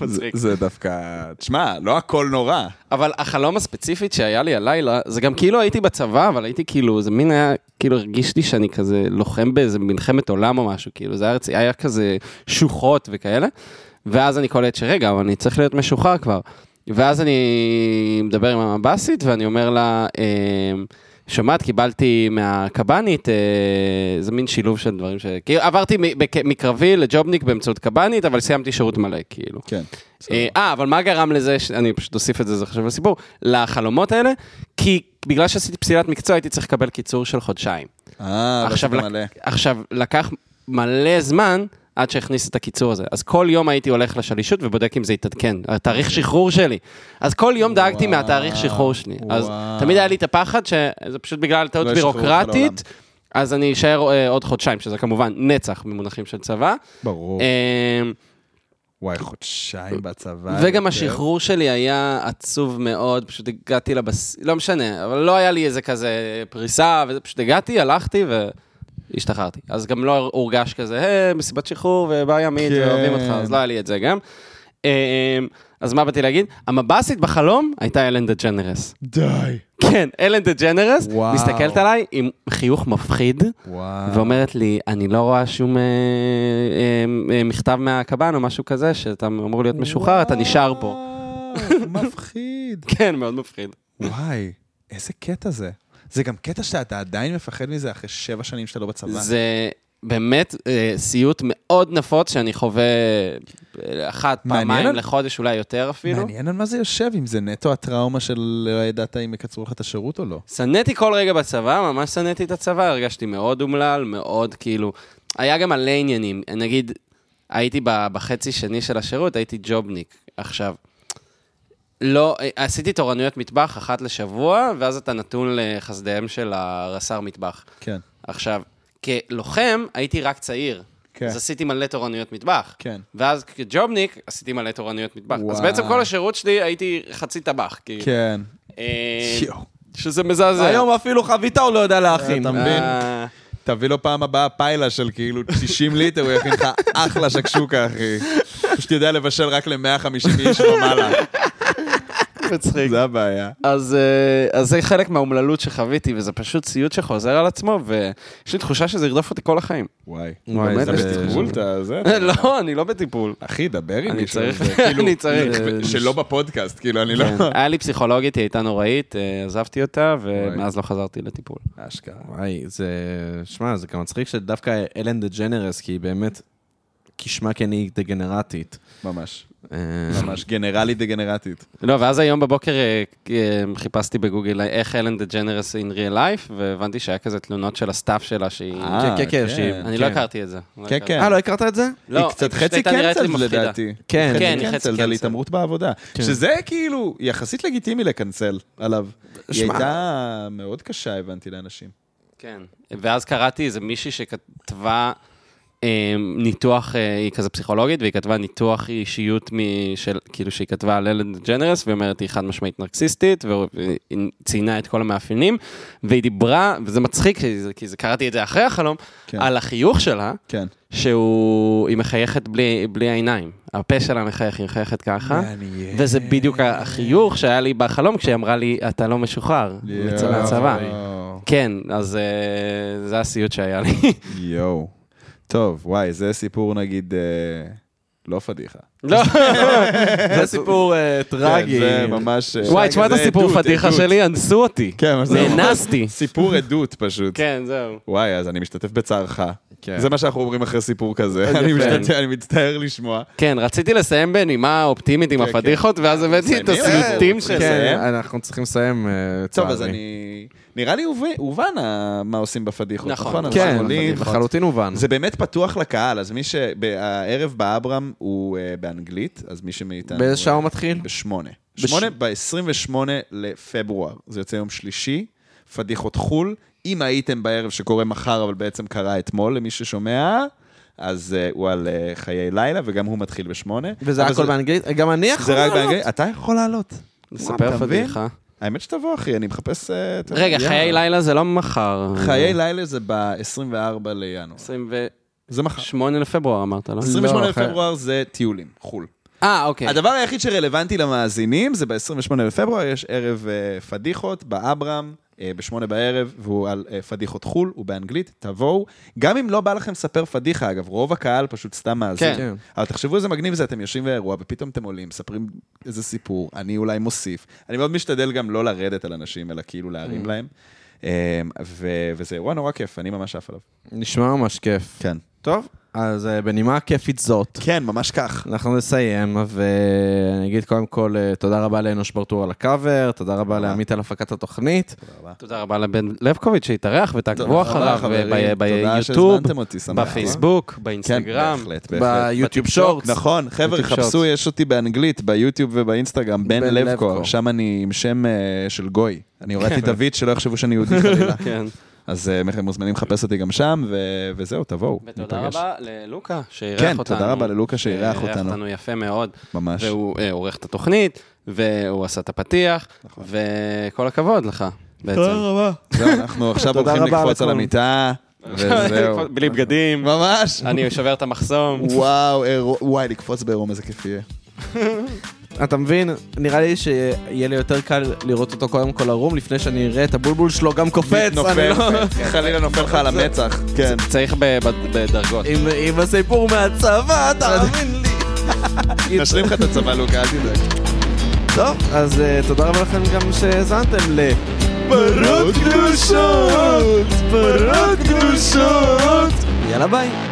מצחיק.
זה דווקא, תשמע, לא הכל נורא.
אבל החלום הספציפית שהיה לי הלילה, זה גם כאילו הייתי בצבא, אבל הייתי כאילו, זה מין היה, כאילו הרגיש לי שאני כזה לוחם באיזה מלחמת עולם או משהו, כאילו, זה היה, רצי- היה כזה שוחות וכאלה, ואז אני קולט שרגע, אבל אני צריך להיות משוחרר כבר. ואז אני מדבר עם המב"סית ואני אומר לה, "אמ, שומעת, קיבלתי מהקב"נית, אה, זה מין שילוב של דברים ש... כאילו, עברתי מ- בק- מקרבי לג'ובניק באמצעות קב"נית, אבל סיימתי שירות מלא, כאילו.
כן.
אה, אה, אבל מה גרם לזה, ש- אני פשוט אוסיף את זה, זה חשוב לסיפור, לחלומות האלה? כי בגלל שעשיתי פסילת מקצוע, הייתי צריך לקבל קיצור של חודשיים.
אה,
עכשיו,
ועשית
לק-
מלא.
עכשיו, לקח מלא זמן עד שהכניס את הקיצור הזה. אז כל יום הייתי הולך לשלישות ובודק אם זה התעדכן, התאריך שחרור שלי. אז כל יום דאגתי מהתאריך שחרור שלי. אז
וואו.
תמיד היה לי את הפחד שזה פשוט בגלל טעות
לא ישחררו אותך לעולם.
בירוקרטית, אז אני אשאר אה, עוד חודשיים, שזה כמובן נצח במונחים של צבא.
ברור.
אה,
וואי, חודשיים בצבא.
וגם
יותר.
השחרור שלי היה עצוב מאוד, פשוט הגעתי לבס... לא משנה, אבל לא היה לי איזה כזה פריסה, וזה פשוט הגעתי, הלכתי והשתחררתי. אז גם לא הורגש כזה, "אה, מסיבת שחרור ובא ימית
כן.
ואוהבים אותך, אז לא היה לי את זה גם. אה, אז מה באתי להגיד? המב"סית בחלום הייתה אלן דה ג'נרס.
די.
כן, אלן דה ג'נרס
וואו.
מסתכלת עליי עם חיוך מפחיד,
אה. וואו.
ואומרת לי, אני לא רואה שום אה, אה, אה, מכתב מהקב"ן או משהו כזה, שאתה אמור להיות משוחרר, אתה נשאר פה.
וואו, מפחיד.
כן, מאוד מפחיד.
וואי, איזה קטע זה. זה גם קטע שאתה עדיין מפחד מזה אחרי שבע שנים שאתה לא בצבא.
זה באמת אה, סיוט מאוד נפוץ שאני חווה אה, אחת,
מעניין.
פעמיים לחודש, אולי יותר אפילו.
מעניין על מה זה יושב, אם זה נטו הטראומה של לא ידעת אם יקצרו לך את השירות או לא.
שנאתי כל רגע בצבא, ממש שנאתי את הצבא, הרגשתי מאוד אומלל, מאוד כאילו... היה גם מלא עניינים. נגיד, הייתי ב- בחצי שני של השירות, הייתי ג'ובניק עכשיו. לא, עשיתי תורנויות מטבח אחת לשבוע, ואז אתה נתון לחסדיהם של הרס"ר מטבח.
כן.
עכשיו, כלוחם הייתי רק צעיר.
כן.
אז עשיתי מלא תורנויות מטבח.
כן.
ואז כג'ובניק עשיתי מלא תורנויות מטבח. אז
וואו.
בעצם כל השירות שלי הייתי חצי טבח. כאילו.
כן.
אה,
יואו.
שזה מזעזע.
היום אפילו חביתה הוא לא יודע להכין.
אתה מבין?
אה,
תביא לו פעם הבאה פיילה של כאילו 90 ליטר, הוא יכין לך אחלה שקשוקה, אחי. פשוט יודע לבשל רק ל-150 איש ומעלה. מצחיק. זה הבעיה.
אז, אה, אז זה חלק מהאומללות שחוויתי, וזה פשוט סיוט שחוזר על עצמו, ויש לי תחושה שזה ירדוף אותי כל החיים.
וואי.
וואי,
באמת,
זה-
יש תסכול, אתה זה?
לא, אני לא בטיפול.
אחי, דבר עם
אני
מישהו.
צריך-
זה כאילו-
אני צריך.
שלא בפודקאסט, כאילו, אני לא...
כן. היה לי פסיכולוגית, היא הייתה נוראית, אה, עזבתי אותה, ומאז לא חזרתי לטיפול.
אשכרה.
וואי, זה... שמע, זה גם מצחיק שדווקא אלן דה ג'נרס, כי היא באמת כשמה כן היא דגנרטית.
ממש.
אה,
ממש גנרלית דגנרטית.
לא, ואז היום בבוקר אה, אה, חיפשתי בגוגל אה, איך אלן דה ג'נרס אין ריאל לייף, והבנתי שהיה כזה תלונות של הסטאף שלה שהיא...
כן, כן, כן, שהיא-
אני לא
כן.
הכרתי את זה. לא
אה, כן,
הכרתי.
כן.
אה, לא הכרת את זה?
לא,
היא קצת
פשוט
חצי
הייתה נראית לי
קנצל
מפחידה.
לדעתי.
כן.
כן, היא חצי
על
cancel. כן.
התעמרות בעבודה. שזה כאילו יחסית לגיטימי לקנסל עליו. היא
שמע.
הייתה מאוד קשה, הבנתי, לאנשים.
כן. ואז קראתי איזה מישהי שכתבה אה, ניתוח, אה, היא כזה פסיכולוגית, והיא כתבה ניתוח אישיות משל, כאילו שהיא כתבה על אלן ג'נרס, והיא אומרת, היא חד משמעית נרקסיסטית, והיא ציינה את כל המאפיינים, והיא דיברה, וזה מצחיק, כי זה- כי זה, קראתי את זה אחרי החלום,
כן.
על החיוך שלה.
כן.
שהוא, היא מחייכת בלי, בלי העיניים. הפה שלה מחייך, היא מחייכת ככה.
מעניין.
וזה בדיוק החיוך שהיה לי בחלום כשהיא אמרה לי, אתה לא משוחרר, יוצא מהצבא.
יואו.
כן, אז אה, זה הסיוט שהיה לי.
יואו. טוב, וואי, זה סיפור נגיד אה, לא פדיחה.
לא,
זה סיפור אה, טרגי.
כן, זה ממש... אה,
וואי, תשמע את
זה
הסיפור
עדות,
פדיחה
עדות.
שלי, אנסו אותי.
כן, אבל זה
נאנסתי.
סיפור עדות פשוט.
כן, זהו.
וואי, אז אני משתתף בצערך.
כן.
זה מה שאנחנו אומרים אחרי סיפור כזה. אני משתתף- אני מצטער לשמוע.
כן, רציתי לסיים בנימה אופטימית עם
כן, כן.
הפדיחות, ואז הבאתי את
מסיימים?
הסיוטים
כן.
שלי.
כן,
לסיים?
אנחנו צריכים לסיים, אה,
טוב,
צערי.
אז אני... נראה לי הוב- הובן ה- מה עושים בפדיחות,
נכון.
נכון? אנחנו
כן,
עולים,
לחלוטין הובן.
זה באמת פתוח לקהל, אז מי ש... הערב באברהם הוא אה, באנגלית, אז מי שמאיתנו...
באיזה שעה הוא מתחיל?
בשמונה. שמונה, ב-28 לפברואר. זה יוצא יום שלישי, פדיחות חו"ל. אם הייתם בערב שקורה מחר, אבל בעצם קרה אתמול, למי ששומע, אז אה, הוא על אה, חיי לילה, וגם הוא מתחיל בשמונה.
וזה
אבל
הכל באנגלית? גם אני יכול
זה רק
לעלות?
באנגלית. אתה יכול לעלות.
נספר
אתה מבין?
כן. פדיחה.
האמת שתבוא, אחי, אני מחפש... אה, אתה יודע.
רגע, חיי לילה זה לא מחר.
חיי לילה זה ב-24 לינואר.
28
זה מחר.
לפברואר אמרת, לא?
28
לא, אחרי-
לפברואר זה טיולים, חו"ל.
אה, אוקיי.
הדבר היחיד שרלוונטי למאזינים זה ב-28 בפברואר, יש ערב אה, פדיחות באברהם, אה, בשמונה בערב, והוא על אה, פדיחות חו"ל, הוא באנגלית, תבואו. גם אם לא בא לכם לספר פדיחה, אגב, רוב הקהל פשוט סתם מאזין.
כן.
אבל תחשבו איזה מגניב זה, אתם יושבים באירוע, ופתאום אתם עולים, מספרים איזה סיפור, אני אולי מוסיף. אני מאוד משתדל גם לא לרדת על אנשים, אלא כאילו
Mm.
להרים להם. אה, ו- וזה אירוע נורא כיף, אני ממש עף עליו.
נשמע ממש כיף.
כן.
טוב, אז אה, בנימה כיפית זאת,
כן, ממש כך.
אנחנו נסיים, ואני אגיד קודם כל אה, תודה רבה לאנוש ברטור על הקאבר, תודה רבה לעמית על הפקת התוכנית.
תודה רבה לבן לבקוביץ' שהתארח ותעקבו
תודה רבה,
אחריו
חברים.
אה, ב- ב-
תודה
ביוטיוב,
שהזמנתם אותי, שמח.
בפייסבוק,
כן,
באינסטגרם.
בהחלט, בהחלט.
ביוטיוב
בטיקטוק,
שורטס.
נכון, חבר'ה,
בטיקטוק.
חפשו, יש אותי באנגלית, ביוטיוב ובאינסטגרם, בן
בן
לבקו,
לבקו.
שם אני עם שם אה, של גוי. אני הורדתי דוד, שלא יחשבו שאני יהודי חלילה.
כן.
אז אה, הם מוזמנים לחפש אותי גם שם, ו- וזהו, תבואו,
ותודה
ניפגש.
רבה ללוקה שאירח
כן,
אותנו.
תודה רבה ללוקה שאירח אותנו.
אותנו יפה מאוד.
ממש.
והוא אה, עורך את התוכנית, והוא עשה את הפתיח,
נכון.
וכל הכבוד לך בעצם.
רבה. זהו, אנחנו עכשיו
תודה
הולכים
רבה
לקפוץ על
לכולם.
המיטה, וזהו.
בלי בגדים,
ממש.
אני שובר את המחסום.
וואו, אירו- וואי, לקפוץ בעירום, איזה כיף יהיה.
אתה מבין? נראה לי שיהיה לי יותר קל לראות אותו קודם כל ערום, לפני שאני אראה את הבולבול שלו גם קופץ. אני
נופל,
לא-
חלילה נופל לך על המצח. כן.
צריך ב- ב- בדרגות.
עם- עם הסיפור מהצבא, תאמין לי.
נשלים לך את הצבא, לוקה, אל תדאג.
טוב, אז אה, תודה רבה לכם גם שהאזנתם ל...
פרות קדושות! פרות קדושות!
יאללה ביי.